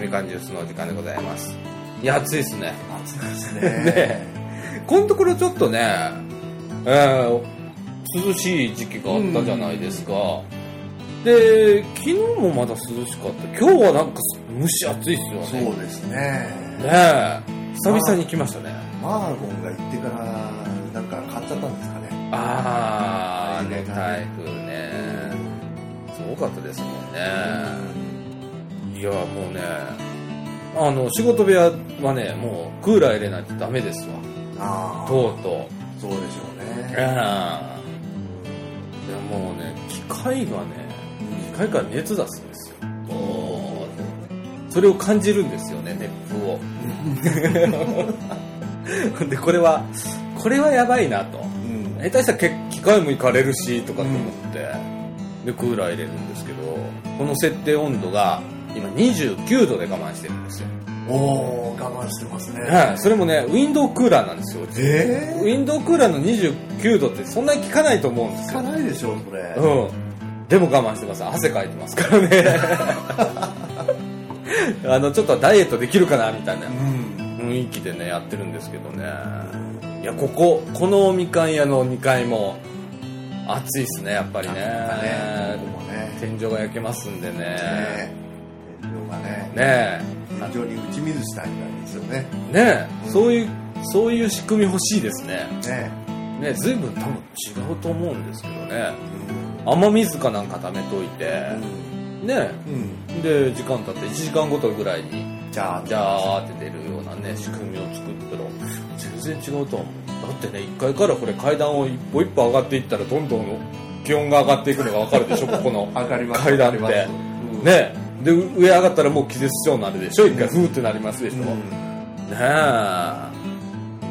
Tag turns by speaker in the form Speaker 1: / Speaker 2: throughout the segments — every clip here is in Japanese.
Speaker 1: みかんジュースの時間でございますいや暑いっすね
Speaker 2: 暑いですね
Speaker 1: このところちょっとね、えー涼しい時期があったじゃないですか、で昨日もまだ涼しかった今日はなんか蒸し暑いっすよね
Speaker 2: そうですね
Speaker 1: ねえ久々に来ましたね
Speaker 2: マーゴンが行ってからなんか買っちゃったんですかね
Speaker 1: ああね台
Speaker 2: 台
Speaker 1: 風ねすごかったですもんねいやもうねあの仕事部屋はねもうクーラー入れないとダメですわ
Speaker 2: ああ
Speaker 1: とうとう
Speaker 2: そうでしょう
Speaker 1: うんい
Speaker 2: ね
Speaker 1: やもうね機械がね機械から熱出すんですよそれを感じるんですよね熱風を でこれはこれはやばいなと
Speaker 2: うん
Speaker 1: 下手したらけ機械も行かれるしとかと思って、でクーラー入れるんですけどこの設定温度が今29度で我慢してるんですよ、
Speaker 2: おお我慢してますね
Speaker 1: はい、それもねウィンドウクーラーなんですようち
Speaker 2: え
Speaker 1: ウィンドウクーラーの29度ってそんなに効かないと思うんで
Speaker 2: ー、
Speaker 1: す
Speaker 2: 聞
Speaker 1: よ
Speaker 2: かないでしょそれ、
Speaker 1: うん。でも我慢してます。汗かいてますから ね。あの、ちょっとダイエットできるかな、みたいな
Speaker 2: うん
Speaker 1: 雰囲気でね、やってるんですけどね。いや、ここ、このみかん屋の2階も、暑いっすね、やっぱりね。
Speaker 2: ねここもね
Speaker 1: 天井が焼けますんでね。
Speaker 2: ね天井がね
Speaker 1: ね
Speaker 2: 天井に打ち水したいみたいですよね
Speaker 1: え。ねえ。
Speaker 2: うん
Speaker 1: そういう、そういう仕組み欲しいですね。
Speaker 2: ね
Speaker 1: ねえ、随分多分違うと思うんですけどね。雨水かなんか溜めといて、ねえ。
Speaker 2: うん、うん、
Speaker 1: で時間経って1時間ごとぐらいに
Speaker 2: じゃあ
Speaker 1: ジャーって出るようなね仕組みを作ったら全然違うとは思うだってね1階からこれ階段を一歩一歩上がっていったらどんどん気温が上がっていくのが分かるで しょここの
Speaker 2: 上がります
Speaker 1: 階段って
Speaker 2: 上がります
Speaker 1: ねでう上上がったらもう気絶しそうになるでしょ一回ふーってなりますでし
Speaker 2: う
Speaker 1: ょ、
Speaker 2: ん
Speaker 1: ねえ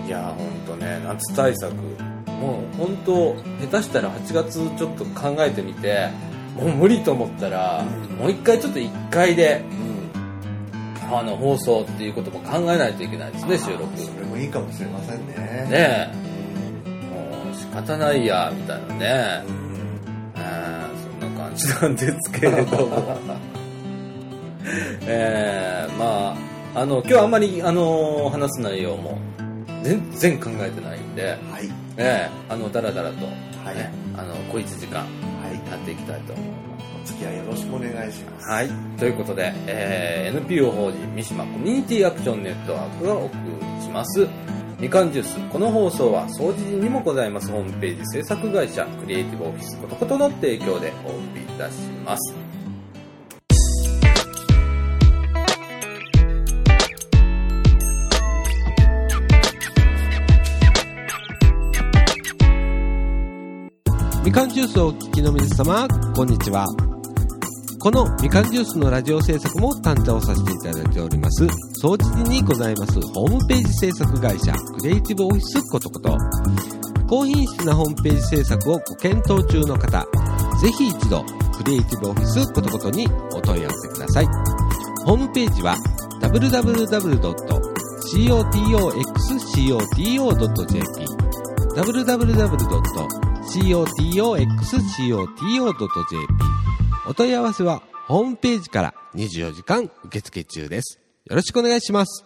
Speaker 1: いやほんとね夏対策もう本当下手したら8月ちょっと考えてみてもう無理と思ったら、
Speaker 2: うん
Speaker 1: もう一回ちょっと1階で
Speaker 2: うん
Speaker 1: あの放送っていうことも考えないといけないですね収録
Speaker 2: あーそれもいいかもしれませんね
Speaker 1: ね
Speaker 2: う
Speaker 1: え
Speaker 2: ん
Speaker 1: もう仕方ないやみたいなねあーそんな感じなんですけれども ええまああの今日あんまりあの話す内容も全然考えてないんで
Speaker 2: はい
Speaker 1: ええあのダラダラと、ね
Speaker 2: はい
Speaker 1: あの小一時間
Speaker 2: はい
Speaker 1: やっていきたいと思います
Speaker 2: お付き合いよろしくお願いします
Speaker 1: はい、ということで、えー NPO 法人三島コミュニティアクションネットワークがお送りします。みかんジュース、この放送は総知事にもございますホームページ制作会社クリエイティブオフィスことことの提供でお送りいたします。
Speaker 3: みかんジュースをお聞きの皆様こんにちはこのみかんジュースのラジオ制作も担当させていただいております総知事にございますホームページ制作会社クリエイティブオフィスことこと高品質なホームページ制作をご検討中の方ぜひ一度クリエイティブオフィスことことにお問い合わせくださいホームページは www.cotoxcoto.jp www.cotoxcoto.jp お問い合わせはホームページから24時間受付中です。よろしくお願いします。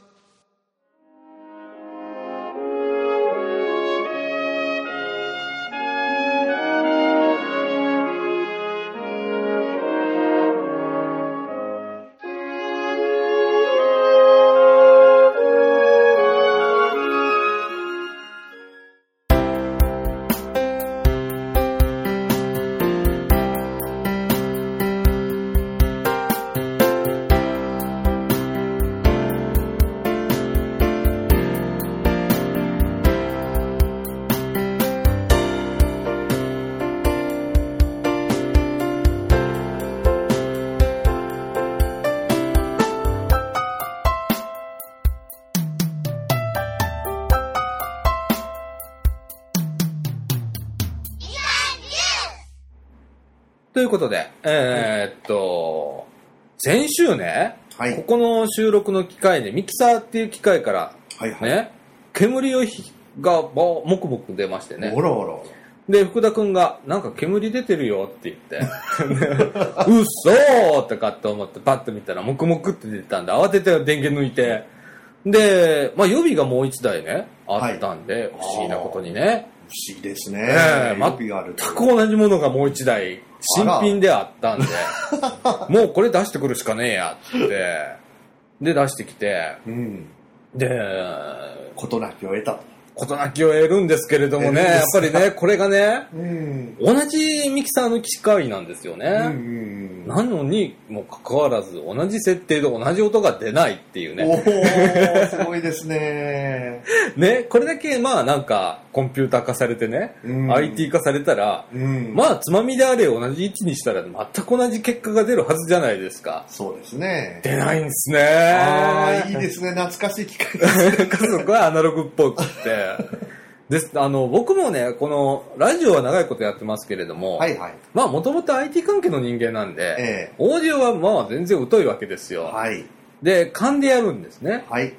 Speaker 1: ということで、えーっと、先週ね、
Speaker 2: はい
Speaker 1: ここの収録の機械でミキサーっていう機械から
Speaker 2: はいはい
Speaker 1: ね、煙をひがぼもくもく出ましてね
Speaker 2: お。らおらおら
Speaker 1: でで、福田くんが、なんか煙出てるよって言って、 うっそーとかって思って、パッと見たら、もくもくって出てたんで、慌てて電源抜いて、で、まあ予備がもう一台ね、あったんで、不思議なことにね、
Speaker 2: 不思議ですね。
Speaker 1: ええ
Speaker 2: 予備があると
Speaker 1: 全く同じものがもう一台、新品であったん で、もうこれ出してくるしかねえやって言って、で出してきて、
Speaker 2: うん。
Speaker 1: で、
Speaker 2: 事なきを得たと。
Speaker 1: 事なきを得るんですけれどもね、
Speaker 2: 得るん
Speaker 1: やっ
Speaker 2: です
Speaker 1: ぱりね、これがね、
Speaker 2: うん。
Speaker 1: 同じミキサーの機械なんですよね。
Speaker 2: うん。
Speaker 1: なのにもかかわらず同じ設定で同じ音が出ないっていう
Speaker 2: お
Speaker 1: ね。
Speaker 2: ー、すごいですね。
Speaker 1: ね、これだけまあなんかコンピューター化されてね、
Speaker 2: うん
Speaker 1: IT 化されたら、
Speaker 2: うん。
Speaker 1: まあつまみであれ同じ位置にしたら全く同じ結果が出るはずじゃないですか。
Speaker 2: そうですね。
Speaker 1: 出ないんです
Speaker 2: ああ、いい
Speaker 1: ね。
Speaker 2: ですね。懐かしい機会 ですね。
Speaker 1: 家族はアナログっぽくって。です。あの、僕もね、この、ラジオは長いことやってますけれども、
Speaker 2: はいはい。
Speaker 1: まあ、もともと IT 関係の人間なんで、
Speaker 2: え
Speaker 1: オーディオはまあ全然疎いわけです
Speaker 2: え
Speaker 1: よ。
Speaker 2: はい。
Speaker 1: で、勘でやるんですね。
Speaker 2: はい。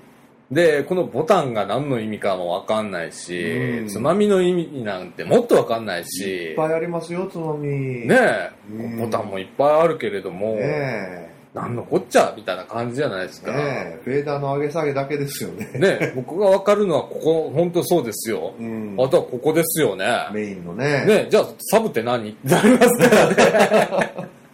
Speaker 1: で、このボタンが何の意味かもわかんないし
Speaker 2: う、ん
Speaker 1: つまみの意味なんてもっとわかんない
Speaker 2: いっ
Speaker 1: し、
Speaker 2: ぱいありますよ、つまみ。
Speaker 1: ねえ、
Speaker 2: うん
Speaker 1: ボタンもいっぱいあるけれども、
Speaker 2: ね
Speaker 1: なんのこっちゃみたいな感じじゃないです
Speaker 2: え。
Speaker 1: か。
Speaker 2: ね
Speaker 1: ね
Speaker 2: え。フェーダーの上げ下げだけですよね。
Speaker 1: え、僕がわかるのはここ、本当そうですよ。
Speaker 2: うん。
Speaker 1: あとはここですよね。
Speaker 2: メインの
Speaker 1: ね
Speaker 2: ね。
Speaker 1: え、じゃあサブって何ってなりますからね。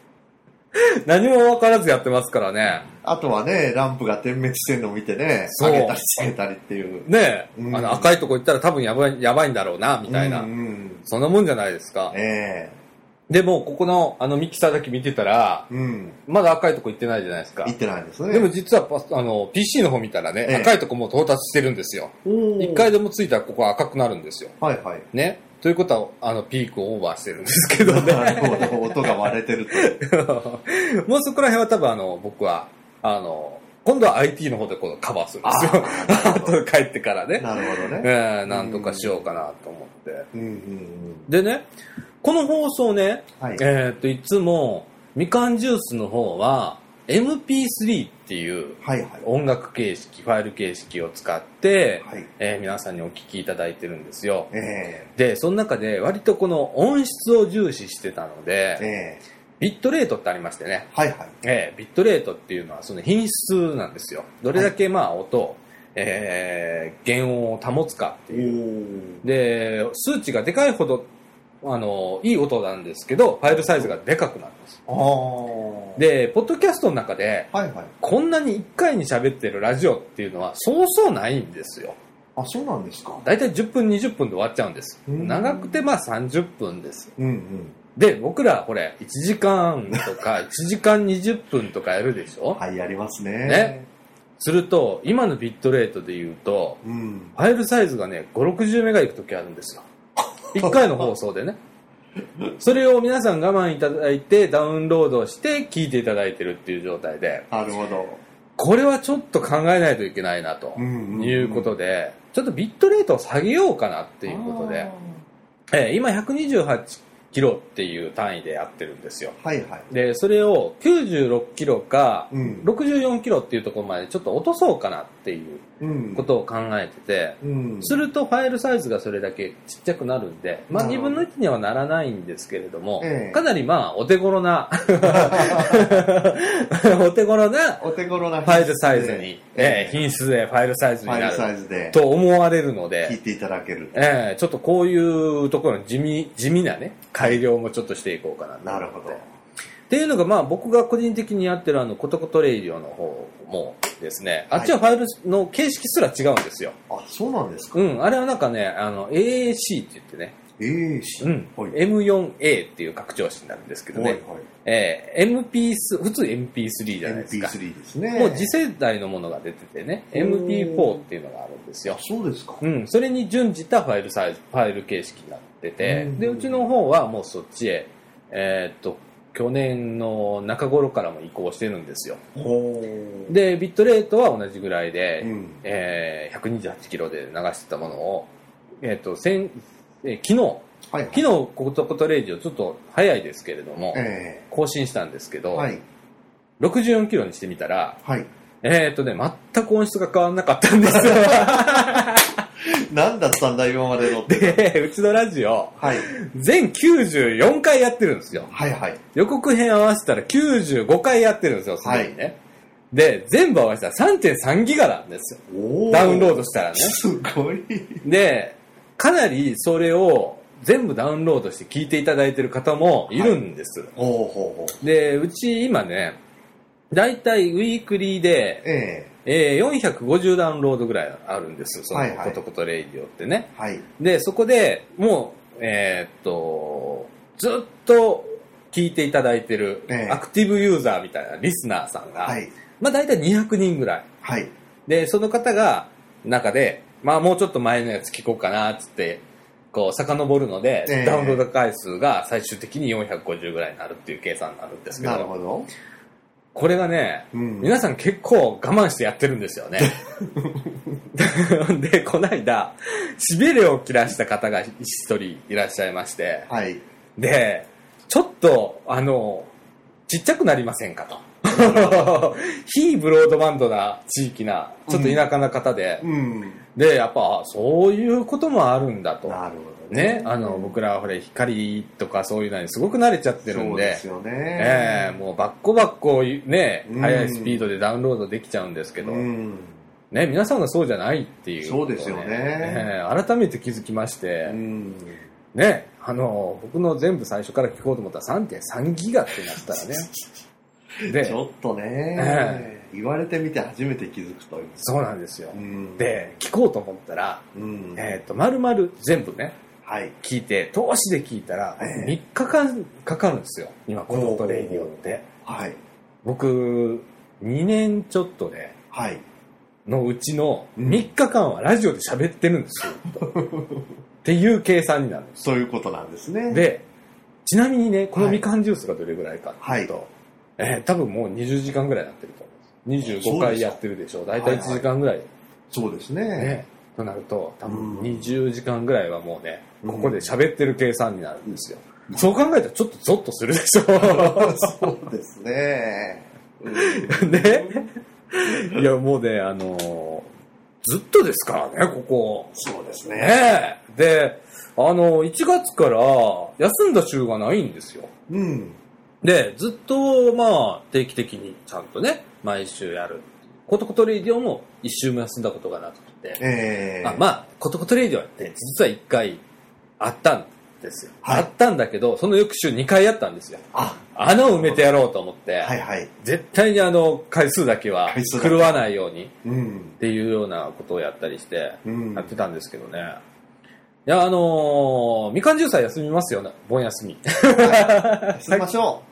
Speaker 1: 何もわからずやってますからね。
Speaker 2: あとはね、ランプが点滅してるのを見てね、
Speaker 1: そう
Speaker 2: 上げたり下げたりっていう。
Speaker 1: ねえ、
Speaker 2: うん
Speaker 1: あの赤いとこ行ったら多分やばい、やばいんだろうな、みたいな。
Speaker 2: うんうん。
Speaker 1: そんなもんじゃないですか。
Speaker 2: え
Speaker 1: でも、ここの、あの、ミキサーだけ見てたら、
Speaker 2: え。うん。
Speaker 1: まだ赤いとこ行ってないじゃないですか
Speaker 2: 行。ってないですね。
Speaker 1: でも実はパス、あの、PC の方見たらね、
Speaker 2: ええ
Speaker 1: 赤いとこもう到達してるんですよ。
Speaker 2: おー
Speaker 1: 一回でもついたらここは赤くなるんですよ。
Speaker 2: はいはい。
Speaker 1: ね。ということは、あの、ピークをオーバーしてるんですけど
Speaker 2: な
Speaker 1: ね。
Speaker 2: るほど、音が割れてる と。
Speaker 1: もうそこら辺は多分、あの、僕は、あの、今度は IT の方でこうカバーするんですよ。
Speaker 2: あー
Speaker 1: 後で帰ってからね。
Speaker 2: なるほどね。
Speaker 1: ええなんとかしようかなと思って。
Speaker 2: うんうんうん。
Speaker 1: でね、この放送ね、
Speaker 2: はい。
Speaker 1: えーっと、いつも、みかんジュースの方は、MP3 っていう
Speaker 2: はいはい。
Speaker 1: 音楽形式、ファイル形式を使って、
Speaker 2: はい。
Speaker 1: えー皆さんにお聞きいただいてるんですよ。
Speaker 2: ええ
Speaker 1: で、その中で割とこの音質を重視してたの
Speaker 2: え
Speaker 1: で、
Speaker 2: え
Speaker 1: ビットレートってありましてね、
Speaker 2: はいはい。
Speaker 1: えービットレートっていうのはその品質なんですよ。どれだけまあ音を、えー原音を保つかって
Speaker 2: お
Speaker 1: いう
Speaker 2: ー
Speaker 1: で、数値がでかいほど、あの、いい音なんですけど、ファイルサイズがでかくなるんです。
Speaker 2: ああ。
Speaker 1: で、ポッドキャストの中で、
Speaker 2: はいはい。
Speaker 1: こんなに1回に喋ってるラジオっていうのは、そうそうないんですよ。
Speaker 2: あ、そうなんですか。
Speaker 1: だいたい10分、20分で終わっちゃうんです。
Speaker 2: うん
Speaker 1: 長くてまあ30分です。
Speaker 2: うんうん。
Speaker 1: で、僕らこれ、1時間とか、1時間20分とかやるでしょ
Speaker 2: はい、やりますね。
Speaker 1: ね。すると、今のビットレートで言うと、
Speaker 2: うん。
Speaker 1: ファイルサイズがね、5、60メガいくときあるん ですよ。1回の放送でね。それを皆さん我慢いただいて、ダウンロードして聞いていただいてるっていう状態で、
Speaker 2: なるほど。
Speaker 1: これはちょっと考えないといけないなと、
Speaker 2: うんうんうん
Speaker 1: いうことで、ちょっとビットレートを下げようかなっていうことで、えー今128キロっていう単位でやってるんですよ。
Speaker 2: はいはい。
Speaker 1: で、それを96キロか、
Speaker 2: うん。
Speaker 1: 64キロっていうところまでちょっと落とそうかなっていう
Speaker 2: うん
Speaker 1: こ。とを考えてて、
Speaker 2: うん。
Speaker 1: するとファイルサイズがそれだけちっちゃくなるんで、まあ
Speaker 2: なる
Speaker 1: 2
Speaker 2: ほど
Speaker 1: 分の1にはならないんですけれども、
Speaker 2: ええ
Speaker 1: かなりまあお手頃 な、お手頃な
Speaker 2: お手頃な
Speaker 1: ファイルサイズに、ええ
Speaker 2: ええ
Speaker 1: 品質でファイルサイズ
Speaker 2: フ
Speaker 1: に
Speaker 2: ァイ
Speaker 1: な
Speaker 2: ルサ
Speaker 1: る
Speaker 2: イズで
Speaker 1: と思われるの
Speaker 2: 聞い
Speaker 1: で、
Speaker 2: ていただける。
Speaker 1: ええちょっとこういうところの地味、地味なね、改良もちょっとしていこうかなと
Speaker 2: なるほど。
Speaker 1: っていうのが、まあ、僕が個人的にやってるあの、コトコトレイディオの方もですね、あっちはファイルの形式すら違うんですよ。
Speaker 2: あ、そうなんですか。
Speaker 1: うん、あれはなんかね、あの、AAC って言ってね、
Speaker 2: ええし。
Speaker 1: うん、
Speaker 2: はい。
Speaker 1: M4A っていう拡張子になるんですけど
Speaker 2: はいは
Speaker 1: ね
Speaker 2: い、。
Speaker 1: えー MP3、普通 MP3 じゃないですか。
Speaker 2: MP3 ですね。
Speaker 1: もう次世代のものが出ててね、MP4 っていうのがあるんですよ
Speaker 2: あ。そうですか。
Speaker 1: うん、それに準じたファイルサイズ、ファイル形式になってて、
Speaker 2: うん
Speaker 1: で、うちの方はもうそっちへ、えーっと、去年の中頃からも移行してるんですよ。
Speaker 2: ほう。
Speaker 1: で、ビットレートは同じぐらいで、
Speaker 2: うん。
Speaker 1: えー128キロで流してたものを、えーっと、先えー昨日、
Speaker 2: はいはい。
Speaker 1: 昨日、コトコトレイジをちょっと早いですけれども、
Speaker 2: え
Speaker 1: 更新したんですけ
Speaker 2: え
Speaker 1: ど、
Speaker 2: はい。
Speaker 1: 64キロにしてみたら、
Speaker 2: はい。
Speaker 1: えーっ、とね、全く音質が変わらなかったんですよ。
Speaker 2: 何だったんだ、今までのって。
Speaker 1: で、うちのラジオ、
Speaker 2: はい。
Speaker 1: 全94回やってるんですよ。
Speaker 2: はいはい。
Speaker 1: 予告編合わせたら95回やってるんですよ、すでにね。で、全部合わせたら3.3ギガなんですよ。
Speaker 2: お
Speaker 1: ダウンロー
Speaker 2: ド。
Speaker 1: ドしたらね。
Speaker 2: すごい。
Speaker 1: で、かなりそれを全部ダウンロードして聞いていただいてる方もいるんです。
Speaker 2: ほうほうほう。
Speaker 1: で、うち今ね、だいたいウィークリーで、
Speaker 2: え
Speaker 1: えー450ダウンロードぐらいあるんです。そ
Speaker 2: はい
Speaker 1: の
Speaker 2: はい
Speaker 1: コトコトレイディオってね
Speaker 2: え。はい。
Speaker 1: で、そこでもう、えーっと、ずっと聞いていただいてる
Speaker 2: ええ
Speaker 1: アクティブユーザーみたいなリスナーさんが、
Speaker 2: はい。
Speaker 1: まあ大体200人ぐらい。
Speaker 2: はい。
Speaker 1: で、その方が、中で、まあもうちょっと前のやつ聞こうかな、つって、こう、遡るので、
Speaker 2: ええ
Speaker 1: ダウンロード回数が最終的に450ぐらいになるっていう計算になるんですけど、
Speaker 2: なるほど。
Speaker 1: これがね、
Speaker 2: うん
Speaker 1: 皆さん結構我慢してやってるんですよね。で、こないだ、しびれを切らした方が一人いらっしゃいまして、
Speaker 2: はい。
Speaker 1: で、ちょっと、あの、ちっちゃくなりませんかと。 非ブロードバンドな地域な、ちょっと田舎な方で、
Speaker 2: うん。
Speaker 1: で、やっぱ、あそういうこともあるんだと。
Speaker 2: なるほどね。
Speaker 1: ね、あの、僕らはほれ、光とかそういうのにすごく慣れちゃってるん
Speaker 2: そう
Speaker 1: で、
Speaker 2: ですよ
Speaker 1: え
Speaker 2: ね。
Speaker 1: えもうバッコバッコ、ね、
Speaker 2: うん
Speaker 1: 速いスピードでダウンロードできちゃうんですけど、
Speaker 2: うん。
Speaker 1: ね、皆さんがそうじゃないっていうことを、
Speaker 2: そうですよね
Speaker 1: ええ改めて気づきまして、
Speaker 2: うん。
Speaker 1: ね、あの、僕の全部最初から聞こうと思ったら3.3ギガってなった らね。
Speaker 2: ち
Speaker 1: で、
Speaker 2: ょっとね、言われてみて初めて気づくという。
Speaker 1: そうなんですよ
Speaker 2: う。ん、
Speaker 1: で、聞こうと思ったら、
Speaker 2: うん。
Speaker 1: えっ、と、丸々全部ね、
Speaker 2: はい。
Speaker 1: 聞いて、投資で聞いたら、
Speaker 2: ええ
Speaker 1: 3日間かかるんですよ。今、この音レイディオって。
Speaker 2: はい。
Speaker 1: 僕、2年ちょっとね、
Speaker 2: はい。
Speaker 1: のうちの
Speaker 2: うん
Speaker 1: 3日間はラジオで喋ってるんですよ。っていう計算になるんです。
Speaker 2: そういうことなんですね。、
Speaker 1: で、ちなみにね、この
Speaker 2: はい
Speaker 1: みかんジュースがどれぐらいかっていうと、えー多分もう20時間ぐらいやってると思うんです。25
Speaker 2: そうです
Speaker 1: 回
Speaker 2: か
Speaker 1: やってるでしょう。だいたい1時間ぐらい。ね。
Speaker 2: そうですね。
Speaker 1: となると、多分
Speaker 2: うん
Speaker 1: 20時間ぐらいはもうね、
Speaker 2: うん
Speaker 1: ここで喋ってる計算になるんですよ。そう考えたらちょっとゾッとするでし ょ。
Speaker 2: そうですね。うん
Speaker 1: ね。いや、もうね、あのーずっとですからね、ここ。
Speaker 2: そうですね。
Speaker 1: ねえ。で、あの1月から休んだ週がないんですよ。
Speaker 2: うん。
Speaker 1: で、ずっと、まあ、定期的にちゃんとね、毎週やる。コトコトレイディオも一週も休んだことがなくて。
Speaker 2: ええ
Speaker 1: あまあ、コトコトレイディオって実は一回あったんですよ。
Speaker 2: はい
Speaker 1: あったんだけど、その翌週二回やったんですよ。
Speaker 2: あ、
Speaker 1: 穴を埋めてやろうと思って、
Speaker 2: はいはい。
Speaker 1: 絶対にあの、回数だけは
Speaker 2: 回数だけ
Speaker 1: 狂わないように
Speaker 2: うん
Speaker 1: っ。ていうようなことをやったりして、
Speaker 2: うん
Speaker 1: やってたんですけどね。いや、あのーみかんジュースは休みますよね。盆休み。
Speaker 2: しましょ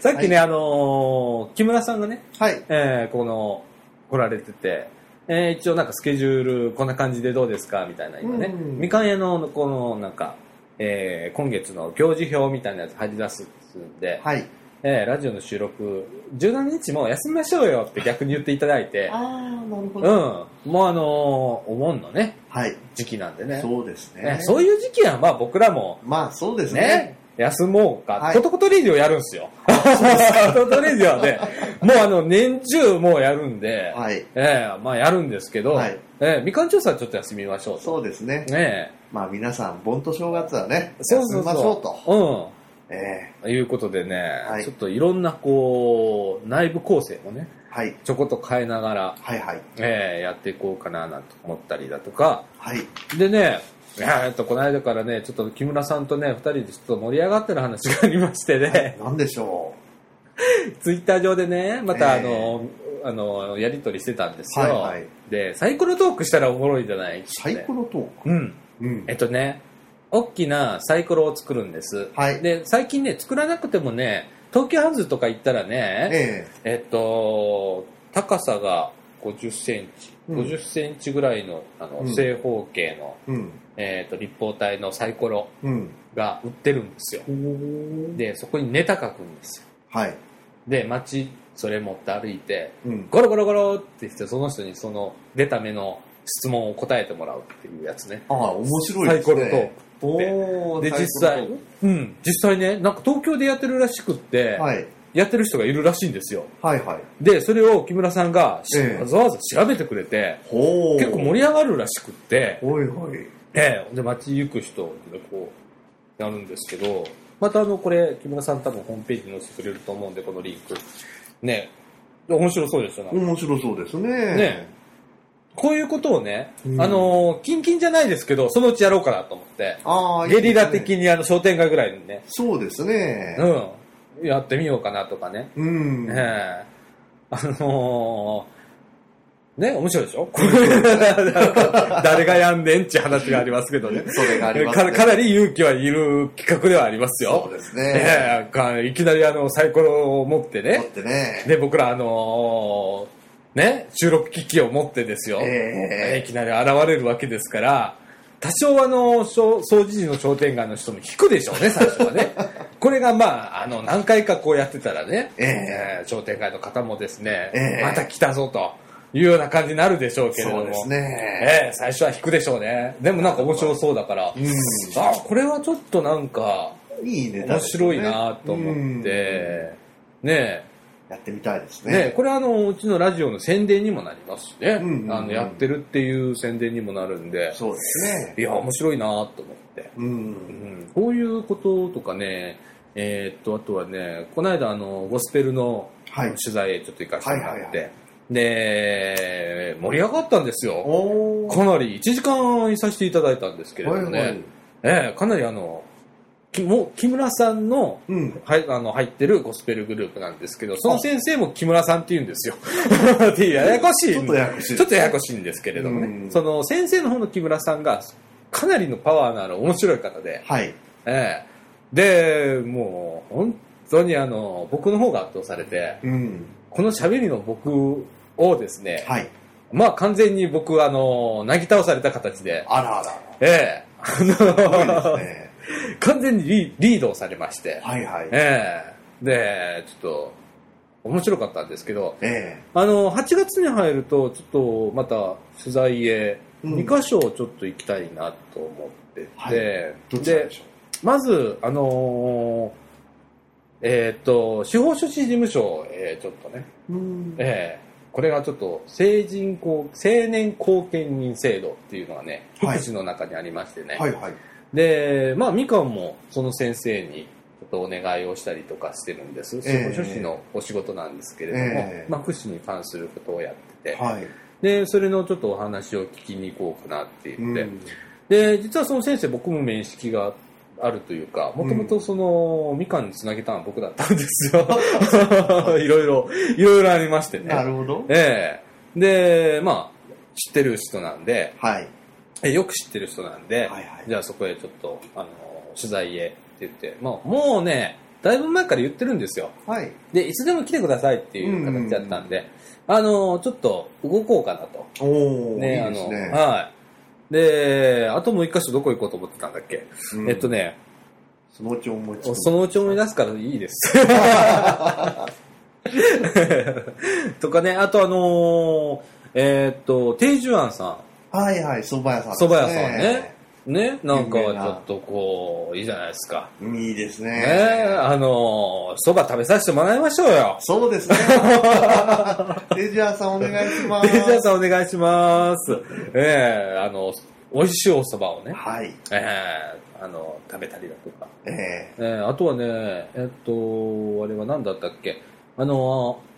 Speaker 1: さっきね、あのー木村さんがね、
Speaker 2: う。はい。
Speaker 1: えーこの、来られてて、えー一応なんかスケジュールこんな感じでどうですかみたいな今ね、
Speaker 2: うん
Speaker 1: みかん屋のこのなんか、えー今月の行事表みたいなやつ張り出すんで、
Speaker 2: はい。
Speaker 1: えーラジオの収録17日も休みましょうよって逆に言っていただいて、
Speaker 2: ああ、なるほ
Speaker 1: うん、
Speaker 2: ど。
Speaker 1: もうあのーお盆のね、
Speaker 2: はい。
Speaker 1: 時期なんでね、
Speaker 2: そうです
Speaker 1: えー
Speaker 2: ね。
Speaker 1: そういう時期はまあ僕らも
Speaker 2: まあ、そうです
Speaker 1: ね
Speaker 2: ね。、
Speaker 1: 休もうか、
Speaker 2: はい
Speaker 1: コトコトレイディオやるんすよ。コトコトレイディオ はね、もうあの、年中もうやるんで、
Speaker 2: はい。
Speaker 1: ええまあやるんですけど、
Speaker 2: はい
Speaker 1: ええみかん調査はちょっと休みましょうと。
Speaker 2: そうですね。
Speaker 1: ねえ
Speaker 2: まあ、皆さん、盆と正月はね、
Speaker 1: そうそう
Speaker 2: 休みましょうと。
Speaker 1: そう。
Speaker 2: ええ
Speaker 1: うん。いうことでね、
Speaker 2: はい
Speaker 1: ちょっといろんなこう、内部構成もね、
Speaker 2: はい。
Speaker 1: ちょこっと変えながら、
Speaker 2: はいはい。
Speaker 1: ええやっていこうかななんて思ったりだとか、
Speaker 2: はい。
Speaker 1: でね、えー、とこの間からね、ちょっと木村さんとね、二人でちょっと盛り上がってる話がありましてね、
Speaker 2: なんでしょ
Speaker 1: ツイッター上でね、またあ
Speaker 2: ええ
Speaker 1: の、あの、やりとりしてたんです
Speaker 2: う。
Speaker 1: よ。
Speaker 2: はいはい。
Speaker 1: で、サイコロトークしたらおもろいじゃないっつって
Speaker 2: サイコロトーク。
Speaker 1: うん。
Speaker 2: うん
Speaker 1: え。っとね、大きなサイコロを作るんです。
Speaker 2: はい。
Speaker 1: で、最近ね、作らなくてもね、東京ハンズとか行ったらね、
Speaker 2: え
Speaker 1: えっと、高さが50センチ、
Speaker 2: うん
Speaker 1: 50センチぐらいの、あの、
Speaker 2: うん
Speaker 1: 正方形の、
Speaker 2: え。うん。
Speaker 1: えっと、立方体のサイコロ
Speaker 2: うん。
Speaker 1: が売ってるんですよ。で、そこにネタ書くんですよ。
Speaker 2: はい。
Speaker 1: で、街、それ持って歩いて、
Speaker 2: うん。
Speaker 1: ゴロゴロゴロってして、その人にその出た目の質問を答えてもらうっていうやつね。
Speaker 2: ああ、面白い
Speaker 1: サ
Speaker 2: で
Speaker 1: イコ
Speaker 2: す
Speaker 1: ロトー
Speaker 2: ね。
Speaker 1: ク。
Speaker 2: おー
Speaker 1: で、
Speaker 2: サイ
Speaker 1: 実
Speaker 2: コロト
Speaker 1: 際
Speaker 2: ーク、
Speaker 1: うん、実際ね、なんか東京でやってるらしくって、
Speaker 2: はい。
Speaker 1: やってる人がいるらしいんですよ。
Speaker 2: はいはい。
Speaker 1: で、それを木村さんがし
Speaker 2: ええ
Speaker 1: わざわざ調べてくれて、
Speaker 2: ほ
Speaker 1: 結構盛り上がるらしくって、
Speaker 2: おいおい。
Speaker 1: ええ、で、街行く人でこう、やるんですけど、またあの、これ、木村さん多分ホームページに載せてくれると思うんで、このリンク。ねえ。面白そうでしたな。ね
Speaker 2: 面白そうですね。
Speaker 1: え。こういうことをね、
Speaker 2: うん
Speaker 1: あのー、キンキンじゃないですけど、そのうちやろうかなと思って、
Speaker 2: ああ、
Speaker 1: ゲリラ的
Speaker 2: に。
Speaker 1: にあの、商店街ぐらいにね、
Speaker 2: そうですね。
Speaker 1: うん、やってみようかなとかね。
Speaker 2: うん。
Speaker 1: ねえ。あのー、ね、面白いでし ょ誰がやんねんって話がありますけど ね。
Speaker 2: それがありますね
Speaker 1: かかなり勇気はいる企画ではありますよ。
Speaker 2: そうです
Speaker 1: ね
Speaker 2: ね。
Speaker 1: えかいきなりあの、サイコロを持って
Speaker 2: だっ
Speaker 1: ね。
Speaker 2: てね。
Speaker 1: で、僕らあのーね、収録機器を持ってですよ。
Speaker 2: ええ
Speaker 1: いきなり現れるわけですから、多少あの、小掃除時の商店街の人も引くでし ょうね、最初はね。これがまあ、あの、何回かこうやってたらね、
Speaker 2: ええ
Speaker 1: ー商店街の方もですね、
Speaker 2: ええ
Speaker 1: また来たぞというような感じになるでしょうけれども。
Speaker 2: そうですね。
Speaker 1: ええ最初は引くでしょうね。でもなんか面白そうだから、
Speaker 2: うん
Speaker 1: あ、これはちょっとなんか、
Speaker 2: いいね。
Speaker 1: 面白いなと思って、ねえ、
Speaker 2: うん。やってみたいですね。
Speaker 1: ね、これはあのうちのラジオの宣伝にもなりますしね、
Speaker 2: うんうんうん
Speaker 1: あのやってるっていう宣伝にもなるんで、
Speaker 2: そうですね。
Speaker 1: いや、面白いなと思って、
Speaker 2: う。
Speaker 1: うんん、こういうこととかね、えーっと、あとはね、この間あの、ゴスペルの
Speaker 2: はい
Speaker 1: 取。材へちょっと行かせてもらって、
Speaker 2: はいはいは
Speaker 1: で、盛り上がったんですよ。
Speaker 2: おー。
Speaker 1: かなり1時間いさせていただいたんですけれどもね、
Speaker 2: はいはい
Speaker 1: ええかなりあの、きも木村さんの
Speaker 2: うん。
Speaker 1: はい、あの入ってるゴスペルグループなんですけど、その先生も木村さんって言うんですよ。 っていうややこしい。
Speaker 2: ちょっとややこしいです
Speaker 1: ちょっとややこしいんですけれども
Speaker 2: う
Speaker 1: ね。
Speaker 2: ん
Speaker 1: その先生の方の木村さんが、かなりのパワーのある面白い方で、
Speaker 2: はい。
Speaker 1: ええで、もう、本当にあの、僕の方が圧倒されて、
Speaker 2: うん。
Speaker 1: この喋りの僕をですね、
Speaker 2: はい。
Speaker 1: まあ完全に僕、あの、なぎ倒された形で、
Speaker 2: あらあ ら。
Speaker 1: ええあの
Speaker 2: すごいですね。
Speaker 1: 完全にリリードをされまして、
Speaker 2: はいはい。
Speaker 1: ええで、ちょっと、面白かったんですけど、
Speaker 2: ええ。
Speaker 1: あの、8月に入ると、ちょっと、また、取材へ、
Speaker 2: うん
Speaker 1: 2箇所ちょっと行きたいなと思ってて、
Speaker 2: はいどっちなん
Speaker 1: で
Speaker 2: で、しょ
Speaker 1: まず、あのーえーっと、司法書士事務所へ、ちょっとね、
Speaker 2: う。うん。
Speaker 1: ええこれがちょっと、成人後、成年後見人制度っていうのがね、福
Speaker 2: はい
Speaker 1: 祉の中にありましてね、
Speaker 2: はいはい。
Speaker 1: で、まあ、みかんもその先生にちょっとお願いをしたりとかしてるんです。
Speaker 2: ええ
Speaker 1: 書士のお仕事なんですけれども、
Speaker 2: ええ
Speaker 1: まあ、福祉に関することをやってて、
Speaker 2: はい。
Speaker 1: で、それのちょっとお話を聞きに行こうかなって言
Speaker 2: う
Speaker 1: って、
Speaker 2: ん。
Speaker 1: で、実はその先生、僕も面識があるというか、もともとその、みかんにつなげたのは僕だったんですよ。 いろいろ、いろいろありましてね。
Speaker 2: なるほど。
Speaker 1: ええで、まあ、知ってる人なんで、
Speaker 2: はい。
Speaker 1: えよく知ってる人なんで、
Speaker 2: はいはい
Speaker 1: じゃあそこへちょっと、あの取材へって言って、まあ、もうね、だいぶ前から言ってるんですよ。
Speaker 2: はい。
Speaker 1: で、いつでも来てくださいっていう形だったんで、あのちょっと動こうかなと。
Speaker 2: おー。い
Speaker 1: あ
Speaker 2: いです
Speaker 1: の
Speaker 2: ね。
Speaker 1: はい。で、あともう一箇所どこ行こうと思ってたんだっけ、
Speaker 2: うん
Speaker 1: えっと。ね、
Speaker 2: そのうち思いつく。
Speaker 1: そのうち思い出すからいい です。とかね、あとあのえーっと、定住庵さん。
Speaker 2: はいはい、蕎麦屋さんです。
Speaker 1: 蕎麦屋さんね。ね、なんかはちょっとこう、いいじゃないですか。
Speaker 2: いいですね。
Speaker 1: ねえ、あのー、蕎麦食べさせてもらいましょうよ。
Speaker 2: そうです ね。デジャーさんお願いします。
Speaker 1: デジャーさんお願いします。ええあの、美味しいお蕎麦をね、
Speaker 2: はい。
Speaker 1: ええあの、食べたりだとか。
Speaker 2: ええ
Speaker 1: ええあとはね、えっと、あれは何だったっけあのー、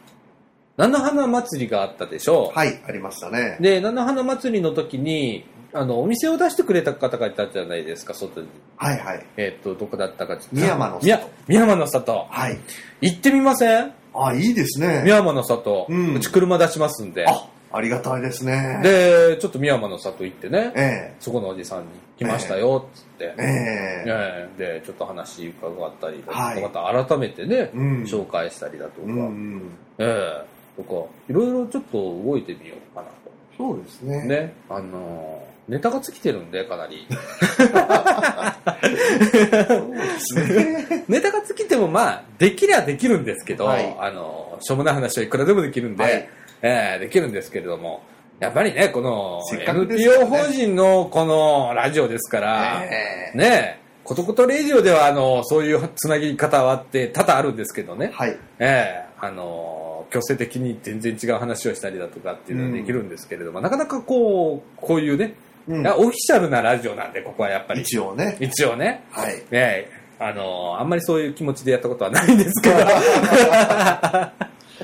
Speaker 1: 菜の花祭りがあったでしょ。
Speaker 2: はい、ありましたね。
Speaker 1: で、菜の花祭りの時に、あの、お店を出してくれた方がいたじゃないですか、外に。
Speaker 2: はいはい。
Speaker 1: えっと、どこだったか。
Speaker 2: 宮山の里
Speaker 1: 宮宮山の里。
Speaker 2: はい。
Speaker 1: 行ってみません
Speaker 2: あ、いいですね。
Speaker 1: 宮山の里、う
Speaker 2: うん
Speaker 1: ち車出しますんで、
Speaker 2: あ、ありがたいですね。
Speaker 1: で、ちょっと宮山の里行ってね、
Speaker 2: え
Speaker 1: そこのおじさんに来ましたよ、つって
Speaker 2: え、ええ
Speaker 1: ええで、ちょっと話伺ったりだとか、
Speaker 2: はい
Speaker 1: また改めてね、
Speaker 2: うん
Speaker 1: 紹介したりだとか、
Speaker 2: うんうん。
Speaker 1: ええとか、いろいろちょっと動いてみようかな
Speaker 2: そうです
Speaker 1: と。
Speaker 2: ね。
Speaker 1: ね、あのーネタが尽きてるんで、かなり。
Speaker 2: そうですね。
Speaker 1: ネタが尽きても、まあ、できりゃできるんですけど、
Speaker 2: はい
Speaker 1: あの、しょうもない話はいくらでもできるんで、
Speaker 2: はい
Speaker 1: えーできるんですけれども、やっぱりね、この、
Speaker 2: せっかくですから
Speaker 1: NPO
Speaker 2: ね
Speaker 1: 法人のこのラジオですから、
Speaker 2: ええ
Speaker 1: ねえ、ことことレイジオでは、あの、そういうつなぎ方はあって、多々あるんですけどね。
Speaker 2: はい。
Speaker 1: ええあの、強制的に全然違う話をしたりだとかっていうのはできるんですけれども、なかなかこう、こういうね、
Speaker 2: う
Speaker 1: い
Speaker 2: ん
Speaker 1: や。オフィシャルなラジオなんで、ここはやっぱり。
Speaker 2: 一応ね。
Speaker 1: 一応ね。
Speaker 2: はい。
Speaker 1: ねえ、あの、あんまりそういう気持ちでやったことはないんですけど。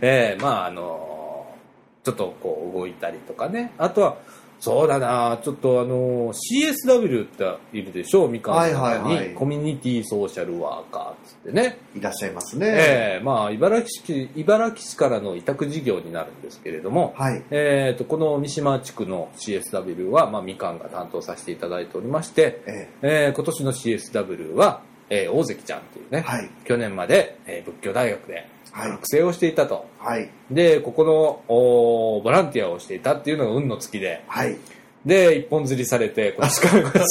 Speaker 1: ええまああの、ちょっとこう動いたりとかね。あとは、そうだなちょっとあの、CSW っているでしょみかんさんに、
Speaker 2: はいはいはい
Speaker 1: コミュニティソーシャルワーカーっつってね。
Speaker 2: いらっしゃいますね。
Speaker 1: ええまあ、茨城市、茨城市からの委託事業になるんですけれども、
Speaker 2: はい。
Speaker 1: えっ、と、この三島地区の CSW は、まあ、みかんが担当させていただいておりまして、
Speaker 2: え
Speaker 1: えー今年の CSW は、えー大関ちゃんっていうね、
Speaker 2: えはい。
Speaker 1: 去年まで、えー仏教大学で
Speaker 2: はい。
Speaker 1: 学生をしていたと。
Speaker 2: はい。
Speaker 1: で、ここのおーボランティアをしていたっていうのが運の尽きで、
Speaker 2: はい。
Speaker 1: で、一本釣りされて、今年からこの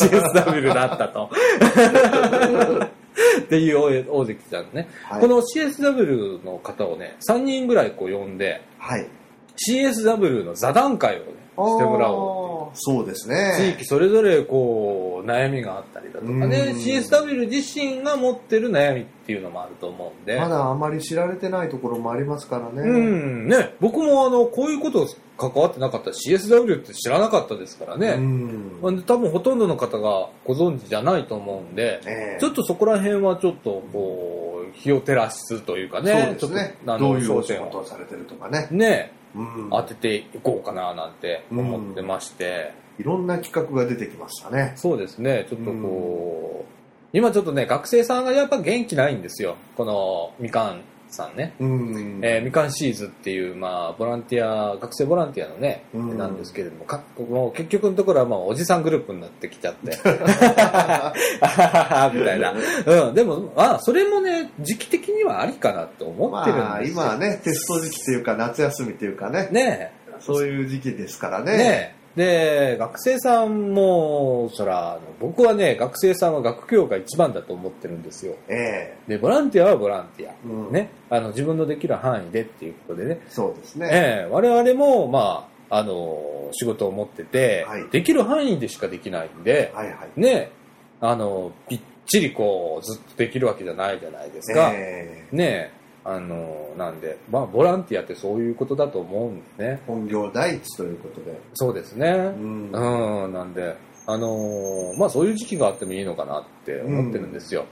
Speaker 1: CSW になったと。 っていう大大関ちゃんね、
Speaker 2: はい
Speaker 1: この CSW の方をね、3人ぐらいこう呼んで、
Speaker 2: はい。
Speaker 1: CSW の座談会をね、してもらおうっていう。
Speaker 2: う。そうです
Speaker 1: 地
Speaker 2: ね。
Speaker 1: 域それぞれこう悩みがあったりだとかね
Speaker 2: うん
Speaker 1: CSW 自身が持ってる悩みっていうのもあると思うんで、
Speaker 2: まだあまり知られてないところもありますからね。
Speaker 1: う。んね僕もあのこういうこと関わってなかった CSW って知らなかったですから
Speaker 2: う
Speaker 1: ね、
Speaker 2: ん。
Speaker 1: まあ多分ほとんどの方がご存知じゃないと思うんで、
Speaker 2: ええ
Speaker 1: ちょっとそこら辺はちょっとこう火を照らすというかね
Speaker 2: そうですね
Speaker 1: ちょっとあ。の
Speaker 2: どういうお
Speaker 1: 焦
Speaker 2: 仕
Speaker 1: 点
Speaker 2: 事
Speaker 1: を
Speaker 2: をされてるとかね。
Speaker 1: ね
Speaker 2: うん。
Speaker 1: 当てていこうかななんて思ってまして。
Speaker 2: いろんな企画が出てきましたね。
Speaker 1: そうですね、ちょっとこう、今ちょっとね、学生さんがやっぱ元気ないんですよ。このみかんさんね。
Speaker 2: うん。
Speaker 1: えーみかんシーズっていう、まあ、ボランティア、学生ボランティアのね、
Speaker 2: うん
Speaker 1: なんですけれども、かもう結局のところは、まあ、おじさんグループになってきち ゃって、 あはははみたいな。うん、でも、あ、それもね、時期的にはありかなと思ってる
Speaker 2: ま
Speaker 1: ん
Speaker 2: あ、
Speaker 1: ですよ。
Speaker 2: 今はね、テスト時期というか、夏休みというかね、
Speaker 1: ねえ
Speaker 2: そういう時期ですからね。
Speaker 1: ねで、学生さんも、そら、あの僕はね、学生さんは学業が一番だと思ってるんですよ。
Speaker 2: ええ
Speaker 1: で、ボランティアはボランティア。
Speaker 2: うん。。
Speaker 1: ね。あの、自分のできる範囲でっていうことでね。
Speaker 2: そうですね。
Speaker 1: ええ我々も、まあ、あの、仕事を持ってて、
Speaker 2: はい
Speaker 1: できる範囲でしかできないんで、
Speaker 2: はいはい。
Speaker 1: ね、あの、びっちりこう、ずっとできるわけじゃないじゃないですか。
Speaker 2: ええ
Speaker 1: ねあの、なんで、まあ、ボランティアってそういうことだと思うんですね。
Speaker 2: 本業第一ということで。
Speaker 1: そうですね。
Speaker 2: うん。
Speaker 1: うん、なんで、あのーまあそういう時期があってもいいのかなって思ってるんですよ。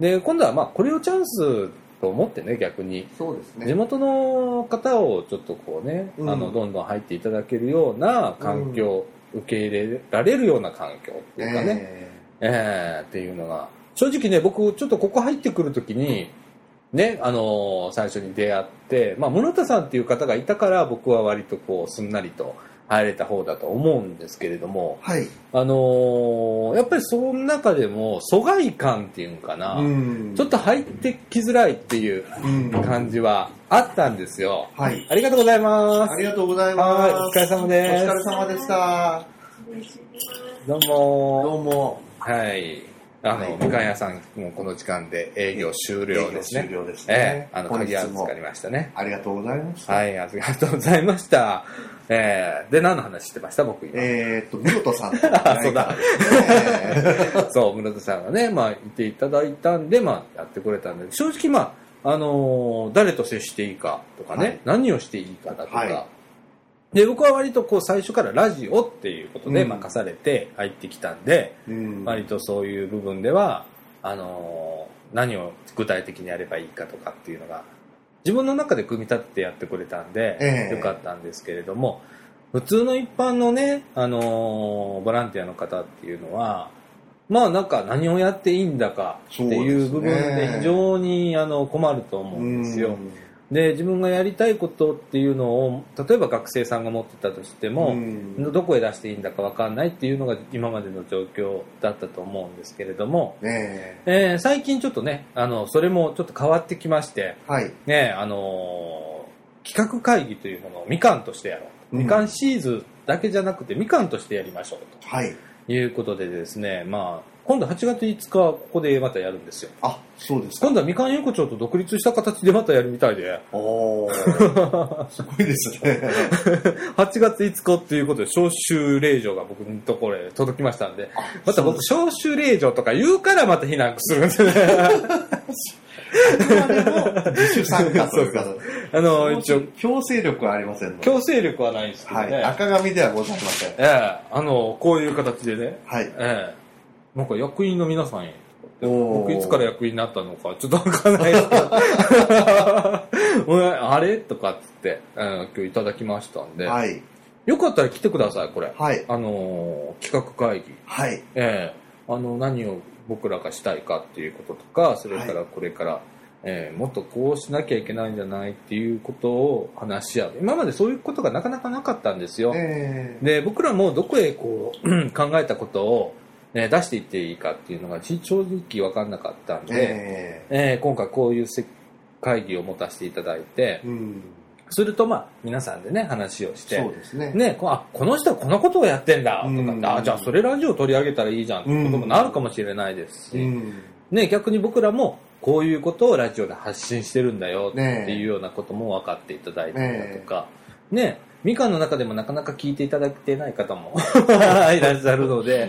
Speaker 1: で、今度はまあこれをチャンスと思ってね、逆に。
Speaker 2: そうです
Speaker 1: 地
Speaker 2: ね。
Speaker 1: 元の方をちょっとこうね、
Speaker 2: うん
Speaker 1: あの、どんどん入っていただけるような環境、受け入れられるような環境っていうかね、
Speaker 2: え
Speaker 1: ええっていうのが、正直ね、僕、ちょっとここ入ってくるときに、ね、あのー最初に出会って、まあ、室田さんっていう方がいたから、僕は割とこう、すんなりと入れた方だと思うんですけれども
Speaker 2: え、はい。
Speaker 1: あのーやっぱりその中でも、疎外感っていうんかな、
Speaker 2: うん。
Speaker 1: ちょっと入ってきづらいっていう
Speaker 2: うん。
Speaker 1: 感じはあったんですよ。
Speaker 2: はい。
Speaker 1: ありがとうございま
Speaker 2: あ
Speaker 1: す。
Speaker 2: りがとうござい
Speaker 1: はい、
Speaker 2: ま
Speaker 1: お
Speaker 2: す。
Speaker 1: 疲れ様で
Speaker 2: お疲れ様でした。
Speaker 1: す。どうも
Speaker 2: どうも。
Speaker 1: はい。あ
Speaker 2: は
Speaker 1: の、
Speaker 2: い
Speaker 1: みかん屋さんもこの時間で営業終了です
Speaker 2: 営
Speaker 1: ね。
Speaker 2: 業終了です
Speaker 1: え
Speaker 2: ね
Speaker 1: え。あの、
Speaker 2: 本
Speaker 1: 鍵は
Speaker 2: 日も
Speaker 1: 預かりましたね。
Speaker 2: ありがとうございました。
Speaker 1: はい、ありがとうございました。ええで、何の話してました僕今。
Speaker 2: えーっと、室戸さんと。
Speaker 1: あ そうだ。
Speaker 2: ええ
Speaker 1: そう、村田さんがね、まあ、いていただいたんで、まあ、やってくれたんで、正直まあ、あのー誰と接していいかとかね、
Speaker 2: はい
Speaker 1: 何をしていいかだとか、
Speaker 2: は
Speaker 1: で、僕は割とこう、最初からラジオっていうことで
Speaker 2: うん
Speaker 1: 任されて入ってきたんで、
Speaker 2: うん。
Speaker 1: 割とそういう部分では、あのー何を具体的にやればいいかとかっていうのが、自分の中で組み立ててやってくれたんで
Speaker 2: え、え
Speaker 1: よかったんですけれども、普通の一般のね、あのーボランティアの方っていうのは、まあなんか何をやっていいんだかっていう部分
Speaker 2: そうです
Speaker 1: で
Speaker 2: ね
Speaker 1: 非常にあの困ると思うんですよ。で、自分がやりたいことっていうのを、例えば学生さんが持ってたとして
Speaker 2: うん。
Speaker 1: も、
Speaker 2: うん
Speaker 1: どこへ出していいんだかわかんないっていうのが今までの状況だったと思うんですけれども、
Speaker 2: ね
Speaker 1: えー最近ちょっとね、あの、それもちょっと変わってきまして、
Speaker 2: え。はい。
Speaker 1: ね、あのー企画会議というものをみかんとしてやろう。
Speaker 2: うん
Speaker 1: みかんシーズンだけじゃなくてみかんとしてやりましょう
Speaker 2: はい。
Speaker 1: ということでですね、まあ、今度8月5日、ここでまたやるんですよ。
Speaker 2: あ、そうですか。
Speaker 1: 今度はみかん横丁と独立した形でまたやるみたいで、
Speaker 2: おー。 すごいですね。
Speaker 1: 8月5日っていうことで、招集令状が僕のところへ届きましたんで、また僕、招集令状とか言うからまた避難するん ですよね。
Speaker 2: あれも自主参加というか、
Speaker 1: あの、一応、
Speaker 2: 強制力はありませんので。
Speaker 1: 強制力はないんですけど
Speaker 2: は
Speaker 1: ね。
Speaker 2: い。赤髪ではございません。
Speaker 1: ええあの、こういう形でね、
Speaker 2: はい。
Speaker 1: ええなんか役員の皆さんへ、
Speaker 2: 僕
Speaker 1: 僕いつから役員になったのか、ちょっとわかんないです けど、お前あれとかっつって、うん、今日いただきましたんで、
Speaker 2: はい。
Speaker 1: よかったら来てください、これ。
Speaker 2: はい。
Speaker 1: あのー企画会議。
Speaker 2: はい。
Speaker 1: ええあの、何を僕らがしたいかっていうこととか、それからこれから、ええもっとこうしなきゃいけないんじゃないっていうことを話し合う。今までそういうことがなかなかなかったんですよ。
Speaker 2: えー
Speaker 1: で、僕らもどこへこう、うん考えたことを、ね、出していっていいかっていうのが正直わかんなかったんで、
Speaker 2: え
Speaker 1: えー今回こういうせ会議を持たせていただいて
Speaker 2: ー、うん。
Speaker 1: するとまあ皆さんでね、話をして、
Speaker 2: そうですね。
Speaker 1: ね、こうあこの人はこのことをやってんだと
Speaker 2: うん
Speaker 1: か、あじゃあそれラジオ取り上げたらいいじゃんってこともなるかもしれないです
Speaker 2: う
Speaker 1: し、
Speaker 2: ん。
Speaker 1: ね、逆に僕らもこういうことをラジオで発信してるんだよって
Speaker 2: ねえ
Speaker 1: いうようなことも分かっていただいたりだとか、ね、みかんの中でもなかなか聞いていただけてない方も いらっしゃるので、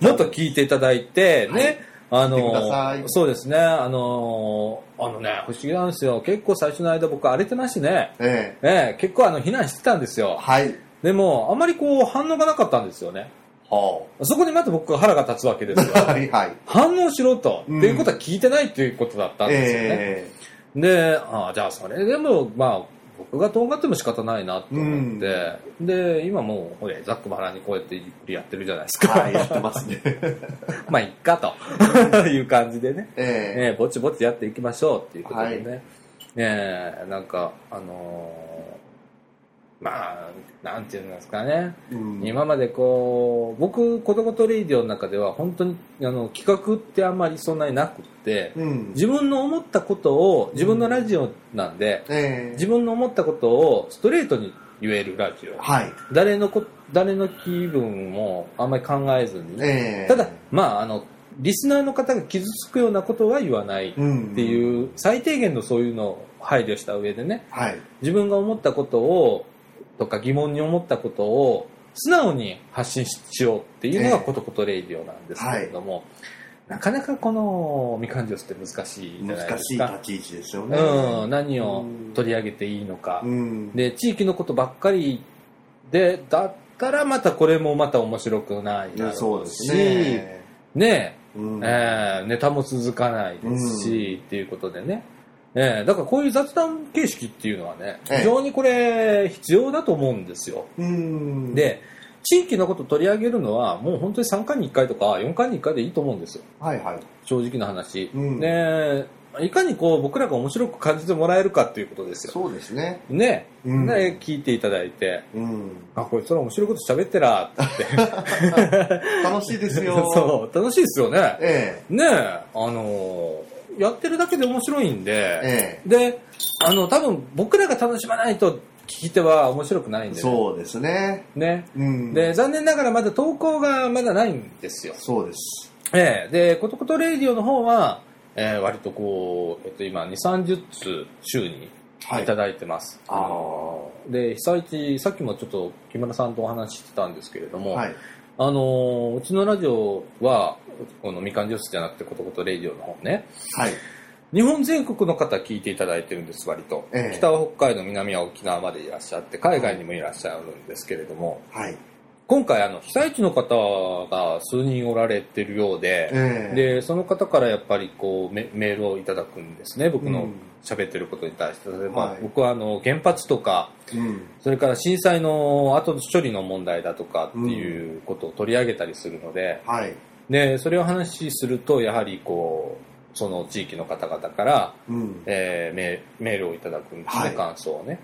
Speaker 1: もっと聞いていただいて、ね、あ
Speaker 2: 聞いてくださ
Speaker 1: の
Speaker 2: い、
Speaker 1: そうですね、あの、あのね、不思議なんですよ。結構最初の間僕荒れてましてね、
Speaker 2: え
Speaker 1: ええ、結構あの避難してたんです
Speaker 2: ー、
Speaker 1: よ。
Speaker 2: はい。
Speaker 1: でも、あまりこう反応がなかったんですよね。
Speaker 2: は
Speaker 1: そこにまた僕が腹が立つわけ ですよ。
Speaker 2: あ。はいはい。
Speaker 1: 反応しろと、
Speaker 2: うん
Speaker 1: っていうことは聞いてないっていうことだったんですよね。
Speaker 2: え
Speaker 1: で、ああじゃあそれでも、まあ、僕がとんがっても仕方ないなと思って、で、今もう、ほれ、ザックバラにこうやってゆっくりやってるじゃないです
Speaker 2: ー、
Speaker 1: か。
Speaker 2: はい、やってま すね。
Speaker 1: まあ、いっかと いう感じでね、
Speaker 2: え
Speaker 1: えーぼちぼちやっていきましょうっていうことでね、えーなんか、あのーまあ、なんていうんですかね、
Speaker 2: ー、うん
Speaker 1: 今までこう僕「ことごとレイディオ」の中では本当にあの企画ってあんまりそんなになくって
Speaker 2: うん。
Speaker 1: 自分の思ったことを自分のラジオなんで、
Speaker 2: えー、
Speaker 1: 自分の思ったことをストレートに言えるラジオ
Speaker 2: はい。
Speaker 1: 誰のこ誰の気分もあんまり考えずに、
Speaker 2: えー、
Speaker 1: ただまああのリスナーの方が傷つくようなことは言わないっ
Speaker 2: うん、
Speaker 1: て
Speaker 2: う。
Speaker 1: いう最低限のそういうのを配慮した上でね
Speaker 2: はい。
Speaker 1: 自分が思ったことをとか疑問に思ったことを素直に発信しようっていうのが
Speaker 2: ええ
Speaker 1: コトコトレイディオなんですけれども、なかなかこのみかんジュースって難しいじゃないで
Speaker 2: 難し
Speaker 1: す
Speaker 2: い
Speaker 1: か
Speaker 2: 立。ち位置ですよね。
Speaker 1: うん、何を取り上げていいのか、
Speaker 2: うん。
Speaker 1: で地域のことばっかりでだったらまたこれもまた面白くないだろうし
Speaker 2: そうですね。
Speaker 1: ね
Speaker 2: うん
Speaker 1: えーネタも続かないですし、っていうことでね、えーだからこういう雑談形式っていうのはね、
Speaker 2: ええ
Speaker 1: 非常にこれ必要だと思うんですよ。
Speaker 2: うん。、
Speaker 1: で、地域のこと取り上げるのはもう本当に3回に1回とか4回に1回でいいと思うんですよ。
Speaker 2: はいはい。
Speaker 1: 正直な話。
Speaker 2: うん
Speaker 1: で、いかにこう僕らが面白く感じてもらえるかっていうことですよ。
Speaker 2: そうですね。
Speaker 1: ね、
Speaker 2: うん
Speaker 1: で聞いていただいて、
Speaker 2: うん。
Speaker 1: あ、これそれ面白いこと喋ってらって
Speaker 2: 楽しいですよ。
Speaker 1: そう、楽しいですよね。
Speaker 2: え
Speaker 1: ねえ、あのーやってるだけで面白いん
Speaker 2: え
Speaker 1: で、
Speaker 2: え
Speaker 1: で、あの、多分僕らが楽しまないと聞いては面白くないん
Speaker 2: え
Speaker 1: で、ね、
Speaker 2: そうですね。
Speaker 1: ね。
Speaker 2: うん。
Speaker 1: で、残念ながらまだ投稿がまだないんですよ。
Speaker 2: そうです。
Speaker 1: ええで、コトコトレイディオの方は、ええ割とこう、えっと今、2、30通週に
Speaker 2: はい
Speaker 1: いただいてます。
Speaker 2: あ
Speaker 1: で、被災地、さっきもちょっと木村さんとお話ししてたんですけれども、
Speaker 2: はい。
Speaker 1: あのーうちのラジオは、このみかんジュースじゃなくてコトコトレイディオの方ね、
Speaker 2: はい。
Speaker 1: 日本全国の方聞いていただいてるんです割と、
Speaker 2: ええ
Speaker 1: 北は北海道南は沖縄までいらっしゃって海外にもいらっしゃるんですけれども、
Speaker 2: はい。
Speaker 1: 今回あの被災地の方が数人おられてるようで、
Speaker 2: ええ
Speaker 1: でその方からやっぱりこうメメールをいただくんですね僕
Speaker 2: う
Speaker 1: の
Speaker 2: ん
Speaker 1: 喋ってることに対して、例えば
Speaker 2: はい
Speaker 1: 僕はあの原発とか
Speaker 2: うん。
Speaker 1: それから震災の後の処理の問題だとかっていうことを取り上げたりするので、
Speaker 2: はい。
Speaker 1: でそれを話しするとやはりこうその地域の方々から
Speaker 2: うん。
Speaker 1: えーメメールをいただくんですね、
Speaker 2: はい
Speaker 1: 感想をね、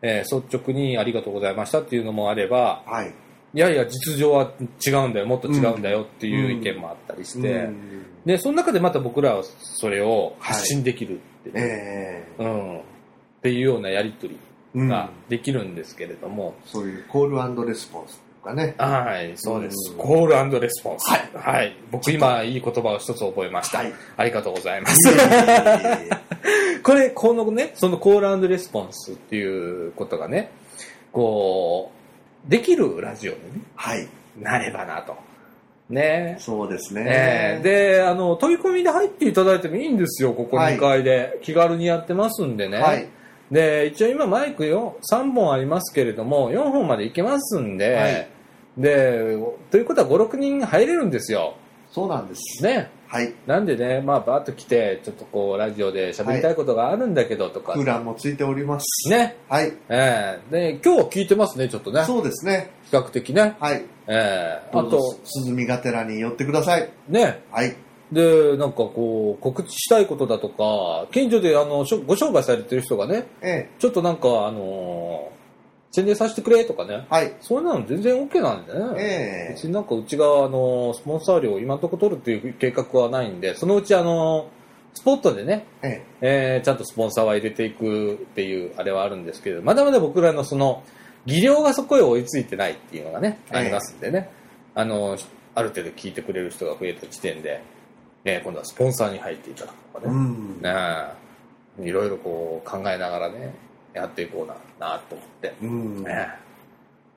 Speaker 1: えー率直にありがとうございましたっていうのもあれば
Speaker 2: はい。
Speaker 1: いやいや実情は違うんだよもっと違うんだよっていう意見もあったりして、
Speaker 2: うん
Speaker 1: でその中でまた僕らはそれを発信できるっていう、
Speaker 2: ええ
Speaker 1: うん、っていうようなやり取り
Speaker 2: うん
Speaker 1: ができるんですけれども、
Speaker 2: そういうコールレスポンス。かね。
Speaker 1: はい、そうです。
Speaker 2: うん
Speaker 1: コールレスポンス。
Speaker 2: はい。
Speaker 1: はい。僕今、いい言葉を一つ覚えました。
Speaker 2: はい
Speaker 1: ありがとうございま
Speaker 2: い
Speaker 1: す。
Speaker 2: えいえいえ
Speaker 1: これ、このね、そのコールレスポンスっていうことがね、こう、できるラジオに、ね、
Speaker 2: はい。
Speaker 1: なればなと。ね
Speaker 2: そうです
Speaker 1: え
Speaker 2: ね。
Speaker 1: ーで、あの、飛び込みで入っていただいてもいいんですよ、ここ
Speaker 2: はい
Speaker 1: 2階で。気軽にやってますんでね。
Speaker 2: はい。
Speaker 1: で、一応今マイクよ3本ありますけれども、4本までいけますんで、
Speaker 2: はい
Speaker 1: で、ということは5、6人入れるんですよ。
Speaker 2: そうなんです。
Speaker 1: ね。
Speaker 2: はい。
Speaker 1: なんでね、まあ、バーッと来て、ちょっとこう、ラジオで喋りたいことがあるんだけどとか、
Speaker 2: クーラーもついております。
Speaker 1: ね。
Speaker 2: はい。
Speaker 1: ええで、今日は聞いてますね、ちょっとね。
Speaker 2: そうですね。
Speaker 1: 比較的ね。
Speaker 2: はい。
Speaker 1: ええ
Speaker 2: あ
Speaker 1: あと
Speaker 2: と、、涼みがてらに寄ってください。
Speaker 1: ね。
Speaker 2: はい。
Speaker 1: で、なんかこう、告知したいことだとか、近所であの、しょご商売されてる人がね、
Speaker 2: ええ。
Speaker 1: ちょっとなんか、あのー宣伝させてくれとかね。
Speaker 2: はい。
Speaker 1: そういうの全然 OK なんでね。
Speaker 2: ええ
Speaker 1: 別。になんかうちが、あのースポンサー料を今のところ取るっていう計画はないんで、そのうちあのースポットでね、
Speaker 2: ええ。
Speaker 1: えーちゃんとスポンサーは入れていくっていうあれはあるんですけど、まだまだ僕らのその、技量がそこへ追いついてないっていうのがね、
Speaker 2: ええ
Speaker 1: ありますんでね。あのーある程度聞いてくれる人が増えた時点で、ね、今度はスポンサーに入っていただくとか
Speaker 2: う
Speaker 1: ね。
Speaker 2: ん。
Speaker 1: ねえいろいろこう考えながらね、やっていこうな、なと思って。
Speaker 2: うん。
Speaker 1: ね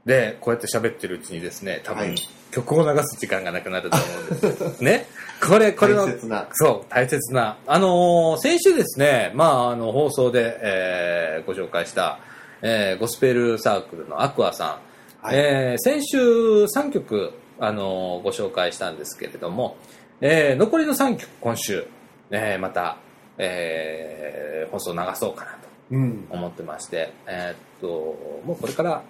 Speaker 1: で、こうやって喋ってるうちにですね、多分、
Speaker 2: はい
Speaker 1: 曲を流す時間がなくなると思うんです。ね。これ、これの
Speaker 2: 大、切な。
Speaker 1: そう、大切な。あのー先週ですね、まあ、あの、放送で、えーご紹介した、えーゴスペルサークルのアクアさん。
Speaker 2: はい
Speaker 1: えー先週3曲、あのーご紹介したんですけれども、えー残りの3曲、今週、えーまた、えー放送流そうかなと
Speaker 2: うん。
Speaker 1: 思ってまして、えーっと、もうこれから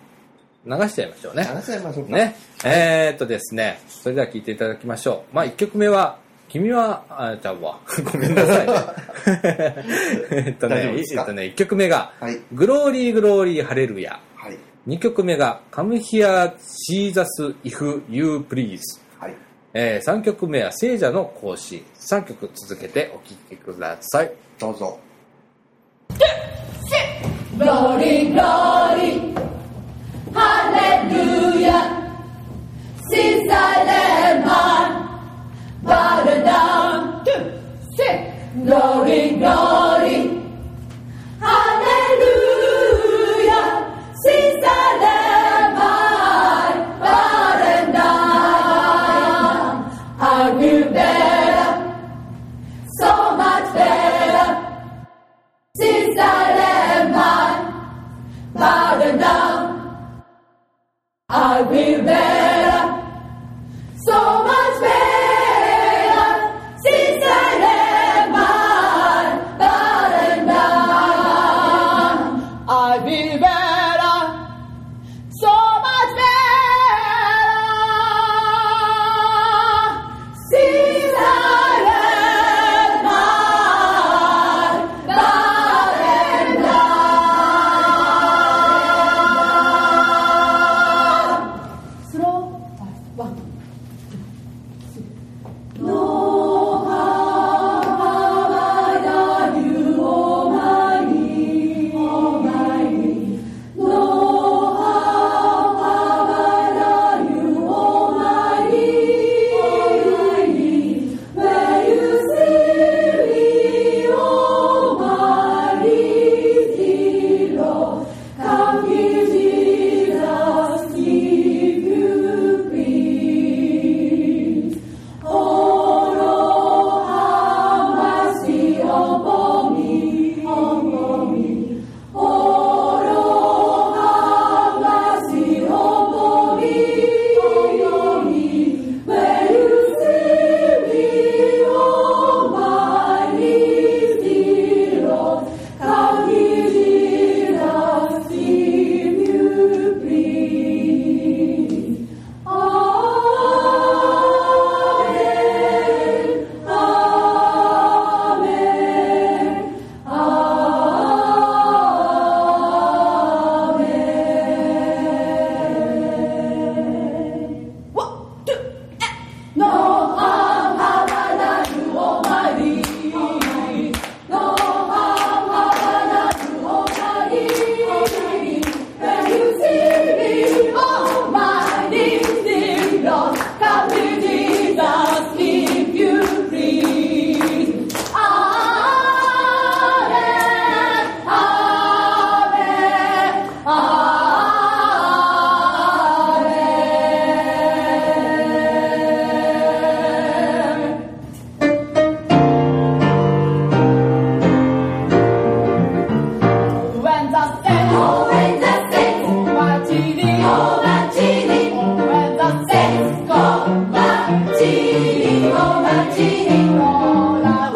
Speaker 1: 流しちゃいましょうね。
Speaker 2: 話しちゃいましょうか。。
Speaker 1: ね。えーっとですね、それでは聞いていただきましょう。まあ、1曲目は、君は、あ、ちゃうわ。 ごめんな さいね。えっと
Speaker 2: 大丈
Speaker 1: ね
Speaker 2: 夫、ですか
Speaker 1: えっとね、1曲目が、
Speaker 2: はい。
Speaker 1: グローリーグローリーハレルヤ。
Speaker 2: はい。
Speaker 1: 2曲目が、Come here, Jesus, if you please。
Speaker 2: はい。
Speaker 1: え3曲目は、聖者の行進。3曲続けてお聴きください。
Speaker 2: どうぞ。
Speaker 4: Glory, glory, hallelujah. Since I left my body down to sin. Glory, glory, hallelujah. Since I left my body down, I feel better, so much better. Since I left my body down, I feel better, so much better. Since I left my body down, I feel better, so much better. Since I left my Slow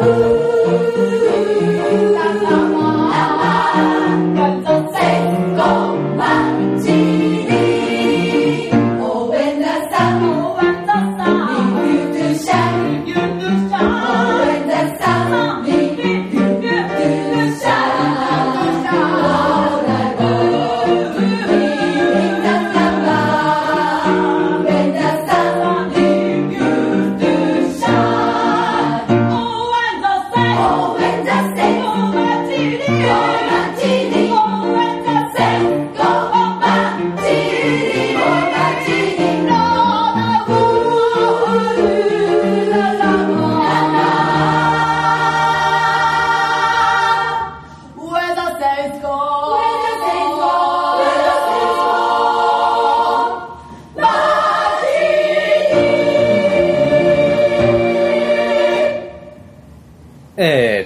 Speaker 4: oh, oh,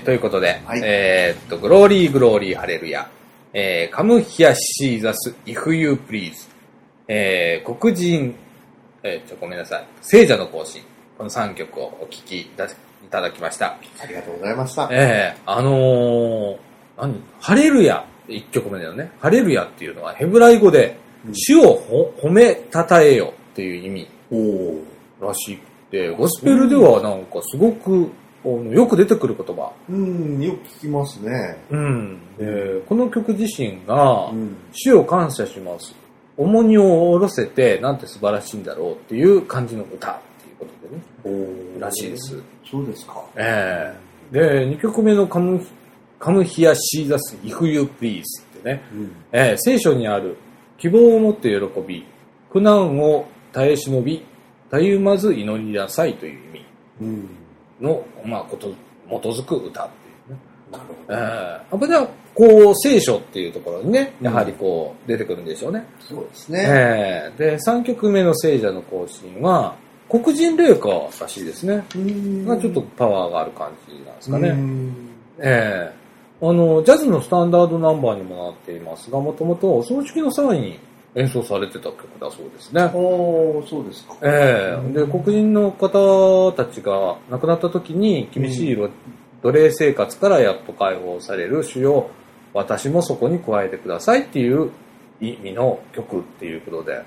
Speaker 1: ということで、
Speaker 2: はい
Speaker 1: えーっと、グローリーグローリーハレルヤ、えー、カムヒアシーザス、イフユープリーズ、えー、黒人、えー、ちょ、ごめんなさい、聖者の行進、この3曲をお聴きいただいただきました。
Speaker 2: ありがとうございました。
Speaker 1: ええあのー、何ハレルヤ、1曲目だよね。ハレルヤっていうのはヘブライ語で、
Speaker 2: うん
Speaker 1: 主をほ褒めたたえよっていう意味
Speaker 2: おお。
Speaker 1: らしくて、ゴスペルではなんかすごく、あのよく出てくる言葉。
Speaker 2: うん、よく聞きますね。
Speaker 1: うん。で、この曲自身が
Speaker 2: う、ん。
Speaker 1: 主を感謝します。重荷を下ろせて、なんて素晴らしいんだろうっていう感じの歌っていうことでね、
Speaker 2: おお
Speaker 1: らしいで。す。
Speaker 2: そうですか。
Speaker 1: ええで、2曲目のカム、カムヒアシーザス、イフユープリーズってね、
Speaker 2: うん。
Speaker 1: えー聖書にある希望を持って喜び、苦難を耐え忍び、たゆまず祈りなさいという意味
Speaker 2: うん。
Speaker 1: の、まあ、こと、基づく歌っていうね。
Speaker 2: なるほ
Speaker 1: え
Speaker 2: ど。
Speaker 1: ー、あ、これは、こう、聖書っていうところにね、やはりこう、出てくるんでしょうね。
Speaker 2: そうですね。
Speaker 1: えー、で、3曲目の聖者の行進は、黒人霊歌らしいですね。
Speaker 2: うん
Speaker 1: がちょっとパワーがある感じなんですかね。
Speaker 2: うん
Speaker 1: ええあの、ジャズのスタンダードナンバーにもなっていますが、もともとはお葬式の際に演奏されてた曲だそうですね。
Speaker 2: おお、そうですか。
Speaker 1: ええで、黒人の方たちが亡くなった時に厳しい奴奴隷生活からやっと解放される主よ、私もそこに加えてくださいっていう意味の曲っていうことで、
Speaker 2: なる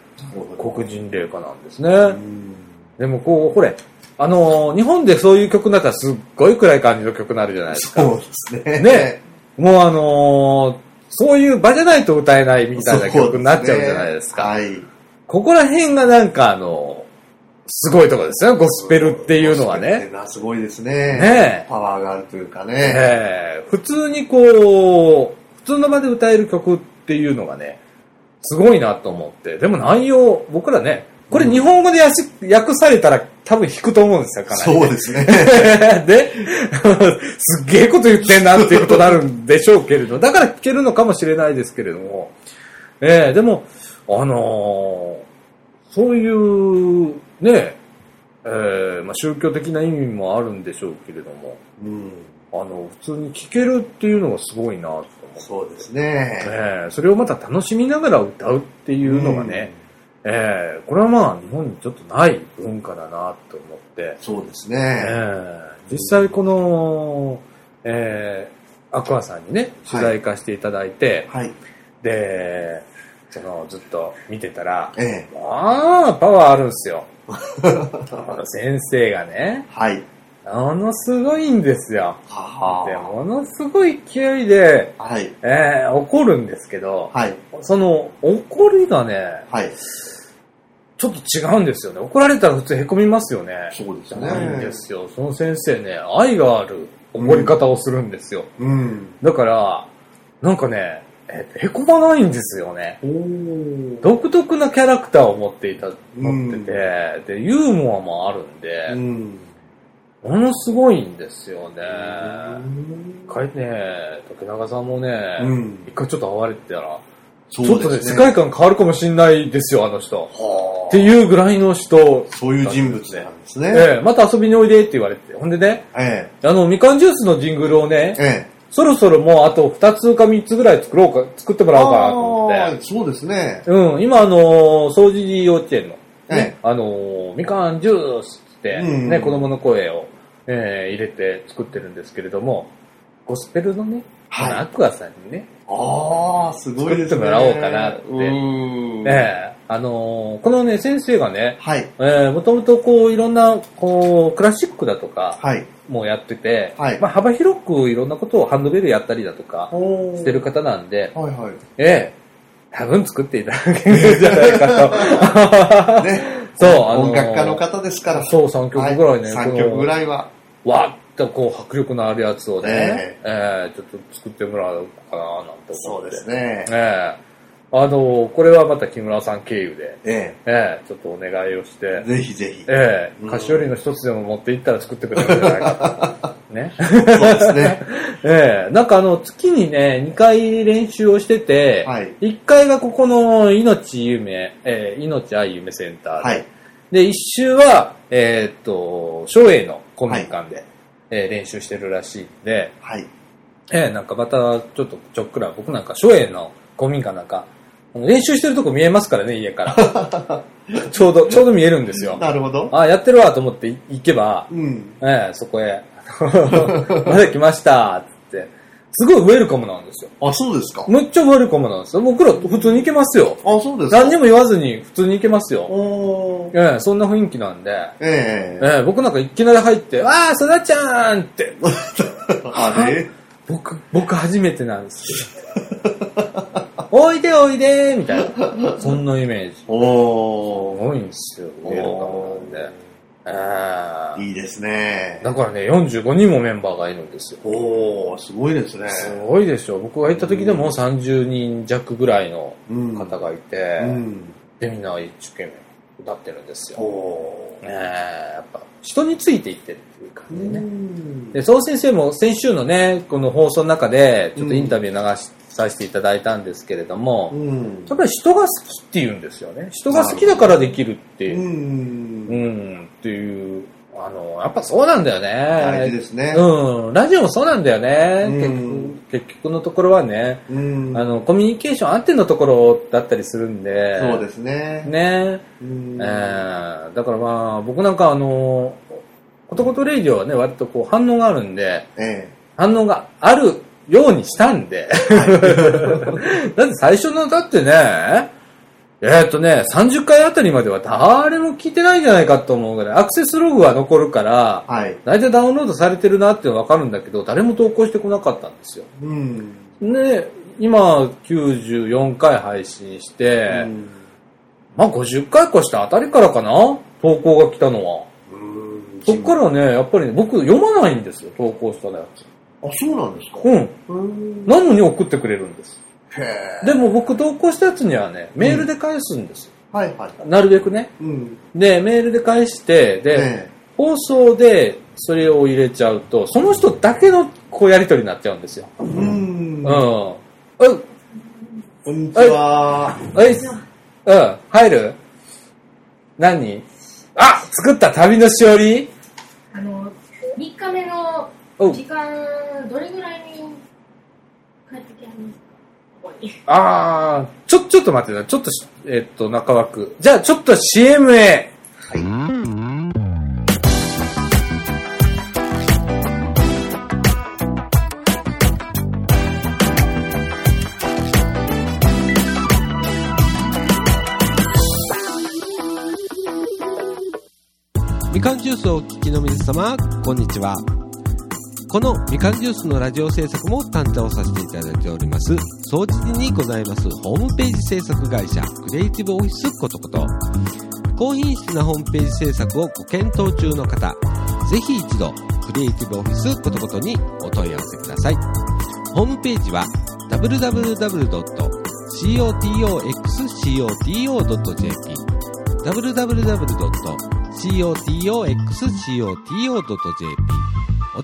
Speaker 2: ほど
Speaker 1: 黒人霊歌なんですね。
Speaker 2: うん
Speaker 1: でもこう、ほれ、あのー日本でそういう曲になったらすっごい暗い感じの曲になるじゃないですか
Speaker 2: そうですね。
Speaker 1: ねもうあのーそういう場じゃないと歌えないみたいな曲になっちゃうじゃないですか。
Speaker 2: そうですねはい。
Speaker 1: ここら辺がなんかあのすごいとこですよ、ゴスペルっていうのは
Speaker 2: ゴスペルってい
Speaker 1: ね。
Speaker 2: うのはすごいですね。
Speaker 1: ね
Speaker 2: パワーがあるというか
Speaker 1: え。
Speaker 2: ね。
Speaker 1: ええ普通にこう、普通の場で歌える曲っていうのがね、すごいなと思って。でも内容、僕らね、これ日本語でやし訳されたら多分弾くと思うんですよ、かなりね、
Speaker 2: そうですね。
Speaker 1: で、すっげえこと言ってんなっていうことになるんでしょうけれど、だから聞けるのかもしれないですけれども、ええでも、あのーそういう、ね、えーまあ、宗教的な意味もあるんでしょうけれども、
Speaker 2: うん。
Speaker 1: あの、普通に聞けるっていうのがすごいなと思って、
Speaker 2: そうですね。
Speaker 1: ええそれをまた楽しみながら歌うっていうのがね、ええこれはまあ日本にちょっとない文化だなと思って
Speaker 2: うん。、そうです
Speaker 1: え
Speaker 2: ね。
Speaker 1: え実際この、えーアクアさんにね、
Speaker 2: い
Speaker 1: 取材化していただいて、
Speaker 2: はい。
Speaker 1: で、その、ずっと見てたら、
Speaker 2: ええ。
Speaker 1: まあ、パワーあるんですよ。 あの先生がね、
Speaker 2: はい。
Speaker 1: ものすごいんですよ。
Speaker 2: は
Speaker 1: で、
Speaker 2: は
Speaker 1: ものすごい勢いで、
Speaker 2: はい。
Speaker 1: えー怒るんですけど、
Speaker 2: はい。
Speaker 1: その、怒りがね、
Speaker 2: はい。
Speaker 1: ちょっと違うんですよね。怒られたら普通凹みますよね。
Speaker 2: そうです
Speaker 1: じゃ
Speaker 2: ね。
Speaker 1: ないんですよ。その先生ね、愛がある怒り方をするんですよ。
Speaker 2: うん。
Speaker 1: だから、なんかね、えっとへこまないんですよね。
Speaker 2: おー。
Speaker 1: 独特なキャラクターを持っていた、
Speaker 2: うん
Speaker 1: 持ってて、で、ユーモアもあるん
Speaker 2: う
Speaker 1: で、
Speaker 2: ん。
Speaker 1: ものすごいんですよね。
Speaker 2: うん
Speaker 1: 一回ね、竹中さんもね、
Speaker 2: うん
Speaker 1: 一回ちょっと会われてたら、
Speaker 2: そう
Speaker 1: ちょっとね、世界観変わるかもしんないですよ、あの人。
Speaker 2: はあ
Speaker 1: っていうぐらいの人、
Speaker 2: そういう人物なんですね。
Speaker 1: ええまた遊びにおいでって言われて、ほんでね、
Speaker 2: え
Speaker 1: あの、みかんジュースのジングルをね
Speaker 2: え。、え
Speaker 1: そろそろもうあと2つか3つぐらい作ろうか、作っても
Speaker 2: え。
Speaker 1: らおうかなと思って。
Speaker 2: て。そうですね。
Speaker 1: うん、今あのー掃除幼稚園の、ね
Speaker 2: ええ
Speaker 1: あのーみかんジュースって、
Speaker 2: うん
Speaker 1: ね、子供の声を、えー入れて作ってるんですけれども、ゴスペルのね、
Speaker 2: はい
Speaker 1: このアクアさんにね、
Speaker 2: ああ、すごいです
Speaker 1: 作
Speaker 2: ね。
Speaker 1: ってもらおうかなって
Speaker 2: うーん。
Speaker 1: えーあのーこのね、先生がね、
Speaker 2: はい。
Speaker 1: えー、もともとこういろんな、こう、クラシックだとか、
Speaker 2: はい。
Speaker 1: もやってて、
Speaker 2: はい
Speaker 1: まあ幅広くいろんなことをハンドベルやったりだとか、
Speaker 2: お
Speaker 1: してる。方なんで、
Speaker 2: はいはい。
Speaker 1: ええ、多分作っていただけるんじゃないかと。
Speaker 2: ね。
Speaker 1: そう、あの
Speaker 2: 音楽家の方ですから。
Speaker 1: そう、3曲ぐらいね。
Speaker 2: は3曲ぐ
Speaker 1: い。
Speaker 2: らいは。
Speaker 1: わっとこう、迫力のあるやつをね
Speaker 2: え、
Speaker 1: ええちょっと作ってもらおうかな、なんて思って。
Speaker 2: そうです。ね。
Speaker 1: ええあの、これはまた木村さん経由で、
Speaker 2: え
Speaker 1: ええちょっとお願いをして、
Speaker 2: え。ぜひぜひ。
Speaker 1: ええ
Speaker 2: うん
Speaker 1: 菓子折りの一つでも持っていったら作ってくれるんじゃないか と。ね。
Speaker 2: そうですね。
Speaker 1: ええなんかあの、月にね、2回練習をしてて、
Speaker 2: はい
Speaker 1: 一1回がここの命夢、ええ命愛夢センターで、
Speaker 2: はい。
Speaker 1: で、1周は、えーっと、松栄の公民館で、えー練習してるらしいんで、
Speaker 2: はい。
Speaker 1: えーなんかまたちょっとちょっくら僕なんか初演の公民館なんか、練習してるとこ見えますからね、家から。 ちょうど、ちょうど見えるんですよ。
Speaker 2: なるほど。
Speaker 1: あ、やってるわと思ってい行けば、
Speaker 2: うん。
Speaker 1: ええそこへ、 あのまだ来ましたっつって、すごいウェルカムなんですよ。
Speaker 2: あ、そうですか。
Speaker 1: むっちゃウェルカムなんですよ。僕ら普通に行けますよ。
Speaker 2: あ、そうですか。
Speaker 1: 何にも言わずに普通に行けますよ。
Speaker 2: おー。
Speaker 1: ええそんな雰囲気なんで、
Speaker 2: ええ
Speaker 1: ええ僕なんかいきなり入って、わあ、そらちゃんって、
Speaker 2: あれ
Speaker 1: 僕、僕初めてなんですよ。おいでおいでみたいな。そんなイメージ。す
Speaker 2: おー。
Speaker 1: ごいんですよ、ウェルカムなんで。ええ
Speaker 2: いいですね。
Speaker 1: だからね、45人もメンバーがいるんですよ。
Speaker 2: おー、すごいですね。
Speaker 1: すごいでしょ。僕が行った時でも30人弱ぐらいの
Speaker 2: うん
Speaker 1: 方がいうて、
Speaker 2: ん。
Speaker 1: で、みんな一生懸命歌ってるんですよ。
Speaker 2: お
Speaker 1: ねえ、やっぱ、人についていってるっていう感
Speaker 2: ー。
Speaker 1: じでね。
Speaker 2: ん
Speaker 1: で、総先生も先週のね、この放送の中で、ちょっとインタビュー流し、させていただいたんですけれども、
Speaker 2: うん
Speaker 1: やっぱり人が好きって言うんですよね。人が好きだからできるって、
Speaker 2: う。
Speaker 1: うんん、っていう、あの、やっぱそうなんだよね。
Speaker 2: 大事ですね。
Speaker 1: うん、ラジオもそうなんだよね。
Speaker 2: うん
Speaker 1: 結局結局のところはね、
Speaker 2: うん。
Speaker 1: あの、コミュニケーションあってのところだったりするんで、
Speaker 2: そうですね。
Speaker 1: ね、
Speaker 2: うん
Speaker 1: えーだからまあ、僕なんかあの、男とレイディオはね、割とこう反応があるんで、
Speaker 2: え
Speaker 1: 反応があるようにしたんで。 だって最初の、だってね、えーっとね、30回あたりまでは誰も聞いてないんじゃないかと思うぐらい、アクセスログは残るから
Speaker 2: え、はい。
Speaker 1: 大体ダウンロードされてるなっていうのはわかるんだけど、誰も投稿してこなかったんですよ。
Speaker 2: うん。
Speaker 1: ね、今、94回配信して、まあ50回越したあたりからかな投稿が来たのは。
Speaker 2: うん
Speaker 1: そっからね、やっぱりね、僕読まないんですよ、投稿したやつ。
Speaker 2: あ、そうなんですか
Speaker 1: うん。
Speaker 2: うん。
Speaker 1: なのに送ってくれるんです。
Speaker 2: へえ。
Speaker 1: でも僕投稿したやつにはね、メールで返すんですよ。
Speaker 2: はいはい。
Speaker 1: なるべくね。
Speaker 2: うん。
Speaker 1: で、メールで返して、で、
Speaker 2: え
Speaker 1: 放送でそれを入れちゃうと、その人だけのこうやりとりになっちゃうんですよ。
Speaker 2: え。う
Speaker 1: うんん。。うん
Speaker 2: こんにちは。
Speaker 1: はい。うん、入る何あ作った旅のしおり
Speaker 5: あの、3日目の
Speaker 1: お
Speaker 5: 時間、どれぐらいに帰ってきはりますかここに。
Speaker 1: あー、ちょ、ちょっと待ってな。ちょっとし、えっと、中枠。じゃあ、ちょっと CM へ。
Speaker 3: みかんジュースをお聞きの皆様、こんにちは。このみかんジュースのラジオ制作も担当させていただいております、総知事にございますホームページ制作会社、クリエイティブオフィスことこと。高品質なホームページ制作をご検討中の方、ぜひ一度、クリエイティブオフィスことことにお問い合わせください。ホームページは www.cotoxcoto.jp www.cotoxcoto.jp お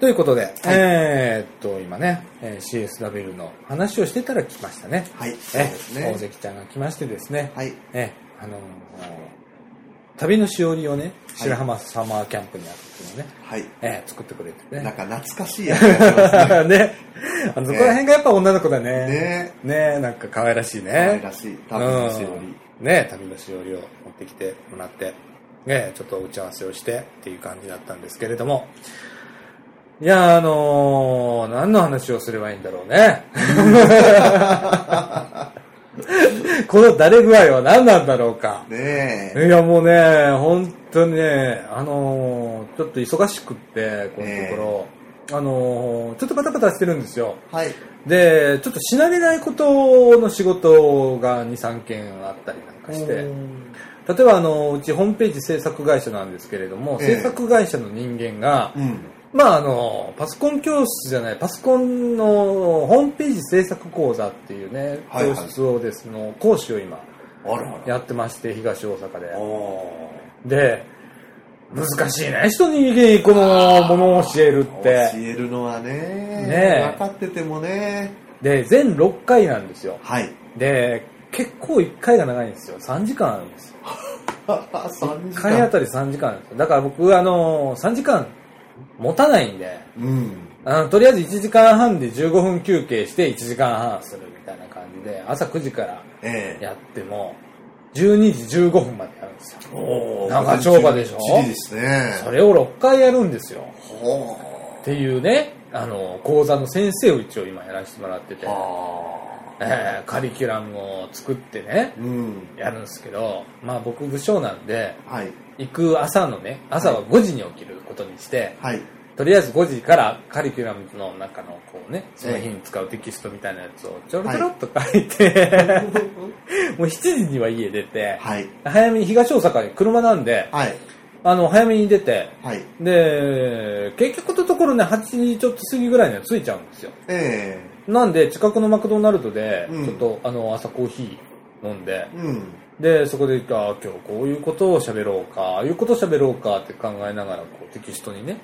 Speaker 1: ということで、えーっと、今ね、えー CSW の話をしてたら来ましたね。
Speaker 2: はい。そう
Speaker 1: え
Speaker 2: です、
Speaker 1: 大
Speaker 2: ね。
Speaker 1: 関ちゃんが来ましてですね、
Speaker 2: はい。
Speaker 1: えーあのー旅のしおりをね、白浜サマーキャンプにあるっていうのをね、
Speaker 2: はい。
Speaker 1: えー作ってくれて
Speaker 2: なん
Speaker 1: ね。
Speaker 2: か懐かしいやつですね
Speaker 1: ね、あのそこら辺がやっぱ女の子だね。
Speaker 2: ね
Speaker 1: ねえ、なんか可愛らしい
Speaker 2: え。可愛
Speaker 1: ね。
Speaker 2: らしい。旅のしお
Speaker 1: う
Speaker 2: り
Speaker 1: ん。ねえ、旅のしおりを持ってきてもらって。ね、ちょっと打ち合わせをしてっていう感じだったんですけれども。いやー、あのー、何の話をすればいいんだろう ね。 この誰具合は何なんだろうか。
Speaker 2: ね
Speaker 1: い
Speaker 2: え。
Speaker 1: や、もうね、本当にね、あのー、ちょっと忙しくって、このところ、あのー、ちょっとバタバタしてるんですよ。
Speaker 2: はい。
Speaker 1: で、ちょっとしなれないことの仕事が2、3件あったりなんかして、
Speaker 2: うん
Speaker 1: 例えばあの、うちホームページ制作会社なんですけれども、
Speaker 2: ええ
Speaker 1: 制作会社の人間が、
Speaker 2: うん。
Speaker 1: まああの、パソコン教室じゃない、パソコンのホームページ制作講座っていうね、
Speaker 2: はいは
Speaker 1: 教
Speaker 2: い
Speaker 1: 室をですの、講師を今
Speaker 2: あらあら。
Speaker 1: やってまして、東大阪で。
Speaker 2: お
Speaker 1: で、難しいね、人にこのものを教えるっ
Speaker 2: ー教
Speaker 1: て。
Speaker 2: えるのはね。
Speaker 1: ねえ
Speaker 2: 分かっててもね。
Speaker 1: で、全6回なんですよ。
Speaker 2: はい。
Speaker 1: で、結構1回が長いんですよ。3時間あるんですよ。
Speaker 2: 3
Speaker 1: 1回あたり3時間なんですよ。だから僕、あの、3時間持たないんで、
Speaker 2: うん。
Speaker 1: あのとりあえず1時間半で15分休憩して1時間半するみたいな感じで、朝9時から
Speaker 2: ええ。
Speaker 1: やっても、12時15分までやるんですよ。
Speaker 2: おー
Speaker 1: 長丁場でしょ
Speaker 2: きっちりですね。
Speaker 1: それを6回やるんですよ。
Speaker 2: ほ
Speaker 1: っていうね、あの、講座の先生を一応今やらせてもらってて
Speaker 2: う。、あ
Speaker 1: えーカリキュラムを作ってね
Speaker 2: ー、うん。
Speaker 1: やるんですけど、まあ僕武将なんで、
Speaker 2: はい。
Speaker 1: 行く朝のね、朝は5時に起きることにして、
Speaker 2: はい。
Speaker 1: とりあえず5時からカリキュラムの中のこうね、その日に使うテキストみたいなやつをちょろちょろっと書いて、もう7時には家出て、
Speaker 2: はい。
Speaker 1: 早めに東大阪に車なんで、
Speaker 2: はい。
Speaker 1: あの、早めに出て、
Speaker 2: はい。
Speaker 1: で、結局のところね、8時ちょっと過ぎぐらいには着いちゃうんですよ。
Speaker 2: え
Speaker 1: なんで、近くのマクドナルドで、
Speaker 2: うん
Speaker 1: ちょっと、あの、朝コーヒー飲んで
Speaker 2: え、うん。
Speaker 1: で、そこで、あ今日こういうことを喋ろうか、ああいうことを喋ろうかって考えながら、こう、テキストにね、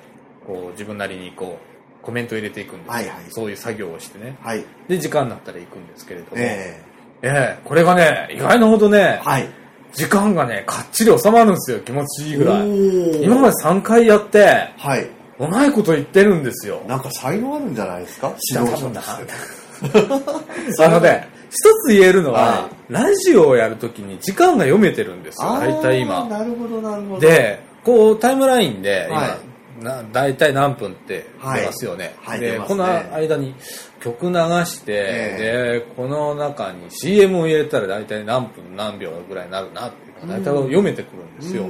Speaker 1: こう、自分なりにこう、コメントを入れていくんですよ
Speaker 2: はいはい
Speaker 1: そういう作業をしてね。
Speaker 2: はい。
Speaker 1: で、時間になったら行くんですけれども、え
Speaker 2: え
Speaker 1: えこれがね、意外なほど
Speaker 2: え
Speaker 1: ね、
Speaker 2: はい。
Speaker 1: 時間がね、かっちり収まるんですよ、気持ちいいぐらい。
Speaker 2: い
Speaker 1: 今まで3回やって、
Speaker 2: はい。
Speaker 1: うまいこと言ってるんですよ。
Speaker 2: なんか才能あるんじゃないですか 指導者として。
Speaker 1: あのね、一つ言えるのは、
Speaker 2: は
Speaker 1: ラジオをやるときに時間が読めてるんですよ、
Speaker 2: あー
Speaker 1: 大体今。
Speaker 2: なるほど、なるほど。、
Speaker 1: で、こう、タイムラインで、今、
Speaker 2: は
Speaker 1: な大体何分って出ますよね。
Speaker 2: はいはい
Speaker 1: で
Speaker 2: 出ます
Speaker 1: こ
Speaker 2: ね
Speaker 1: の間に曲流して、
Speaker 2: え
Speaker 1: で、この中に CM を入れたら大体何分何秒ぐらいになるなっていうのが大体読めてくるんですよ。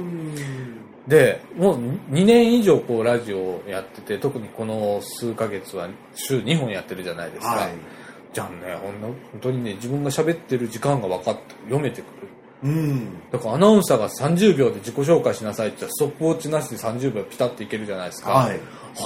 Speaker 1: で、もう2年以上こうラジオをやってて、特にこの数ヶ月は週2本やってるじゃないですか。
Speaker 2: はい。
Speaker 1: じゃんね、ほんの本当にね、自分が喋ってる時間が分かって、読めてくる。
Speaker 2: うん。
Speaker 1: だからアナウンサーが30秒で自己紹介しなさいって言ったら、ストップウォッチなしで30秒ピタッていけるじゃないですか。
Speaker 2: はい。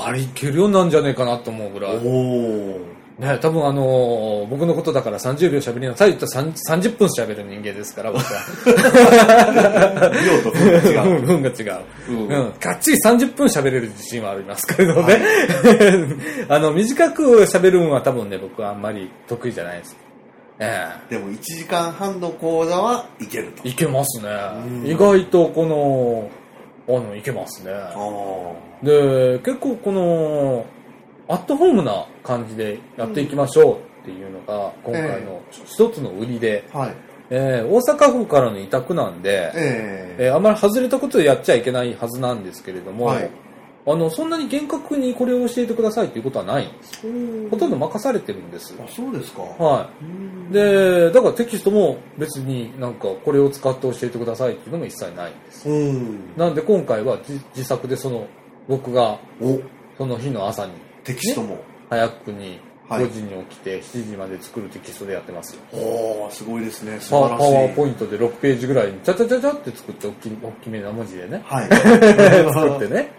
Speaker 1: あれいけるようになんじゃねえかなと思うぐらい。
Speaker 2: お
Speaker 1: ね、多分あのー僕のことだから30秒喋りなさいって言ったら30 30分喋る人間ですから、僕は。
Speaker 2: ー。量と分が違う。
Speaker 1: うん、分が違う。
Speaker 2: うん
Speaker 1: うん、がっちり30分喋れる自信はありますけどね。 あの、短く喋るのは多分ね、僕はあんまり得意じゃないです。ええ
Speaker 2: でも1時間半の講座はいけると。
Speaker 1: いけますね
Speaker 2: うん
Speaker 1: 意外とこのあのいけますね
Speaker 2: おー
Speaker 1: で結構このアットホームな感じでやっていきましょうっていうのが今回の一つの売りで、
Speaker 2: はい。
Speaker 1: えー大阪府からの委託なんで、
Speaker 2: ええ。
Speaker 1: えーあまり外れたことでやっちゃいけないはずなんですけれども、
Speaker 2: はい
Speaker 1: あのそんなに厳格にこれを教えてくださいっていうことはないんですほとんど任されてるんです、
Speaker 2: あ、そうですか。
Speaker 1: はい、
Speaker 2: うん
Speaker 1: で、だからテキストも別になんかこれを使って教えてくださいっていうのも一切ないんです。
Speaker 2: うん。
Speaker 1: なんで今回は自自作でその僕が
Speaker 2: お、
Speaker 1: その日の朝に
Speaker 2: テキストも。
Speaker 1: 早くに
Speaker 2: はい
Speaker 1: 5時に起きて7時まで作るテキストでやってますよ。
Speaker 2: おー、すごいですね。素
Speaker 1: パワ
Speaker 2: 晴ら
Speaker 1: ーパ
Speaker 2: しい。。
Speaker 1: ワーポイントで6ページぐらいにちゃちゃちゃちゃって作って大き大きめな文字でね
Speaker 2: はい。
Speaker 1: 作ってね。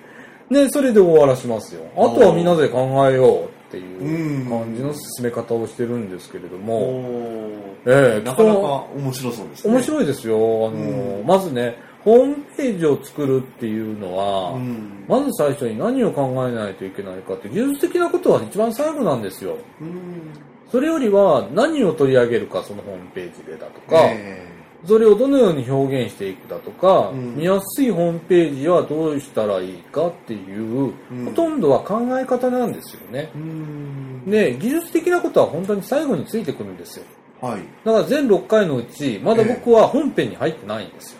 Speaker 1: で、それで終わらしますよ。あとはみんなで考えようっていう感じの進め方をしてるんですけれども、
Speaker 2: おー
Speaker 1: ええ
Speaker 2: なかなか面白そうですね。
Speaker 1: 面白いですよ。あの、
Speaker 2: うん
Speaker 1: まずね、ホームページを作るっていうのは、
Speaker 2: うん。
Speaker 1: まず最初に何を考えないといけないかって、技術的なことは一番最後なんですよ。
Speaker 2: うん。
Speaker 1: それよりは何を取り上げるか、そのホームページでだとか、
Speaker 2: え
Speaker 1: それをどのように表現していくだとか、
Speaker 2: うん
Speaker 1: 見やすいホームページはどうしたらいいかっていう、
Speaker 2: うん
Speaker 1: ほとんどは考え方なんですよね
Speaker 2: え。うん。
Speaker 1: で、技術的なことは本当に最後についてくるんですよ。
Speaker 2: はい。
Speaker 1: だから全6回のうち、まだ僕は本編に入ってないんですよ。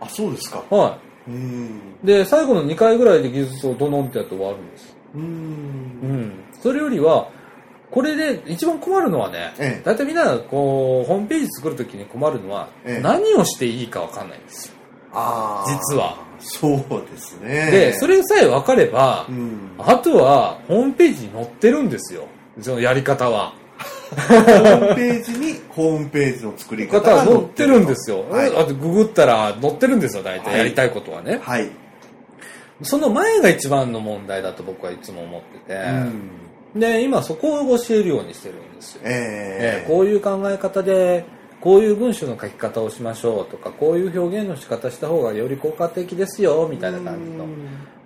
Speaker 2: あ、そうですか。
Speaker 1: は
Speaker 2: うん。
Speaker 1: で、最後の2回ぐらいで技術をドドンってやって終わるんですよ。
Speaker 2: う。
Speaker 1: うんん。それよりは、これで一番困るのはね、
Speaker 2: ええ
Speaker 1: だいたいみんな、こう、ホームページ作るときに困るのは、
Speaker 2: ええ
Speaker 1: 何をしていいかわかんないんですよ。
Speaker 2: ああ。
Speaker 1: 実は。
Speaker 2: そうですね。
Speaker 1: で、それさえわかれば
Speaker 2: う、ん。ホ
Speaker 1: あとは、ホームページに載ってるんですよ。そのやり方は。
Speaker 2: ームページにホームページの作り
Speaker 1: 方
Speaker 2: 方
Speaker 1: は
Speaker 2: が
Speaker 1: 載ってるんですよ。
Speaker 2: はい
Speaker 1: あと、ググったら載ってるんですよ、大
Speaker 2: は
Speaker 1: 体。
Speaker 2: い
Speaker 1: やりたい ことはね。
Speaker 2: はい。
Speaker 1: その前が一番の問題だと僕はいつも思ってて。
Speaker 2: うん。
Speaker 1: で、今そこを教えるようにしてるんですよ。え
Speaker 2: ええ
Speaker 1: ーこういう考え方で、こういう文章の書き方をしましょうとか、こういう表現の仕方した方がより効果的ですよ、みたいな感じの、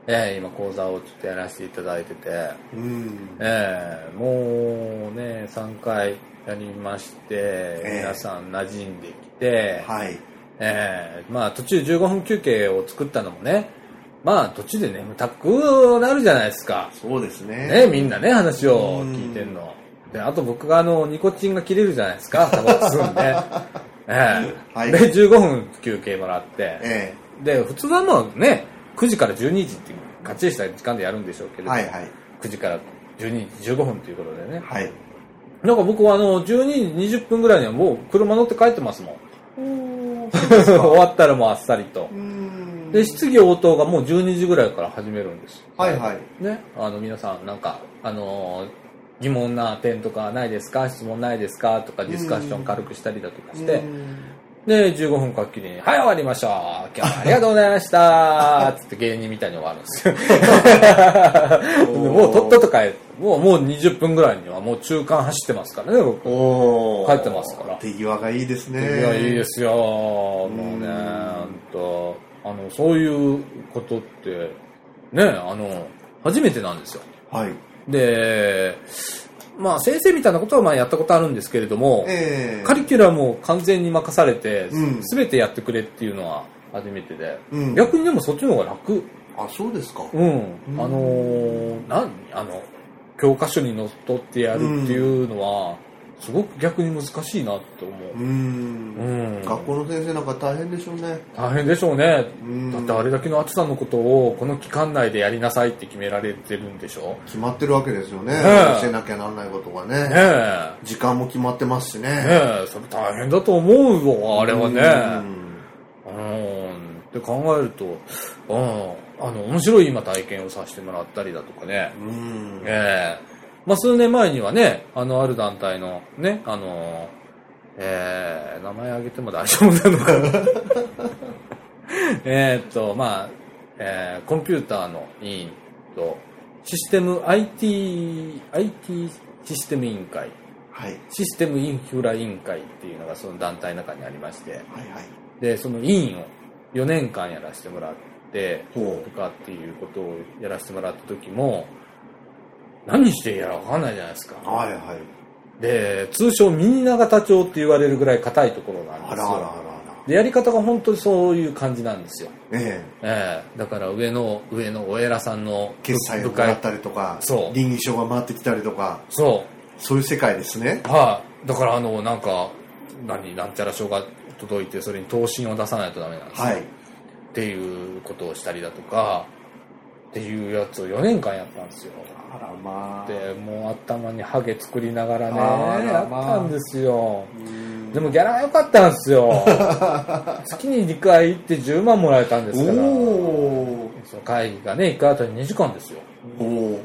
Speaker 1: えー今講座をちょっとやらせていただいてて、
Speaker 2: うん。
Speaker 1: えーもうね、3回やりまして、
Speaker 2: え
Speaker 1: 皆さん馴染んできて、
Speaker 2: はい。
Speaker 1: えーまあ途中15分休憩を作ったのもね、まあ途中で眠たくなるじゃないですか。
Speaker 2: そうですね。
Speaker 1: ね、みんなね、話を聞いてんの。で、あと僕があの、ニコチンが切れるじゃないですか、タバコ吸うん で。ええ
Speaker 2: はい
Speaker 1: で、15分休憩もらって。
Speaker 2: え
Speaker 1: で、普通なのはね、9時から12時っていう、かっちりした時間でやるんでしょうけ
Speaker 2: え
Speaker 1: れど、
Speaker 2: はいはい。
Speaker 1: 9時から12時15分ということでね。
Speaker 2: はい。
Speaker 1: なんか僕はあの、12時20分ぐらいにはもう車乗って帰ってますもん。 終わったらもうあっさりと
Speaker 2: う。ん
Speaker 1: で、質疑応答がもう12時ぐらいから始めるんです。
Speaker 2: はいはい。
Speaker 1: ね、あの皆さんなんか、あのー疑問な点とかないですか質問ないですかとかディスカッション軽くしたりだとかして、で15分かっきりに「はい終わりました今日はありがとうございました」つって芸人みたいに終わるんですよもうとっとと帰もうもう20分ぐらいにはもう中間走ってますからね僕
Speaker 2: お
Speaker 1: 帰ってますから
Speaker 2: 手際がいいですね。。
Speaker 1: いやいいですすよもうね
Speaker 2: うん
Speaker 1: ほんとあのそういうことってねあの初めてなんですよ
Speaker 2: はい。
Speaker 1: で、まあ先生みたいなことはまあやったことあるんですけれども、
Speaker 2: ええ
Speaker 1: カリキュラムを完全に任されて、
Speaker 2: うん
Speaker 1: すべてやってくれっていうのは初めてで、
Speaker 2: うん
Speaker 1: 逆にでもそっちの方が楽。
Speaker 2: あ、そうですか。
Speaker 1: うん。
Speaker 2: うん
Speaker 1: あのー、何あの、教科書にのっとってやるっていうのは、すごく逆に難しいなと思
Speaker 2: う。
Speaker 1: う。うんん。
Speaker 2: 学校の先生なんか大変でしょうね。
Speaker 1: 大変でしょうね。
Speaker 2: うん
Speaker 1: だってあれだけの暑さのことをこの期間内でやりなさいって決められてるんでしょ
Speaker 2: 決まってるわけですよね。
Speaker 1: え
Speaker 2: 教えなきゃなんないことが
Speaker 1: ね
Speaker 2: ね。
Speaker 1: え。
Speaker 2: 時間も決まってますしね。
Speaker 1: ねえ、それ大変だと思うぞ、あれはね。うん。って考えると、うん。あの、面白い今体験をさせてもらったりだとかね。
Speaker 2: うん。うん。
Speaker 1: ええまあ、数年前にはね、あの、ある団体の、ね、あの、ええ名前挙げても大丈夫なのかな。 えーっと、まあ、ええコンピューターの委員と、システム IT、IT システム委員会
Speaker 2: はい。
Speaker 1: システムインフラ委員会っていうのがその団体の中にありまして、
Speaker 2: はいはい。
Speaker 1: で、その委員を4年間やらせてもらって、
Speaker 2: ほ
Speaker 1: とかっていうことをやらせてもらった時も、何していいやらわかんないじゃないです
Speaker 2: う。
Speaker 1: か。
Speaker 2: はいはい。
Speaker 1: で、通称ミニ長田町って言われるぐらい硬いところなん
Speaker 2: あ
Speaker 1: です
Speaker 2: らあらあら
Speaker 1: よ。
Speaker 2: あ
Speaker 1: で、やり方が本当にそういう感じなんですよ。
Speaker 2: ら。ええ。
Speaker 1: ええだから上の、上のお偉さんの
Speaker 2: 決済
Speaker 1: 部
Speaker 2: をもら
Speaker 1: 会
Speaker 2: っ。たりとか、
Speaker 1: そう
Speaker 2: 倫理書が回ってきたりとか、
Speaker 1: そう。
Speaker 2: そういう世界ですね。
Speaker 1: はい、だからあのなんか何なんちゃら書が届いてそれに答申を出さないとダメなんですよ、
Speaker 2: はい。
Speaker 1: っていうことをしたりだとかっていうやつを4年間やったんですよ
Speaker 2: あらまあ。
Speaker 1: でもう頭にハゲ作りながらね
Speaker 2: あ
Speaker 1: や
Speaker 2: ら
Speaker 1: っ
Speaker 2: まあ
Speaker 1: たんですよ
Speaker 2: うん
Speaker 1: でもギャラが良かったんですよ 月に2回行って10万もらえたんですから
Speaker 2: お
Speaker 1: その会議がね1回あたり2時間ですよ、
Speaker 2: おお
Speaker 1: うん、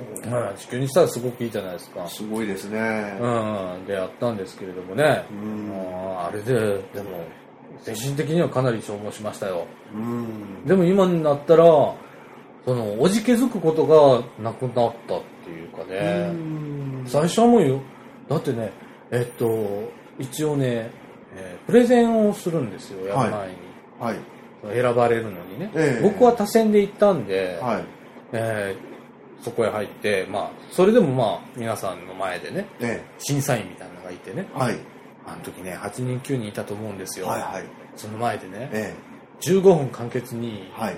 Speaker 1: 地球にしたらすごくいいじゃないですか
Speaker 2: おすごいですね。
Speaker 1: うん、でやったんですけれどもね、
Speaker 2: うん
Speaker 1: もうあれで、でも、精神的にはかなり消耗しましたよ。
Speaker 2: うん。
Speaker 1: でも今になったら、その、おじけづくことがなくなったっていうかね、
Speaker 2: うん
Speaker 1: 最初はもうよ、だってね、えっと、一応ね、えープレゼンをするんですよ、やる前に。
Speaker 2: はい。
Speaker 1: 選ばれるのにね、
Speaker 2: ええ
Speaker 1: 僕は他選で行ったんで、
Speaker 2: はい。
Speaker 1: えーそこへ入って、まあ、それでもまあ、皆さんの前でね、
Speaker 2: え
Speaker 1: 審査員みたいなのがいてね
Speaker 2: え。はい。
Speaker 1: あの時ね8人9人いたと思うんですよ、
Speaker 2: はいはい。
Speaker 1: その前でね
Speaker 2: え
Speaker 1: 15分簡潔に
Speaker 2: え。はい。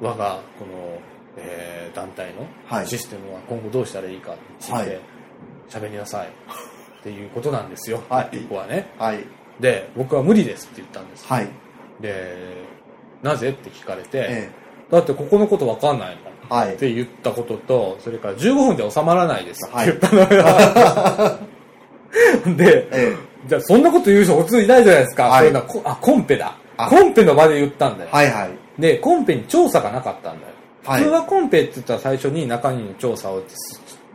Speaker 1: 我がこの、えー団体
Speaker 2: は
Speaker 1: の
Speaker 2: い
Speaker 1: システムは今後どうしたらいいかについ
Speaker 2: は
Speaker 1: て
Speaker 2: い
Speaker 1: 喋りなさいっていうことなんですよ、
Speaker 2: はい
Speaker 1: 僕はね
Speaker 2: はい。
Speaker 1: で僕は無理ですって言ったんです、
Speaker 2: はい。
Speaker 1: でなぜって聞かれて、
Speaker 2: え
Speaker 1: だってここのことわかんないもん。
Speaker 2: は
Speaker 1: っ
Speaker 2: い。
Speaker 1: て言ったことと、それから15分で収まらないですって言ったのよ。で、
Speaker 2: え
Speaker 1: じゃあそんなこと言う人普通いないじゃないですか。
Speaker 2: はい
Speaker 1: そういうのはこあ、コンペだ。
Speaker 2: あ
Speaker 1: コンペの場で言ったんだよ
Speaker 2: え。はいはい。
Speaker 1: で、コンペに調査がなかったんだよ。
Speaker 2: はい
Speaker 1: 普通はコンペって言ったら最初に中身に調査を、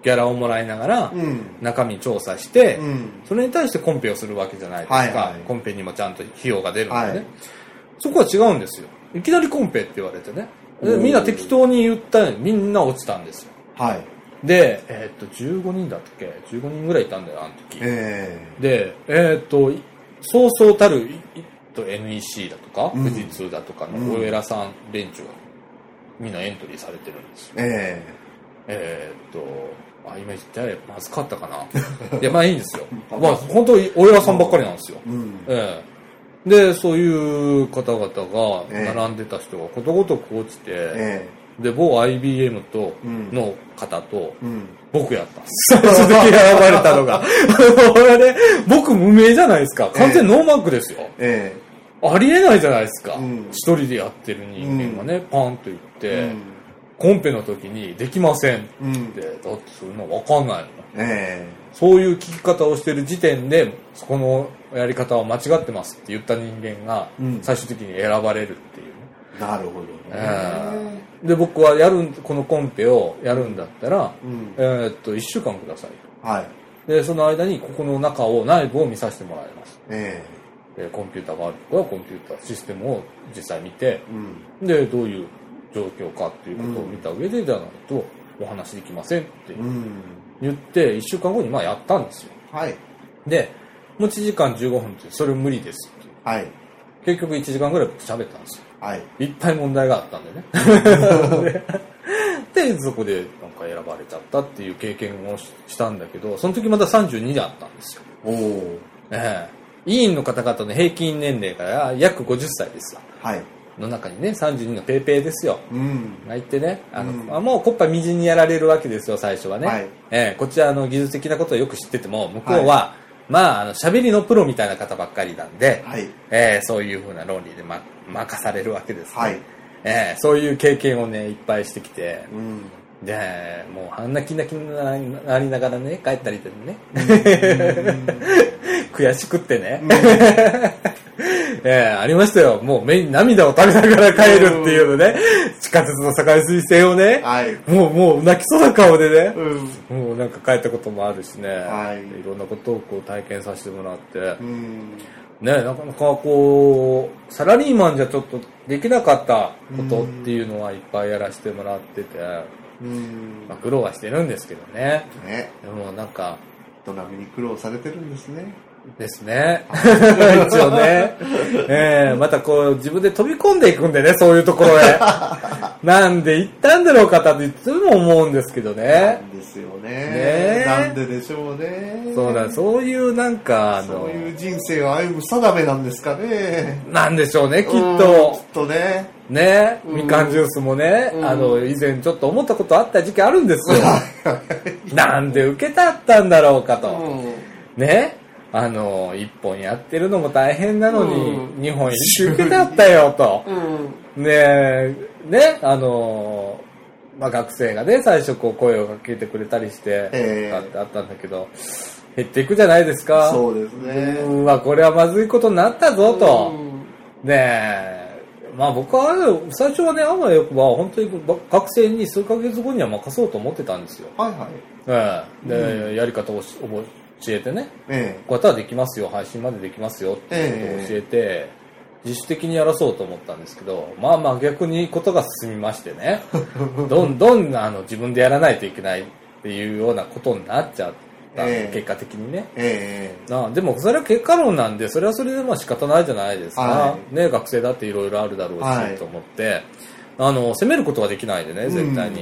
Speaker 1: ギャラをもらいながら
Speaker 2: う、ん。
Speaker 1: 中身調査して、
Speaker 2: うん。
Speaker 1: それに対してコンペをするわけじゃないですか。
Speaker 2: はいはい
Speaker 1: コンペにもちゃんと費用が出るんでね、
Speaker 2: はい
Speaker 1: そこは違うんですよ。いきなりコンペって言われてね。でみんな適当に言ったのにみんな落ちたんですよ。
Speaker 2: はい。
Speaker 1: で、えーっと、15人だったっけ ?15 人ぐらいいたんだよ、あの時。
Speaker 2: え
Speaker 1: で、えーっと、いそうそうたる、いいと NEC だとか、
Speaker 2: うん
Speaker 1: 富士通だとかの
Speaker 2: うん
Speaker 1: 大偉さん連中が、みんなエントリーされてるんですよ。
Speaker 2: え。
Speaker 1: え
Speaker 2: え
Speaker 1: ーっと、あ、今言っちゃえ、まずかったか な。いや、まあいいんですよ。まあ、本当に大偉さんばっかりなんですよ。
Speaker 2: え。うん。
Speaker 1: ええで、そういう方々
Speaker 2: え
Speaker 1: が、
Speaker 2: え
Speaker 1: 並んでた人がことごとく落ちて、
Speaker 2: え
Speaker 1: で、某 IBM と、
Speaker 2: うん
Speaker 1: の方と、
Speaker 2: え。うん。
Speaker 1: 僕やったんです。最終的に選ばれたのが。 あれ、僕無名じゃないですか。完全ノーマークですよ。
Speaker 2: え
Speaker 1: ありえないじゃないですか。
Speaker 2: うん
Speaker 1: 一人でやってる人間がね、パンと言っ
Speaker 2: え。
Speaker 1: て、コンペの時にできませんって、
Speaker 2: うん。うん。
Speaker 1: だってそんなわかんないの。
Speaker 2: え
Speaker 1: そういう聞き方をしてる時点で、そこのやり方は間違ってますって言った人間が
Speaker 2: うん、
Speaker 1: 最終的に選ばれるっていうね。
Speaker 2: え。なるほどね。
Speaker 1: ええで、僕はやるん、このコンペをやるんだったら、
Speaker 2: うん
Speaker 1: え。ーっと、1週間くださいと。
Speaker 2: はい。
Speaker 1: で、その間にここの中を、内部を見させてもらいます。
Speaker 2: え
Speaker 1: で、コンピューターがあるとこはコンピューターシステムを実際見て
Speaker 2: え。、うん。
Speaker 1: で、どういう状況かっていうことを見た上で、じゃないとお話できませんって
Speaker 2: うん。
Speaker 1: 言って、1週間後にまあやったんですよ。
Speaker 2: はい。
Speaker 1: で、持ち時間15分って、それ無理ですって。
Speaker 2: はい。
Speaker 1: 結局1時間ぐらい僕喋ったんですよ。
Speaker 2: はい。
Speaker 1: いっぱい問題があったんでね。 で、そこでなんか選ばれちゃったっていう経験をししたんだけど、その時まだ32であったんですよ。
Speaker 2: おお。
Speaker 1: ええ、委員の方々の平均年齢から約50歳ですよ。
Speaker 2: はい。
Speaker 1: の中にね、32のペーペーですよ。
Speaker 2: うん。
Speaker 1: がいてね、あの、
Speaker 2: うん
Speaker 1: あもうコッパみじんにやられるわけですよ、最初はね。
Speaker 2: はい
Speaker 1: ええこっちはあの技術的なことをよく知ってても、向こうは、まあ、あの、喋りのプロみたいな方ばっかりなんで、
Speaker 2: はい。
Speaker 1: ええそういうふうな論理で、ま、任されるわけです、ね
Speaker 2: はい。
Speaker 1: ええそういう経験をね、いっぱいしてきて、
Speaker 2: うん。
Speaker 1: で、もう、あんなきなきななりながらね、帰ったりでね、悔しくってね、 えーありましたよ。もう目に涙を垂れながら帰るっていうのね、地下鉄の堺水線をね、
Speaker 2: はい。
Speaker 1: もう、もう泣きそうな顔でね、
Speaker 2: うん。
Speaker 1: もうなんか帰ったこともあるしね、
Speaker 2: はい
Speaker 1: いろんなことをこう体験させてもらって
Speaker 2: う、ん。
Speaker 1: ね、なかなかこう、サラリーマンじゃちょっとできなかったことっていうのはいっぱいやらせてもらってて、
Speaker 2: うん
Speaker 1: まあ、苦労はしてるんですけどね。
Speaker 2: ね。
Speaker 1: でもなんか、
Speaker 2: 人並みに苦労されてるんですね。
Speaker 1: です ね。一応ね。 ええまたこう、自分で飛び込んでいくんでね、そういうところ へ。なんで行ったんだろうかといつも思うんですけど
Speaker 2: な
Speaker 1: ね。
Speaker 2: んですよ
Speaker 1: ね
Speaker 2: ね。なんででしょうね。
Speaker 1: そうだ、そういうなんか、あ
Speaker 2: そ
Speaker 1: の
Speaker 2: う、いう人生を歩む定めなんですかね。
Speaker 1: なんでしょうね、きっ
Speaker 2: うんき
Speaker 1: と
Speaker 2: っ。とね。
Speaker 1: ね、
Speaker 2: うん
Speaker 1: みかんジュースもね、
Speaker 2: うん
Speaker 1: あの、以前ちょっと思ったことあった時期あるんですよ。なんで受けたったんだろうかと。ねあの、一本やってるのも大変なの
Speaker 2: う
Speaker 1: に、二、本一周受けたったよと。
Speaker 2: うん。
Speaker 1: ねえ、ね、あの、まあ、学生がね、最初こう声をかけてくれたりして、
Speaker 2: ええ
Speaker 1: あってあったんだけど、減っていくじゃないですか。
Speaker 2: そうです
Speaker 1: う
Speaker 2: ね。
Speaker 1: んわ、これはまずいことになったぞと。
Speaker 2: うん
Speaker 1: ねえ、まあ僕は、最初はね、あわよくば、本当に学生に数ヶ月後には任そうと思ってたんですよ。
Speaker 2: はいはい。
Speaker 1: ええ、で、やり方をし覚え教えてね、
Speaker 2: え
Speaker 1: こうやったらできますよ、配信までできますよっていうことを教えて、自主的にやらそうと思ったんですけど、まあまあ逆にことが進みまして ね、どんどんあの自分でやらないといけないっていうようなことになっちゃった、
Speaker 2: ええ
Speaker 1: 結果的にね。
Speaker 2: え。え
Speaker 1: なあでもそれは結果論なんでそれはそれでまあ仕方ないじゃないですか、
Speaker 2: は
Speaker 1: ね、学生だっていろいろあるだろうし、
Speaker 2: はい
Speaker 1: と思ってあの責めることはできないでね
Speaker 2: え。
Speaker 1: 絶対に、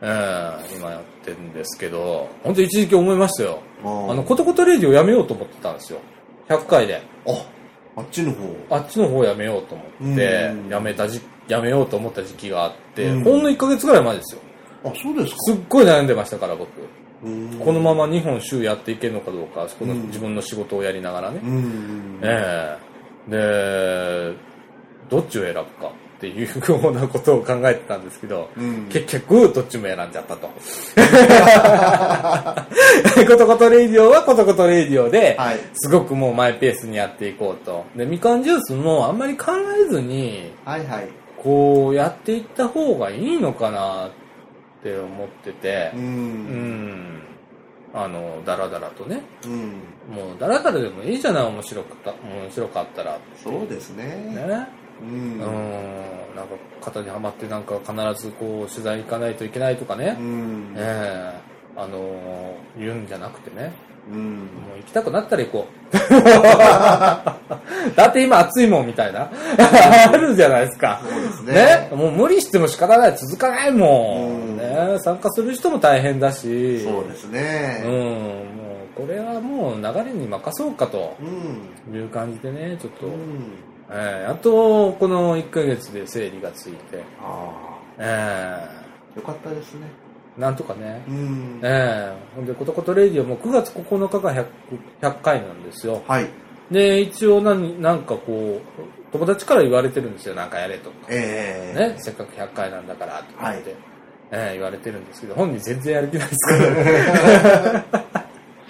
Speaker 1: ええ今やってるんですけど本当一時期思いましたよ
Speaker 2: うん。あ
Speaker 1: あの、ことことレディをやめようと思ってたんですよ。100回で。
Speaker 2: あ、あっちの方。
Speaker 1: あっちの方やめようと思って
Speaker 2: う、ん
Speaker 1: やめたじ、やめようと思った時期があって、
Speaker 2: うん
Speaker 1: ほんの1ヶ月ぐらい前ですよ。
Speaker 2: あ、そうですか。
Speaker 1: すっごい悩んでましたから、僕。
Speaker 2: うん
Speaker 1: このまま2本週やっていけるのかどうか、そこの
Speaker 2: うん
Speaker 1: 自分の仕事をやりながらね
Speaker 2: う。ん。
Speaker 1: ええで、どっちを選ぶか。っていうようなことを考えてたんですけど、
Speaker 2: うん
Speaker 1: 結局、どっちも選んじゃったと。 ことことレイディオはことことレイディオで、
Speaker 2: はい
Speaker 1: すごくもうマイペースにやっていこうと。で、みかんジュースもあんまり考えずに、
Speaker 2: はいはい。
Speaker 1: こうやっていった方がいいのかなって思ってて
Speaker 2: う、。
Speaker 1: うんん。あの、ダラダラとね。
Speaker 2: うん。
Speaker 1: もう、ダラダラでもいいじゃない、面白かった、面白かったら。
Speaker 2: そうですね。
Speaker 1: ね。
Speaker 2: う
Speaker 1: うん
Speaker 2: ん。
Speaker 1: なんか型にはまってなんか必ずこう取材行かないといけないとかね
Speaker 2: う、ん
Speaker 1: え。えあのー言うんじゃなくてね
Speaker 2: うん。
Speaker 1: もう行きたくなったら行 こうだって今暑いもんみたい なあるじゃないですか
Speaker 2: そうです
Speaker 1: ね
Speaker 2: ね。
Speaker 1: もう無理しても仕方ない続かないもん、
Speaker 2: うん
Speaker 1: ね、参加する人も大変だし
Speaker 2: そうです
Speaker 1: うん
Speaker 2: ね。
Speaker 1: もうこれはもう流れに任そうかと
Speaker 2: うん。
Speaker 1: いう感じでねちょっと、
Speaker 2: うん。
Speaker 1: ええあとこの1ヶ月で整理がついて
Speaker 2: あ
Speaker 1: え
Speaker 2: あ。よかったですね。
Speaker 1: えなんとかね
Speaker 2: う。ん。
Speaker 1: ええほんで、ことことレイディオも9月9日が 100, 100回なんですよ。
Speaker 2: はい。
Speaker 1: で、一応なん、なんかこう、友達から言われてるんですよ。なんかやれとか。
Speaker 2: ええ。
Speaker 1: ね、せっかく100回なんだから、とか
Speaker 2: は
Speaker 1: っ
Speaker 2: い
Speaker 1: て、ええ言われてるんですけど、本人全然やる気ないですから。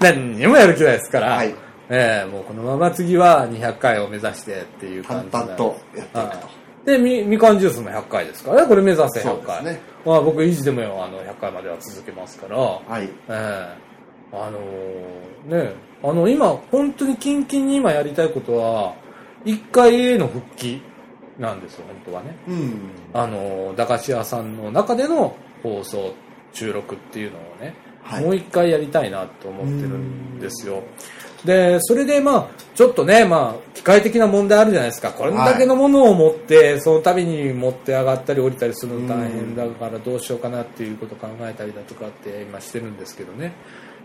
Speaker 1: 何にもやる気ないですから、
Speaker 2: はい。
Speaker 1: ええもうこのまま次は200回を目指してっていう感
Speaker 2: 淡
Speaker 1: じなんで
Speaker 2: 々とやっていくと。
Speaker 1: はいでみ、みかんジュースも100回ですからね、これ目指せ100回。
Speaker 2: そうですね
Speaker 1: まあ、僕、維持でもよあの100回までは続けますから、
Speaker 2: はい。
Speaker 1: ええあのーね、あの、今、本当にキンキンに今やりたいことは、1回への復帰なんですよ、本当はね。
Speaker 2: うん。
Speaker 1: あのー駄菓子屋さんの中での放送、収録っていうのをね、
Speaker 2: はい
Speaker 1: もう一回やりたいなと思ってるんですよ。で、それでまあ、ちょっとね、まあ、機械的な問題あるじゃないですか。これだけのものを持って、その度に持って上がったり降りたりするの大変だからどうしようかなっていうことを考えたりだとかって今してるんですけどね。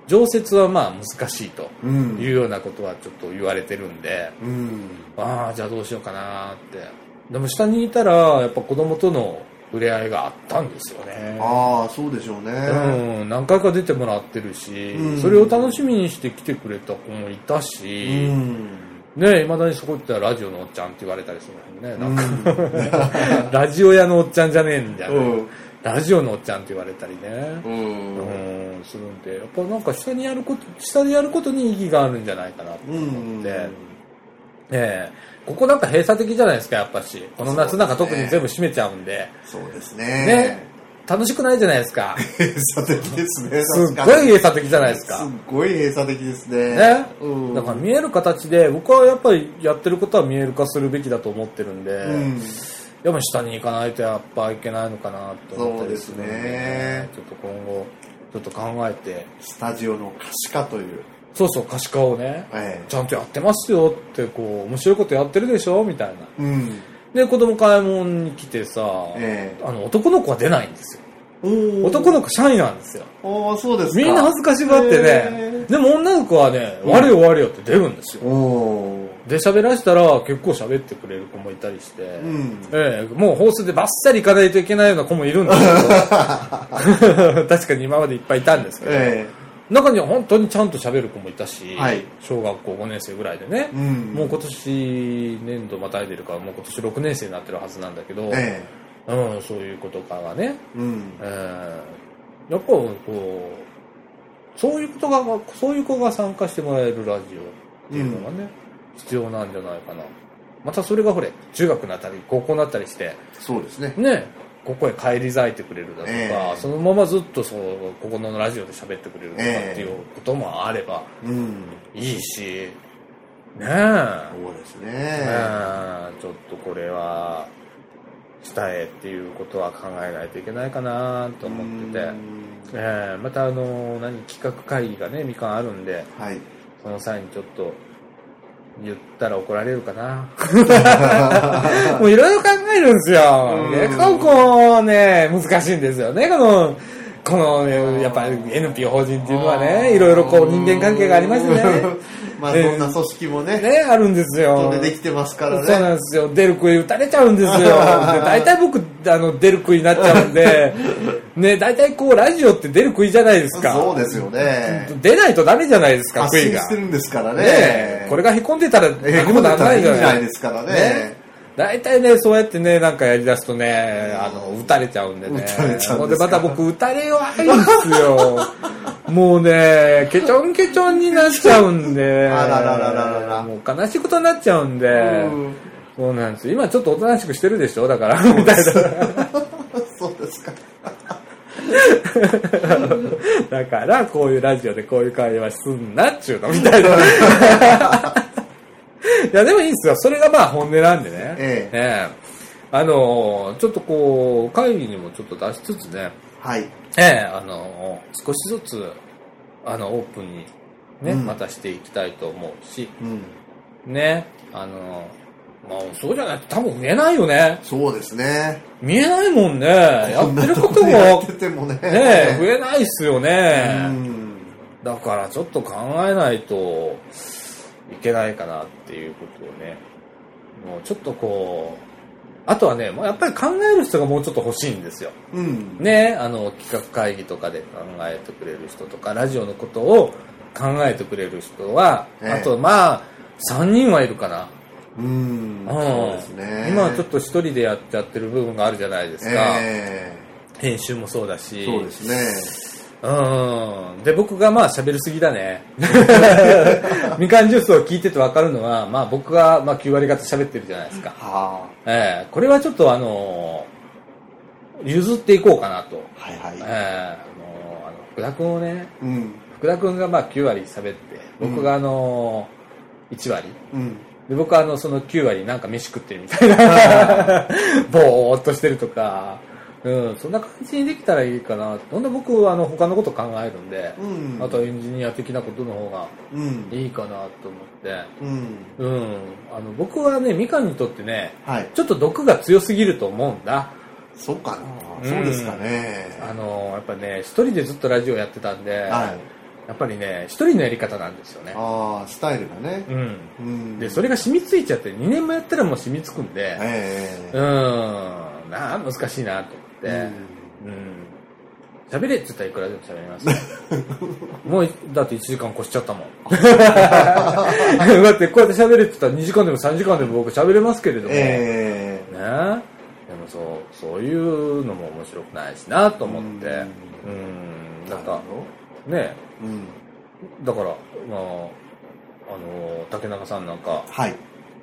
Speaker 1: 常設はまあ難しいと
Speaker 2: う。
Speaker 1: いうんようなことはちょっと言われてるんで、
Speaker 2: うん。
Speaker 1: ああ、じゃあどうしようかなって。でも下にいたら、やっぱ子供との触れ合いがあったんですよね。
Speaker 2: ああ、そうでしょうね。
Speaker 1: うん、何回か出てもらってるし、
Speaker 2: うん
Speaker 1: それを楽しみにして来てくれた子もいたし、
Speaker 2: うん。
Speaker 1: ねいまだにそこ行ったらラジオのおっちゃんって言われたりするもんね。なんか、 ラジオ屋のおっちゃんじゃねえんだよ、
Speaker 2: うん。
Speaker 1: ラジオのおっちゃんって言われたりね。
Speaker 2: う。
Speaker 1: うんん、するんで、やっぱなんか下にやること、下でやることに意義があるんじゃないかなと
Speaker 2: う
Speaker 1: 思っ
Speaker 2: ん。
Speaker 1: て、ええここなんか閉鎖的じゃないですか、やっぱし。この夏なんか特に全部閉めちゃうんで、
Speaker 2: そうです
Speaker 1: ね
Speaker 2: ね。
Speaker 1: 楽しくないじゃないですか。
Speaker 2: 閉鎖的ですね。
Speaker 1: すっごい
Speaker 2: 確かに
Speaker 1: 閉鎖的じゃないですか。
Speaker 2: すっごい閉鎖的ですね。
Speaker 1: ね
Speaker 2: うん。
Speaker 1: だから見える形で、僕はやっぱりやってることは見える化するべきだと思ってるんで、
Speaker 2: うん。
Speaker 1: でも下に行かないとやっぱいけないのかなと思ったりするんで,、
Speaker 2: そうですね
Speaker 1: ちょっと今後、ちょっと考えて、
Speaker 2: スタジオの可視化という。
Speaker 1: そうそう、可視化をね、
Speaker 2: え
Speaker 1: ちゃんとやってますよって、こう、面白いことやってるでしょみたいな。
Speaker 2: え。うん。
Speaker 1: で、子供買い物に来てさ、
Speaker 2: ええ
Speaker 1: あの、男の子は出ないんですよ。
Speaker 2: おー
Speaker 1: 男の子シャイなんですよ。
Speaker 2: おーそうですか。
Speaker 1: みんな恥ずかしがって
Speaker 2: へ
Speaker 1: ね。でも女の子はね、
Speaker 2: うん
Speaker 1: 我よ我よって出るんですよ。
Speaker 2: おー
Speaker 1: で喋らせたら結構喋ってくれる子もいたりして、
Speaker 2: ん
Speaker 1: ええもう放送でバッサリ行かないといけないような子もいるんですけ ど確かに今までいっぱいいたんですけど、
Speaker 2: え
Speaker 1: 中には本当にちゃんと喋る子もいたし、
Speaker 2: はい
Speaker 1: 小学校5年生ぐらいでね、
Speaker 2: え。うん。
Speaker 1: もう今年年度またいでるからもう今年6年生になってるはずなんだけど、
Speaker 2: え
Speaker 1: うん、そういうことかがね、
Speaker 2: え。うん
Speaker 1: え。えやっぱこうそういうことがそういう子が参加してもらえるラジオっていうのがね、必要なんじゃないかなまたそれがほれ中学になったり高校になったりして
Speaker 2: そうですね。
Speaker 1: ねここへ帰り咲いてくれるだとか、
Speaker 2: ええ
Speaker 1: そのままずっとそうここのラジオで喋ってくれるとかっ
Speaker 2: ええ
Speaker 1: ていうこともあれば
Speaker 2: うん。
Speaker 1: いいしねえ、
Speaker 2: そうです
Speaker 1: ね
Speaker 2: ね。
Speaker 1: えちょっとこれは伝えっていうことは考えないといけないかなと思ってて。
Speaker 2: て。
Speaker 1: えーまたあのー何企画会議がねみかんあるんで
Speaker 2: はい。
Speaker 1: その際にちょっと言ったら怒られるか なもういろいろ考えるんですよ
Speaker 2: うん
Speaker 1: 結構こうね難しいんですよねこのこのねやっぱ NPO 法人っていうのはねいろいろこう人間関係がありまし てね
Speaker 2: まあ、そんな組織もね、
Speaker 1: ねあるんですよ
Speaker 2: 飛んでできてますか
Speaker 1: そう
Speaker 2: ら
Speaker 1: なん
Speaker 2: ね。
Speaker 1: ですよ。出る杭打たれちゃうん ですよ。で大体僕、あの、出る杭になっちゃうんで、ね、大体こう、ラジオって出る杭じゃないですか。
Speaker 2: そうですよね。
Speaker 1: 出ないとダメじゃないですか、
Speaker 2: 発
Speaker 1: 杭
Speaker 2: 信
Speaker 1: が
Speaker 2: し。てるんですから
Speaker 1: ねえ
Speaker 2: ね。
Speaker 1: これが凹んでたら、
Speaker 2: ええ、
Speaker 1: 何も
Speaker 2: こんな
Speaker 1: なん
Speaker 2: こと
Speaker 1: な
Speaker 2: はい
Speaker 1: い
Speaker 2: い
Speaker 1: じゃ
Speaker 2: じゃ
Speaker 1: な
Speaker 2: ないい
Speaker 1: で
Speaker 2: ですすから
Speaker 1: ね
Speaker 2: ね。
Speaker 1: 大体ね、そうやってね、なんかやり出すとね、あの、撃たれちゃうんでね。
Speaker 2: 撃たれちゃうん
Speaker 1: も
Speaker 2: で
Speaker 1: ですま
Speaker 2: か
Speaker 1: た僕、撃たれ弱いんですよ。もうね、ケチョンケチョンになっちゃうんで。
Speaker 2: あらららららら
Speaker 1: もう悲しいことになっちゃうんで。
Speaker 2: うん
Speaker 1: そうなんです。今ちょっとおとなしくしてるでしょだから、みたい
Speaker 2: そうですか。
Speaker 1: な。 だから、こういうラジオでこういう会話すんなっちゅうの、みたい な。いや、でもいいんですよ。それがまあ本音なんでね。
Speaker 2: ええ
Speaker 1: えあのーちょっとこう、会議にもちょっと出しつつね、
Speaker 2: はい。
Speaker 1: ええあのー少しずつ、あの、オープンにね、
Speaker 2: うん
Speaker 1: またしていきたいと思うし、
Speaker 2: うん。
Speaker 1: ね、あのーまあ、そうじゃないと多分見えないよね。
Speaker 2: そうですね。
Speaker 1: 見えないもんね。やってることも、
Speaker 2: やっててもね。
Speaker 1: ねえ、増えないっすよ
Speaker 2: う
Speaker 1: ね。
Speaker 2: ん。
Speaker 1: だからちょっと考えないといけないかなっていうことをね。もうちょっとこう、あとはね、もうやっぱり考える人がもうちょっと欲しいんですよ。
Speaker 2: うん。
Speaker 1: ね、あの企画会議とかで考えてくれる人とか、ラジオのことを考えてくれる人は、
Speaker 2: ええ
Speaker 1: あとまあ、3人はいるかな。
Speaker 2: うん。
Speaker 1: ん
Speaker 2: そうですね。
Speaker 1: 今はちょっと1人でやっちゃってる部分があるじゃないですか。
Speaker 2: え
Speaker 1: 編集もそうだし。
Speaker 2: えそうですね。
Speaker 1: うん。で、僕がまあ喋りすぎだね。みかんジュースを聞いててわかるのは、まあ僕がまあ9割方喋ってるじゃないですか。
Speaker 2: は
Speaker 1: ええこれはちょっとあのー譲っていこうかなと。
Speaker 2: あ。はいはい。
Speaker 1: ええあのーあの福田君をね、
Speaker 2: うん。
Speaker 1: 福田君がまあ9割喋って、僕があのー1割。
Speaker 2: うん。
Speaker 1: で僕はあのその9割なんか飯食ってるみたいなぼーっとしてるとか、うん、そんな感じにできたらいいかなほんで僕はあの他のこと考えるんで、
Speaker 2: うん。
Speaker 1: あとはエンジニア的なことの方が
Speaker 2: うん。
Speaker 1: いいかなと思って、
Speaker 2: うん。
Speaker 1: うん、あの僕はねみかんにとってね
Speaker 2: はい。
Speaker 1: ちょっと毒が強すぎると思うんだ
Speaker 2: そうかな。
Speaker 1: うん
Speaker 2: そうですかね。
Speaker 1: あのやっぱね一人でずっとラジオやってたんで、
Speaker 2: はい。
Speaker 1: やっぱりね一人のやり方なんですよね
Speaker 2: ああ、スタイルがね。
Speaker 1: うん
Speaker 2: うん。
Speaker 1: でそれが染みついちゃって2年もやったらもう染みつくんで、
Speaker 2: え
Speaker 1: う
Speaker 2: え
Speaker 1: ーん、なあ、難しいなと思って。うん。喋れって言ったらいくらでも喋ります。 もう、だって1時間越しちゃったもん。だってこうやって喋れって言ったら2時間でも3時間でも僕喋れますけれども。
Speaker 2: ええ
Speaker 1: ねでもそう、そういうのも面白くないしなと思って。うん。なんか、ね
Speaker 2: うん。
Speaker 1: だから、まあ、あの、竹中さんなんか、
Speaker 2: はい。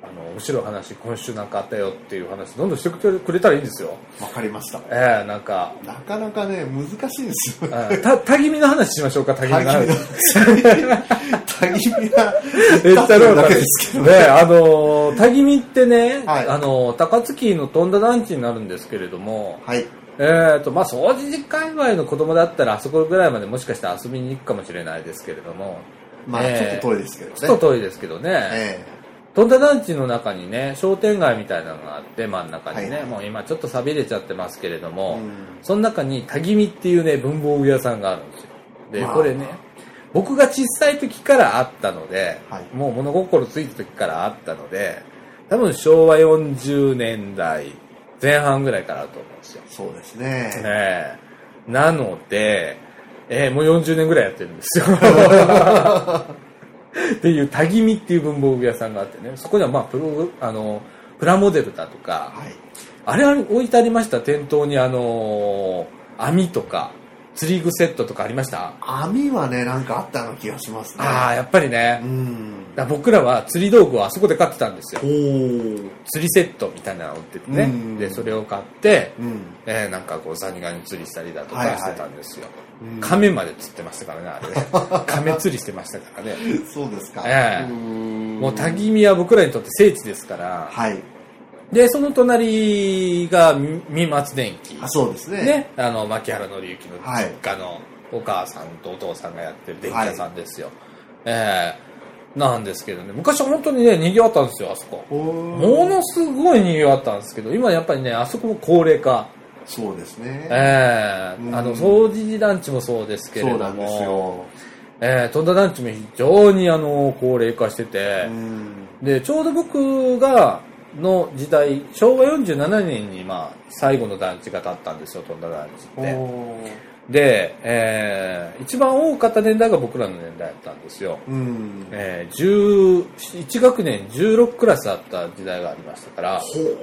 Speaker 1: あの、面白い話、今週なんかあったよっていう話、どんどんしてくれくれたらいいんですよ。
Speaker 2: わかりました。
Speaker 1: ええなんか、
Speaker 2: なかなかね、難しいんですよ。
Speaker 1: うんた、たぎみの話しましょうか、たぎみの話。
Speaker 2: たぎみが、
Speaker 1: えっちゃろう
Speaker 2: だ
Speaker 1: か
Speaker 2: け
Speaker 1: ね
Speaker 2: ですけど。
Speaker 1: ね、あのー、たぎみってね、
Speaker 2: はい
Speaker 1: あのー、高槻の飛んだ団地になるんですけれども、
Speaker 2: はい。
Speaker 1: えっ、と、まあ、掃除時界隈の子供だったら、あそこぐらいまでもしかして遊びに行くかもしれないですけれども、
Speaker 2: まあ、
Speaker 1: え
Speaker 2: ちょ
Speaker 1: え
Speaker 2: っと遠いですけどね。
Speaker 1: ちょっと遠いですけどね、
Speaker 2: え
Speaker 1: 飛んだ団地の中にね、商店街みたいなのがあって、真ん中にね、
Speaker 2: はい
Speaker 1: もう今ちょっと寂れちゃってますけれど
Speaker 2: え
Speaker 1: も、
Speaker 2: うん
Speaker 1: その中に、たぎみっていうね、文房具屋さんがあるんですよ。で、
Speaker 2: まあ
Speaker 1: これね、僕が小さい時からあったので、
Speaker 2: はい
Speaker 1: もう物心ついた時からあったので、多分昭和40年代前半ぐらいからだと思うんですよ。
Speaker 2: そうです
Speaker 1: ね
Speaker 2: ね。
Speaker 1: えなので、えーもう40年ぐらいやってるんです よ。っていう、たぎみっていう文房具屋さんがあってね、そこにはまあ、プログ、あの、プラモデルだとか、
Speaker 2: はい。
Speaker 1: あれは置いてありました店頭にあのー網とか釣り具セットとかありました
Speaker 2: 網はね、なんかあったような気がしますね。
Speaker 1: ああやっぱり
Speaker 2: う
Speaker 1: ね
Speaker 2: ん。
Speaker 1: だから僕らは釣り道具をあそこで買ってたんですよ
Speaker 2: おー。
Speaker 1: 釣りセットみたいなのを売ってて
Speaker 2: う
Speaker 1: ね
Speaker 2: ん
Speaker 1: でそれを買って、
Speaker 2: うん。
Speaker 1: えーなんかこうザニガニ釣りしたりだと
Speaker 2: はいは
Speaker 1: か
Speaker 2: い
Speaker 1: してたんですよ、
Speaker 2: うん
Speaker 1: 亀まで釣ってましたからねあれね亀釣りしてましたからね
Speaker 2: そうですか。
Speaker 1: ええ
Speaker 2: うん
Speaker 1: もう多岐見は僕らにとって聖地ですから
Speaker 2: はい。
Speaker 1: でその隣がみ三松電機
Speaker 2: あ、そうです ね。
Speaker 1: ね、あの、牧原紀之の実家のお母さんとお父さんがやってる電気屋さんですよ。ええなんですけどね、昔は本当にね、賑わったんですよ、あそこ。
Speaker 2: おー
Speaker 1: ものすごい賑わったんですけど、今やっぱりね、あそこも高齢化。
Speaker 2: そうですね。
Speaker 1: ええ
Speaker 2: うん
Speaker 1: あの、掃除時団地もそうですけれ
Speaker 2: そ
Speaker 1: ど
Speaker 2: うなんです
Speaker 1: も、
Speaker 2: よ。
Speaker 1: ええ飛んだ団地も非常にあの、高齢化してて
Speaker 2: う、ん。
Speaker 1: で、ちょうど僕が、の時代、昭和47年に、まあ、最後の団地が建ったんですよ、飛んだ団地って。
Speaker 2: おー
Speaker 1: で、えー一番多かった年代が僕らの年代だったんですよ。
Speaker 2: うん。
Speaker 1: えー、10 1学年16クラスあった時代がありましたから、
Speaker 2: ほう。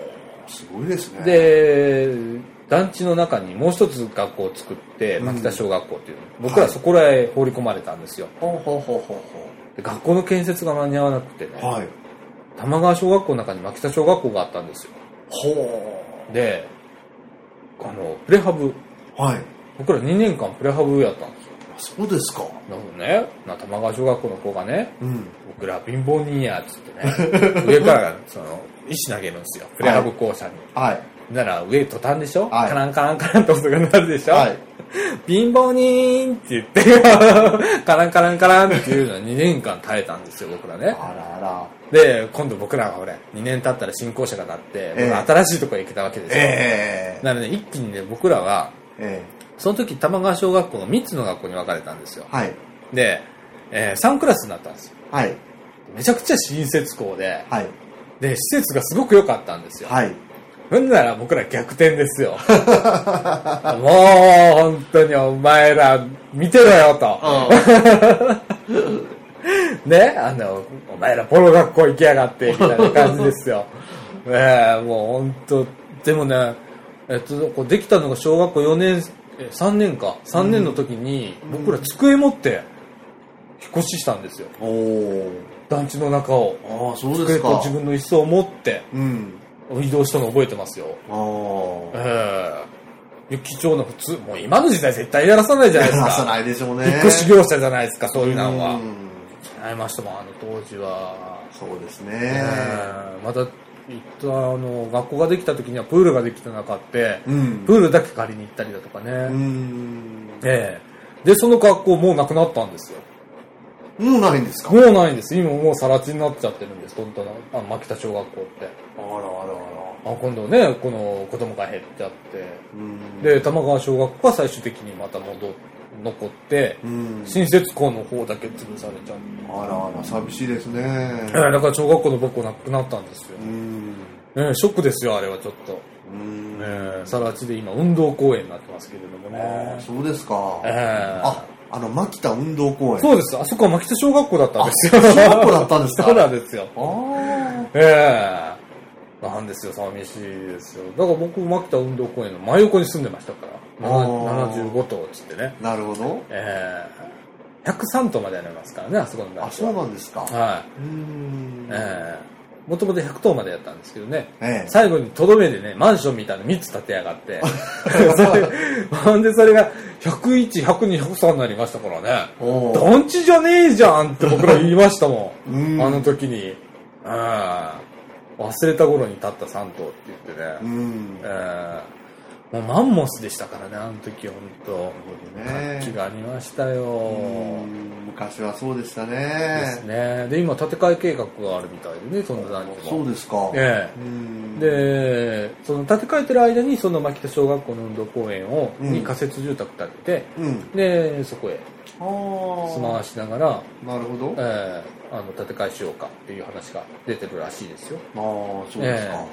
Speaker 2: すごいですね。、
Speaker 1: で、団地の中にもう一つ学校を作って、
Speaker 2: うん
Speaker 1: 牧田小学校っていうの、僕らそこらへ放り込まれたんですよ。
Speaker 2: ほうほうほうほうほ
Speaker 1: で学校の建設が間に合わなくてね、
Speaker 2: う。はい。
Speaker 1: 玉川小学校の中に牧田小学校があったんですよ。
Speaker 2: ほ
Speaker 1: で、あの、プレハブ、
Speaker 2: う。はい。
Speaker 1: 僕ら2年間プレハブやったんですよ。
Speaker 2: そうですか。
Speaker 1: なるほどね、な玉川小学校の子がね、
Speaker 2: うん。
Speaker 1: 僕ら貧乏人やっつってね、上からその石投げるんですよ、プレハブ校舎に。
Speaker 2: はい。
Speaker 1: なら上途端でしょ、
Speaker 2: はい
Speaker 1: カランカランカランって音が鳴るでしょ、
Speaker 2: はい。
Speaker 1: 貧乏人って言って、 カランカランカランっていうのは2年間耐えたんですよ、僕らね。
Speaker 2: あらあら。
Speaker 1: で、今度僕らがほれ、2年経ったら新校舎がなって、
Speaker 2: ええ
Speaker 1: 僕ら新しいとこへ行けたわけですよ。
Speaker 2: ええ。
Speaker 1: なので一気にね、僕らは、
Speaker 2: え
Speaker 1: その時玉川小学校の3つの学校に分かれたんですよ
Speaker 2: え。。はい。
Speaker 1: で、え3クラスになったんですよ。
Speaker 2: はい。
Speaker 1: めちゃくちゃ新設校で、
Speaker 2: はい。
Speaker 1: で、施設がすごく良かったんですよ。
Speaker 2: はい。
Speaker 1: ほんなら僕ら逆転です よ。もう、本当にお前ら見てろよと。ね、あの、お前らボロ学校行きやがって、みたいな感じです よ。ねえ、もう本当、でもね、えっと、こうできたのが小学校4年、え3年か、3年の時に、
Speaker 2: うん
Speaker 1: 僕ら机持って、引っ越ししたんですよ。
Speaker 2: おー。
Speaker 1: 団地の中を。
Speaker 2: ああ、そうで
Speaker 1: 机
Speaker 2: す
Speaker 1: と
Speaker 2: か。
Speaker 1: 自分の椅子を持って、
Speaker 2: うん。
Speaker 1: 移動したの覚えてますよ。
Speaker 2: ああ。
Speaker 1: ええ貴重な普通、もう今の時代絶対やらさないじゃないです
Speaker 2: 話さ
Speaker 1: か。
Speaker 2: ないでしょうね。
Speaker 1: 引っ越し業者じゃないですか、そういうの
Speaker 2: う
Speaker 1: は。
Speaker 2: ん
Speaker 1: ありましたもん、あの当時は。
Speaker 2: そうです
Speaker 1: え
Speaker 2: ね。
Speaker 1: えまた、いったあの、学校ができた時にはプールができてなかって、
Speaker 2: うん。
Speaker 1: プールだけ借りに行ったりだとかね。
Speaker 2: うん。
Speaker 1: ええで、その学校もうなくなったんですよ。
Speaker 2: もうないんですか
Speaker 1: もうないんです。今もうさら地になっちゃってるんです、本当の、あの、牧田小学校って。
Speaker 2: あらあらあら。
Speaker 1: あ今度ね、この子供が減っちゃって。
Speaker 2: うん、
Speaker 1: で、玉川小学校は最終的にまた戻っ残って、
Speaker 2: うん。
Speaker 1: 新設校の方だけ潰されちゃう、
Speaker 2: あらあら、寂しいですね。
Speaker 1: えーだから小学校の僕校なくなったんですよ
Speaker 2: う、ん。
Speaker 1: えーショックですよあれはちょっと、
Speaker 2: うん。
Speaker 1: えー、さら地で今運動公園になってますけれども
Speaker 2: ああ、
Speaker 1: ね
Speaker 2: そうですか。
Speaker 1: えー
Speaker 2: あ、あの、牧田運動公園。
Speaker 1: そうですあそこは牧田小学校だったんですよ
Speaker 2: あ小学校だったんですか
Speaker 1: そうなんですよ
Speaker 2: ああ。
Speaker 1: ええなんですよ寂しいですよだから僕牧田運動公園の真横に住んでましたから
Speaker 2: あ
Speaker 1: な
Speaker 2: ー
Speaker 1: 75棟っつってね
Speaker 2: なるほど。
Speaker 1: ええ103棟までありますからねあそこの団
Speaker 2: あ、
Speaker 1: 地
Speaker 2: そ
Speaker 1: は
Speaker 2: うなんですか。
Speaker 1: はい
Speaker 2: うん。
Speaker 1: もともと100棟までやったんですけどね、
Speaker 2: ええ
Speaker 1: 最後にとどめでね、マンションみたいな3つ建てやが って、それほんでそれが101、102、103になりましたからね、
Speaker 2: おー
Speaker 1: 団地じゃねえじゃんって僕ら言いましたも、
Speaker 2: うんん
Speaker 1: あの時に。うん忘れた頃に建った3棟って言って
Speaker 2: う
Speaker 1: ね、
Speaker 2: ん。なる
Speaker 1: うんもうマンモスでしたからね、あの時本当
Speaker 2: ほど
Speaker 1: 活気
Speaker 2: ね。
Speaker 1: がありましたよ。
Speaker 2: うん昔はそうでした
Speaker 1: です
Speaker 2: ね。
Speaker 1: ね。で、今建て替え計画があるみたいでね、その団地も。
Speaker 2: そうですか。
Speaker 1: え
Speaker 2: うん。
Speaker 1: え、でその建て替えてる間にその牧田小学校の運動公園を、
Speaker 2: うん
Speaker 1: に仮設住宅建て
Speaker 2: うん。
Speaker 1: てでそこへ
Speaker 2: ああ。
Speaker 1: 住まわしながら、
Speaker 2: なるほど。あ
Speaker 1: ええあの建て替えしようかっていう話が出てるらしいですよ
Speaker 2: あ、そうですか。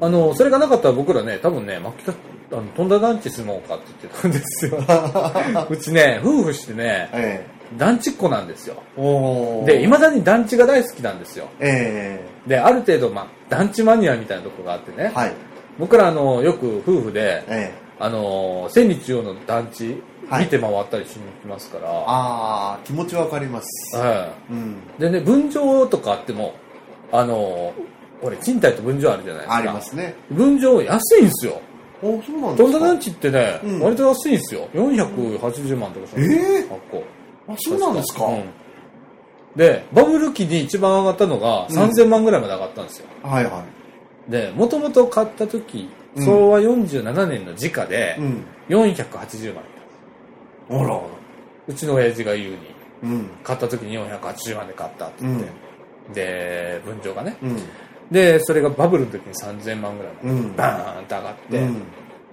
Speaker 1: あのそれがなかったら僕らね多分ね牧田あの飛んだ団地住もうかって言ってたんです ようちね夫婦してね
Speaker 2: え
Speaker 1: 団地っ子なんですよ
Speaker 2: え。おー
Speaker 1: でいまだに団地が大好きなんですよ
Speaker 2: え
Speaker 1: である程度、まあ、団地マニアみたいなとこがあって
Speaker 2: え
Speaker 1: ね、
Speaker 2: はい。
Speaker 1: 僕らあのよく夫婦で
Speaker 2: ええ。
Speaker 1: あのー千里中央の団地
Speaker 2: はい
Speaker 1: 見て回ったりしに行きますから、
Speaker 2: ああ、気持ちわかります。
Speaker 1: は
Speaker 2: うん。
Speaker 1: い、でね分譲とかあってもあのーこれ賃貸と分譲あるじゃないですか
Speaker 2: ありますね。
Speaker 1: 分譲安いんですよ
Speaker 2: おそうなん
Speaker 1: どんな団
Speaker 2: か
Speaker 1: 地ってね、
Speaker 2: うん
Speaker 1: 割と安いんですよ480万とかし
Speaker 2: ええ
Speaker 1: 発行
Speaker 2: あ、そうなんですか。
Speaker 1: うんでバブル期に一番上がったのが
Speaker 2: うん
Speaker 1: 3000万ぐらいまで上がったんですよ、
Speaker 2: はいはい。
Speaker 1: でもともと買った時
Speaker 2: うん
Speaker 1: 昭和47年の時価で
Speaker 2: うん。
Speaker 1: 480万
Speaker 2: あらあら。
Speaker 1: うちの親父が言うに
Speaker 2: うん。
Speaker 1: 買った時に480万で買ったって
Speaker 2: う
Speaker 1: 言っ
Speaker 2: ん
Speaker 1: て、。で分譲がね
Speaker 2: うん。
Speaker 1: でそれがバブルの時に3000万ぐらいまで
Speaker 2: うん
Speaker 1: バーンと上がって、
Speaker 2: うん。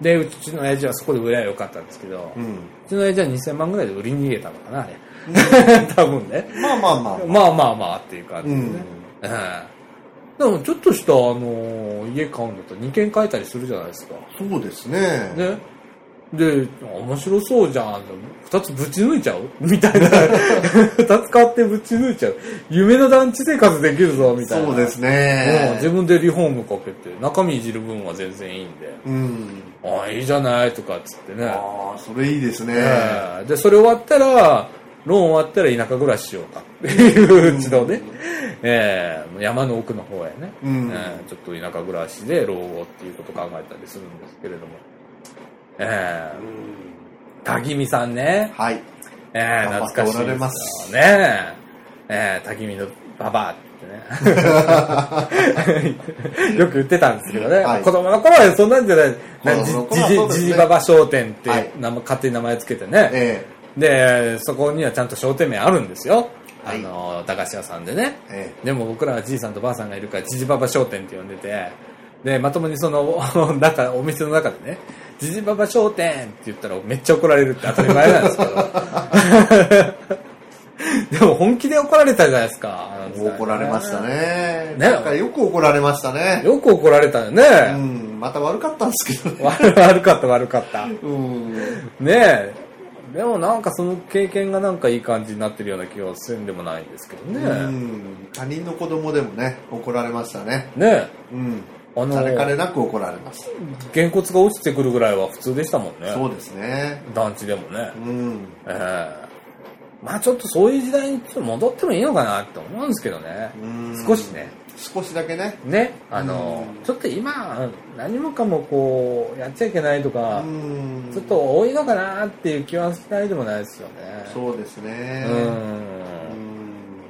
Speaker 1: でうちの親父はそこで売りゃ良かったんですけど、う
Speaker 2: うん。
Speaker 1: ちの親父は2000万ぐらいで売りに逃げたのかなあれ 多分ね
Speaker 2: まあまあまあ。
Speaker 1: まあまあまあっていう感じ
Speaker 2: う
Speaker 1: でね、
Speaker 2: ん。
Speaker 1: ええでもちょっとした、あのー家買うんだったら2軒買えたりするじゃないですか
Speaker 2: そうですね。
Speaker 1: ねで、面白そうじゃん。二つぶち抜いちゃうみたい な。二つ買ってぶち抜いちゃう。夢の団地生活できるぞ、みたいな。
Speaker 2: そうです
Speaker 1: うん自
Speaker 2: ね。
Speaker 1: 分でリフォームかけて、中身いじる分は全然いいんで、
Speaker 2: うん。
Speaker 1: ああ、いいじゃないとかっつってね。
Speaker 2: ああ、それいいですね。
Speaker 1: ええで、それ終わったら、ローン終わったら田舎暮らししようかっていううちのね、ええ山の奥の方へね、
Speaker 2: うん
Speaker 1: ええちょっと田舎暮らしで老後っていうことを考えたりするんですけれども、え
Speaker 2: う
Speaker 1: え
Speaker 2: ん
Speaker 1: たきみさんね、
Speaker 2: はい。
Speaker 1: ええ
Speaker 2: 頑張って
Speaker 1: 懐かしい
Speaker 2: おられま
Speaker 1: です
Speaker 2: す
Speaker 1: よね。ええたきみのババアって ね。よく言ってたんですけどね。
Speaker 2: はい
Speaker 1: 子供の頃はそんなんじゃない。
Speaker 2: 子供の頃はそうで
Speaker 1: じ
Speaker 2: す
Speaker 1: じ
Speaker 2: ね
Speaker 1: じばば商店って、
Speaker 2: はい
Speaker 1: 名前勝手に名前つけてね。
Speaker 2: え
Speaker 1: で、そこにはちゃんと商店名あるんですよ。あ
Speaker 2: はい
Speaker 1: の、駄菓子屋さんでね。
Speaker 2: ええ
Speaker 1: でも僕らはじいさんとばあさんがいるから、じじばば商店って呼んでて、で、まともにその、 中、お店の中でね、じじばば商店って言ったらめっちゃ怒られるって当たり前なんですけど。 でも本気で怒られたじゃないですか。あの時代
Speaker 2: え
Speaker 1: ね
Speaker 2: 怒られました。ね
Speaker 1: ね。
Speaker 2: なんかよく怒られましたね。
Speaker 1: よく怒られたよ
Speaker 2: う
Speaker 1: ね。
Speaker 2: ん。また悪かったんですけどね。
Speaker 1: 悪悪かった悪かった。
Speaker 2: うん。
Speaker 1: ねえ。でもなんかその経験がなんかいい感じになってるような気がするんでもないんですけどね。
Speaker 2: うん他人の子供でもね、怒られましたね。
Speaker 1: ね
Speaker 2: うん。
Speaker 1: あの
Speaker 2: されかねなく怒られまし
Speaker 1: げんこつが落ちてくるぐらいは普通でしたもん
Speaker 2: た。
Speaker 1: ね。
Speaker 2: そうですね。
Speaker 1: 団地でもね
Speaker 2: う。ん。
Speaker 1: ええまあちょっとそういう時代にちょっと戻ってもいいのかなって思うんですけどね。
Speaker 2: うん
Speaker 1: 少し。ね。
Speaker 2: 少しだけね。
Speaker 1: ね。あの
Speaker 2: う、ん
Speaker 1: ちょっと今、何もかもこう、やっちゃいけないと
Speaker 2: う
Speaker 1: か、
Speaker 2: ん。
Speaker 1: ちょっ。と多いのかなっていう気はしないでもないですよね。
Speaker 2: そうですね。う
Speaker 1: うん。
Speaker 2: ん。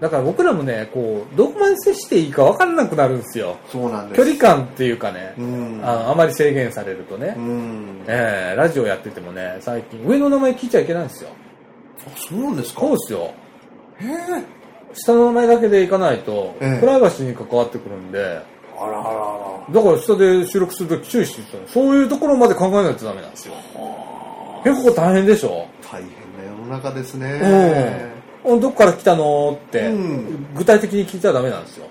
Speaker 1: だから僕らもね、こう、どこまで接していいか分からなくなるんですよ。
Speaker 2: そうなんです。
Speaker 1: 距離感っていうかね、
Speaker 2: うん。
Speaker 1: あのあまり制限されるとね。
Speaker 2: うん。
Speaker 1: ええラジオやっててもね、最近、上の名前聞いちゃいけないんですよ。
Speaker 2: そうなんですか
Speaker 1: そうですよ。下の名前だけでいかないと、
Speaker 2: ええ
Speaker 1: プライバシーに関わってくるんで、
Speaker 2: あらあらあら。
Speaker 1: だから下で収録するとき注意してたのそういうところまで考えないとダメなんですよ。結構大変でしょ、
Speaker 2: 大変な世の中ですね。
Speaker 1: うん。どこから来たのって、
Speaker 2: うん
Speaker 1: 具体的に聞いちゃダメなんですよ。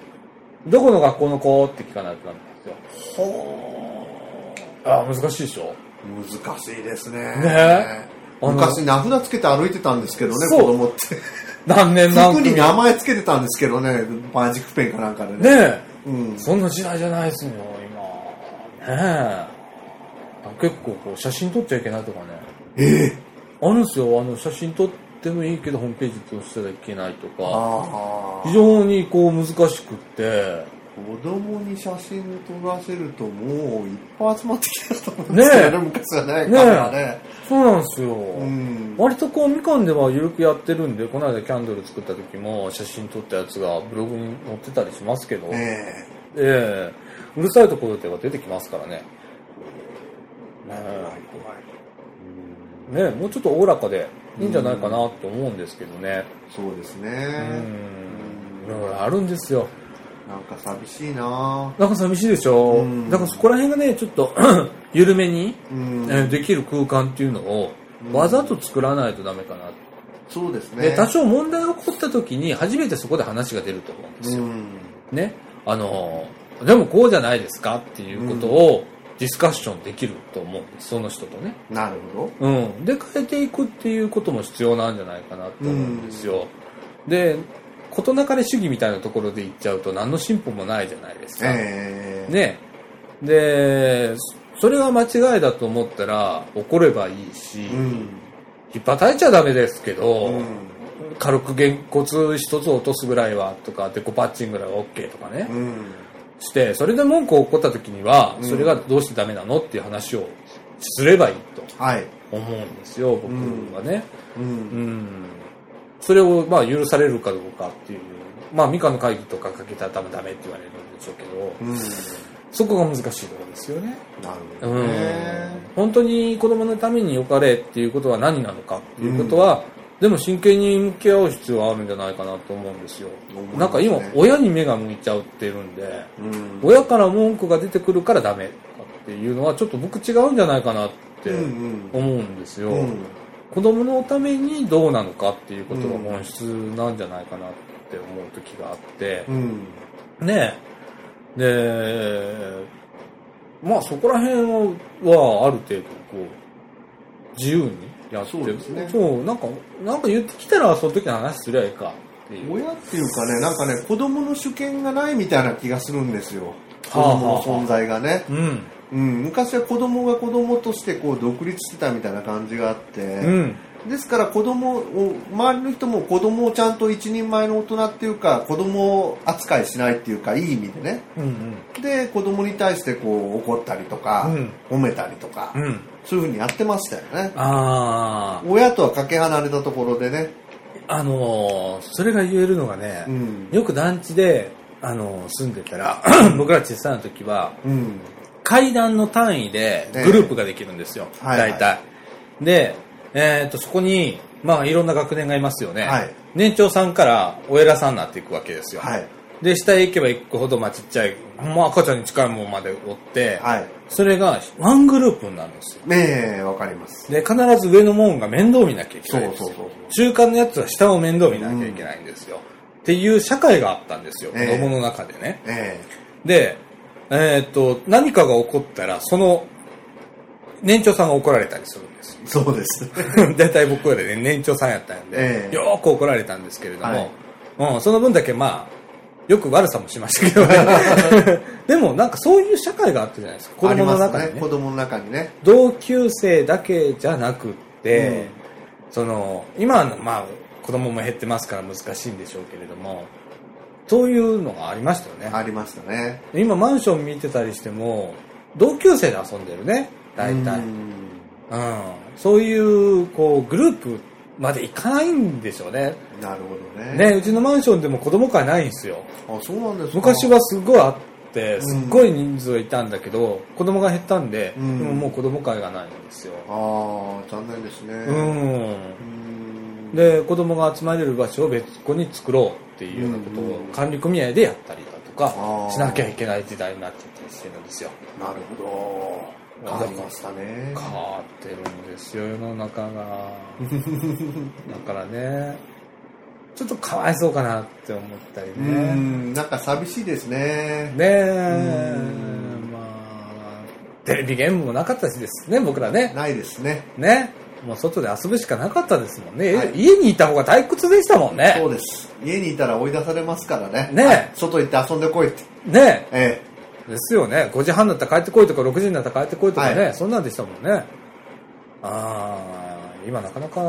Speaker 1: どこの学校の子って聞かないとダメなんですよ。あー難しいでしょ
Speaker 2: 難しいですね。
Speaker 1: ねあの
Speaker 2: 昔名札つけて歩いてたんですけどね、
Speaker 1: そ
Speaker 2: 子
Speaker 1: う
Speaker 2: 供って。
Speaker 1: 何年何
Speaker 2: 服
Speaker 1: 組
Speaker 2: に名前つけてたんですけどね、マジックペンかなんかでね。
Speaker 1: ねえ。
Speaker 2: うん。
Speaker 1: そんな時代じゃないですよ、今。ねえ。結構こう、写真撮っちゃいけないとかね。
Speaker 2: ええ
Speaker 1: あるんですよ、あの、写真撮ってもいいけど、ホームページ通したらいけないとか、
Speaker 2: ああ
Speaker 1: 非。常にこう、難しくって、
Speaker 2: 子供に写真撮らせるともういっぱい集まってきてたと思うんですよね、昔はね、カメラね。
Speaker 1: そうなんですよ。
Speaker 2: うん。
Speaker 1: 割とこう、みかんでは緩くやってるんで、この間キャンドル作った時も、写真撮ったやつがブログに載ってたりしますけど、ええ
Speaker 2: え
Speaker 1: うるさいところでは出てきますからね。ね
Speaker 2: え
Speaker 1: え
Speaker 2: 怖い
Speaker 1: ね、もうちょっとおおらかでいいんじゃないかなと思うんですけどね。
Speaker 2: そうです
Speaker 1: う
Speaker 2: ね。
Speaker 1: ん。いろいろあるんですよ。
Speaker 2: なんか寂しいな
Speaker 1: なんか寂しいでしょ
Speaker 2: うん
Speaker 1: だからそこら辺がね、ちょっと 緩めに、
Speaker 2: うん
Speaker 1: えーできる空間っていうのを
Speaker 2: うん
Speaker 1: わざと作らないとダメかな。
Speaker 2: そうです
Speaker 1: で、
Speaker 2: ね。
Speaker 1: 多少問題が起こった時に初めてそこで話が出ると思うんですよ。
Speaker 2: うん。
Speaker 1: ね。あのー、でもこうじゃないですかっていうことをディスカッションできると思うんです。その人とね。
Speaker 2: なるほど。
Speaker 1: うん、で変えていくっていうことも必要なんじゃないかなと思うんですよ、で事なかれ主義みたいなところでいっちゃうと何の進歩もないじゃないですか、
Speaker 2: ええ
Speaker 1: ねでそれが間違いだと思ったら怒ればいいし、
Speaker 2: うん。
Speaker 1: 引っ叩いちゃダメですけど、
Speaker 2: うん。
Speaker 1: 軽くげんこつ一つ落とすぐらいはとかデコパッチンぐらいは OK とかね、
Speaker 2: うん。
Speaker 1: してそれで文句を起こった時には
Speaker 2: うん
Speaker 1: それがどうしてダメなのっていう話をすればいいと
Speaker 2: はい。
Speaker 1: 思うんですよ僕はね、
Speaker 2: う。
Speaker 1: うんん、それをまあ許されるかどうかっていう、まあ、ミカの会議とかかけたら多分ダメって言われるんでしょうけど、
Speaker 2: うん。
Speaker 1: そこが難しいところですよね。
Speaker 2: なる
Speaker 1: う
Speaker 2: ほど
Speaker 1: ん
Speaker 2: ね。
Speaker 1: 本当に子供のために良かれっていうことは何なのかっていうことは、でも真剣に向き合う必要はあるんじゃないかなと思うんですよ。
Speaker 2: 思いますね
Speaker 1: なんか今、親に目が向いちゃってるんで、
Speaker 2: うん。
Speaker 1: 親から文句が出てくるからダメっていうのはちょっと僕違うんじゃないかなって
Speaker 2: うん
Speaker 1: 思うんですよ。
Speaker 2: うん。うん。
Speaker 1: 子供のためにどうなのかっていうことが本質なんじゃないかなって思う時があって
Speaker 2: う、ん。
Speaker 1: ねえでまあそこら辺はある程度こう自由にやって
Speaker 2: そうですね
Speaker 1: そうなんかなんか言ってきたらその時の話すりゃいいかっていう
Speaker 2: 親っていうかね、なんかね、子供の主権がないみたいな気がするんですよ。子
Speaker 1: はあ
Speaker 2: 供の存在がね。
Speaker 1: うん
Speaker 2: うん、昔は子供が子供としてこう独立してたみたいな感じがあって、
Speaker 1: うん
Speaker 2: ですから子供を、周りの人も子供をちゃんと一人前の大人っていうか、子供を扱いしないっていうか、いい意味でね。
Speaker 1: うん
Speaker 2: で、子供に対してこう怒ったりとか、
Speaker 1: うん
Speaker 2: 褒めたりとか、
Speaker 1: うんうん
Speaker 2: そういうふうにやってましたよね。
Speaker 1: あ
Speaker 2: 親とはかけ離れたところでね。
Speaker 1: ああのーそれが言えるのがね、
Speaker 2: うん。
Speaker 1: よく団地で、あのー住んでたら 僕ら小さな時は
Speaker 2: うん。
Speaker 1: 階段の単位でグループができるんですよ、
Speaker 2: ええはいはい
Speaker 1: 大体、で、えー、とそこに、まあ、いろんな学年がいますよね、
Speaker 2: はい
Speaker 1: 年長さんからお偉さんになっていくわけですよ、
Speaker 2: はい。
Speaker 1: で下へ行けば行くほど、まあ、ちっちゃい、まあ、赤ちゃんに近いもんまでおって、
Speaker 2: はい。
Speaker 1: それがワングループになるんですよ
Speaker 2: ねえ、わかります。
Speaker 1: で必ず上の門が面倒見なきゃいけ
Speaker 2: そ
Speaker 1: ないん
Speaker 2: う
Speaker 1: です
Speaker 2: そ
Speaker 1: よ
Speaker 2: うそう。
Speaker 1: 中間のやつは下を面倒見なきゃいけないんですよ、っていう社会があったんですよ、
Speaker 2: ええ
Speaker 1: 子供の中でね、
Speaker 2: え
Speaker 1: で、えーっと、何かが起こったら、その、年長さんが怒られたりするん です
Speaker 2: え。そうです。
Speaker 1: よ。大体僕らで、ね、年長さんやったんで、
Speaker 2: ええ
Speaker 1: よーく怒られたんですけれども、
Speaker 2: はい
Speaker 1: うん、その分だけまあ、よく悪さもしましたけど ね。でもなんかそういう社会があったじゃないですか、子供の中で
Speaker 2: あります
Speaker 1: ね。
Speaker 2: 子供の中にね。
Speaker 1: 同級生だけじゃなくって、その今のまあ子供も減ってますから難しいんでしょうけれどもそういうのがありましたよね、
Speaker 2: ありましたね。
Speaker 1: 今マンション見てたりしても同級生で遊んでるね大体、うん
Speaker 2: うん
Speaker 1: そういうこうグループまで行かないんでしょうね
Speaker 2: なるほどね。
Speaker 1: ねうちのマンションでも子供会ないんですよ
Speaker 2: あ、そうなんですか。
Speaker 1: 昔。はすごいあってすっごい人数いたんだけど、子供が減ったんで、
Speaker 2: うん
Speaker 1: でももう子供会がないんですよ、
Speaker 2: ああ、残念ですね。
Speaker 1: うん
Speaker 2: うん。
Speaker 1: で子供が集まれる場所を別個に作ろうっていうようなこと
Speaker 2: うん
Speaker 1: を
Speaker 2: うん
Speaker 1: 管理組合でやったりだとか
Speaker 2: あー
Speaker 1: しなきゃいけない時代になっちゃったりしてるんですよ
Speaker 2: なるほど。変わりましたね
Speaker 1: 変。わってるんですよ世の中 がだからねちょっとかわいそうかなって思ったり
Speaker 2: う
Speaker 1: ね
Speaker 2: ん、なんか寂しいですね。
Speaker 1: ねえ
Speaker 2: うん
Speaker 1: まあテレビゲームもなかったしですね僕らね
Speaker 2: ないですね。
Speaker 1: ねもう外で遊ぶしかなかったですもんね、
Speaker 2: はい
Speaker 1: 家にいた方が退屈でしたもんね
Speaker 2: そうです。家にいたら追い出されますからね。
Speaker 1: ねえ
Speaker 2: はい外行って遊んでこいって。
Speaker 1: ねえ
Speaker 2: え
Speaker 1: ですよね。5時半になったら帰ってこいとか、6時になったら帰ってこいとかね、
Speaker 2: はい
Speaker 1: そんなんでしたもんね。ああ、今なかなか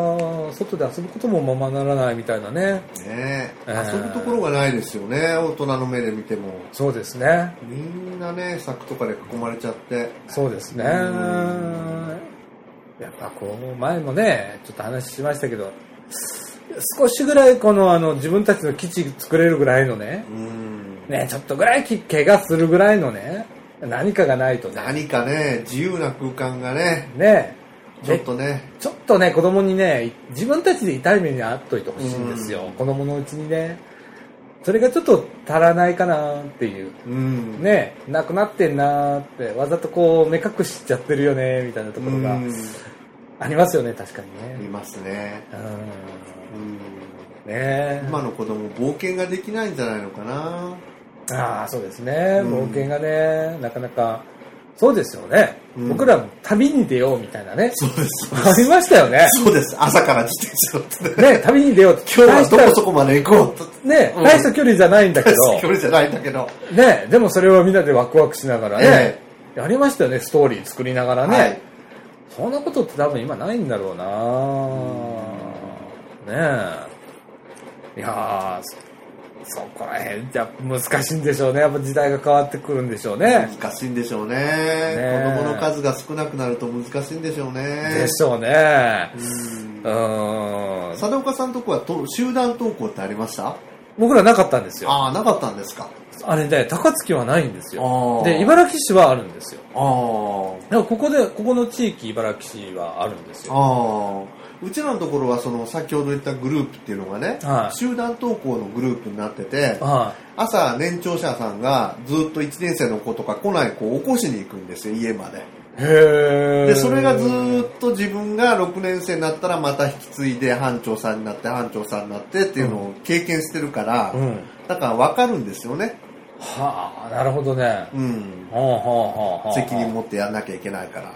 Speaker 1: 外で遊ぶこともままならないみたいなね。
Speaker 2: え。ねえ。
Speaker 1: ええ
Speaker 2: 遊ぶところがないですよね。大人の目で見ても。
Speaker 1: そうですね。
Speaker 2: みんなね、柵とかで囲まれちゃって。
Speaker 1: そうですね。
Speaker 2: う
Speaker 1: やっぱこう、前もね、ちょっと話しましたけど、少しぐらいこのあの自分たちの基地作れるぐらいのね、
Speaker 2: うん。
Speaker 1: ね、ちょっとぐらいき怪我するぐらいのね、何かがないとね、
Speaker 2: 何かね、自由な空間がね、
Speaker 1: ね、
Speaker 2: ちょっとね、
Speaker 1: ちょっとね、子供にね、自分たちで痛い目にあっといてほしいんですよ。
Speaker 2: うん
Speaker 1: 子供のうちにね。それがちょっと足らないかなっていう。
Speaker 2: うん。
Speaker 1: ね、なくなってんなーって、わざとこう、目隠しちゃってるよね、みたいなと
Speaker 2: う
Speaker 1: ころが
Speaker 2: ん。
Speaker 1: ありますよね、確かに
Speaker 2: い
Speaker 1: ね。
Speaker 2: ますね。
Speaker 1: うん。
Speaker 2: うん。
Speaker 1: ね
Speaker 2: 今の子供、冒険ができないんじゃないのかな。
Speaker 1: ああ、そうですね。
Speaker 2: うん
Speaker 1: 冒険がね、なかなか、そうですよね。
Speaker 2: うん
Speaker 1: 僕らも旅に出ようみたいなね。
Speaker 2: そうです。
Speaker 1: ありましたよね。
Speaker 2: そうです。朝から自転車乗ってね。
Speaker 1: ね、旅に出ようって。
Speaker 2: 今日はど
Speaker 1: 大
Speaker 2: こ
Speaker 1: し
Speaker 2: そこまで行こうと。
Speaker 1: たね、
Speaker 2: うん
Speaker 1: 大した距離じゃないん だけど。
Speaker 2: 距離じゃないんだけど。
Speaker 1: ね、でもそれをみんなでワクワクしながらね、やりましたよね、ストーリー作りながらね。
Speaker 2: はい
Speaker 1: そんなことって多分今ないんだろうなねえ。いやーそそこら辺じゃ難しいんでしょうね。やっぱ時代が変わってくるんでしょうね。
Speaker 2: 難しいんでしょうね
Speaker 1: ね
Speaker 2: 子供の数が少なくなると難しいんでしょうね
Speaker 1: でしょうね。
Speaker 2: う
Speaker 1: う
Speaker 2: ん
Speaker 1: ーん。
Speaker 2: 佐岡さんとこはと集団登校ってありました
Speaker 1: 僕らなかったんですよ。
Speaker 2: ああなかったんですか
Speaker 1: あれね、高槻はないんですよ。
Speaker 2: あ
Speaker 1: で、茨城市はあるんですよ。
Speaker 2: あー
Speaker 1: だからここで、ここの地域、茨城市はあるんですよ。
Speaker 2: あーうちらのところはその先ほど言ったグループっていうのがね、
Speaker 1: はい
Speaker 2: 集団登校のグループになってて
Speaker 1: は
Speaker 2: 朝年長者さんがずっと1年生の子とか来ない子を起こしに行くんですよ家まで
Speaker 1: い。へえ。
Speaker 2: でそれがずーっと自分が6年生になったらまた引き継いで班長さんになって班長さんになってっていうのを経験してるから、
Speaker 1: うん。
Speaker 2: だから分かるんですよね、
Speaker 1: はあ、なるほどね。
Speaker 2: うん、
Speaker 1: ほうほうほうほう。
Speaker 2: 責任持ってやんなきゃいけないから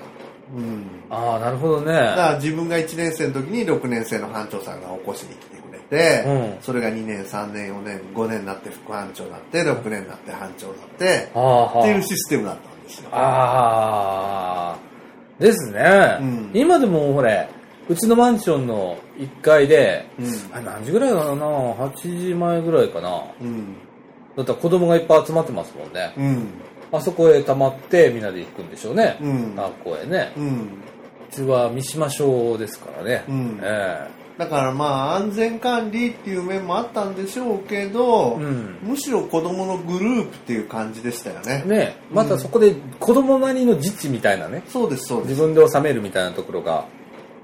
Speaker 2: うん。
Speaker 1: ああ、なるほどね。
Speaker 2: だから自分が1年生の時に6年生の班長さんが起こしに来てくれて、
Speaker 1: うん
Speaker 2: それが2年、3年、4年、5年になって副班長になって、6年になって班長になって、
Speaker 1: はあはあ
Speaker 2: っていうシステムだったんですよ。
Speaker 1: ああ、ですね。
Speaker 2: うん
Speaker 1: 今でもほれ、うちのマンションの1階で、
Speaker 2: うん
Speaker 1: あ何時ぐらいかな ?8 時前ぐらいかな
Speaker 2: うん。
Speaker 1: だったら子供がいっぱい集まってますもんね。
Speaker 2: うん。
Speaker 1: あそこへ溜まってみんなで行くんでしょうね。
Speaker 2: うん
Speaker 1: 学校へね。
Speaker 2: うん。
Speaker 1: うちは三島小ですからね。
Speaker 2: うん
Speaker 1: え
Speaker 2: だからまあ安全管理っていう面もあったんでしょうけど、
Speaker 1: うん
Speaker 2: むしろ子供のグループっていう感じでしたよね
Speaker 1: え。ねまたそこで子供なりの自治みたいなね。
Speaker 2: そうですそうで
Speaker 1: 自
Speaker 2: す
Speaker 1: 分で収めるみたいなところが、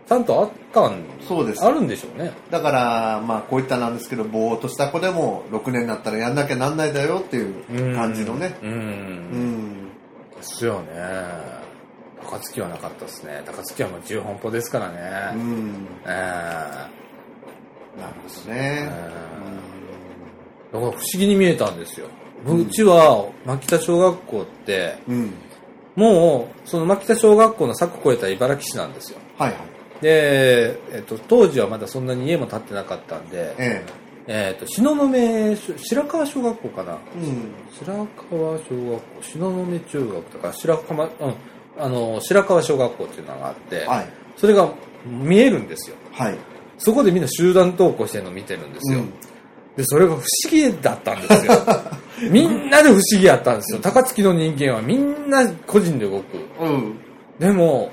Speaker 1: ちゃんとあったん、
Speaker 2: そうです
Speaker 1: あるんでしょうね。
Speaker 2: だからまあこういったなんですけどぼーっとした子でも6年になったらやんなきゃなんないだよっていう感じのね
Speaker 1: うん。
Speaker 2: うん、
Speaker 1: ですよね。高槻はなかったですね。高槻はもう自由奔放ですから
Speaker 2: う
Speaker 1: ね。
Speaker 2: ん、
Speaker 1: ええ
Speaker 2: なるほどね、
Speaker 1: だから不思議に見えたんですよ。うちは、牧田小学校って、
Speaker 2: うん、うん、
Speaker 1: もう、その牧田小学校の柵越えた茨城市なんですよ。
Speaker 2: はいはい
Speaker 1: で、えっと、当時はまだそんなに家も建ってなかったんで、
Speaker 2: え
Speaker 1: えっと、東雲小、白川小学校かな。
Speaker 2: えうん
Speaker 1: 白川小学校、東雲中学とか、白川、うん、あの、白川小学校っていうのがあって、
Speaker 2: はい
Speaker 1: それが見えるんですよ。
Speaker 2: はい
Speaker 1: そこでみんな集団登校してるのを見てるんですよ。
Speaker 2: うん
Speaker 1: で、それが不思議だったん ですよ。みんなで不思議やったんですよ。高槻の人間はみんな個人で動く。
Speaker 2: うん
Speaker 1: でも、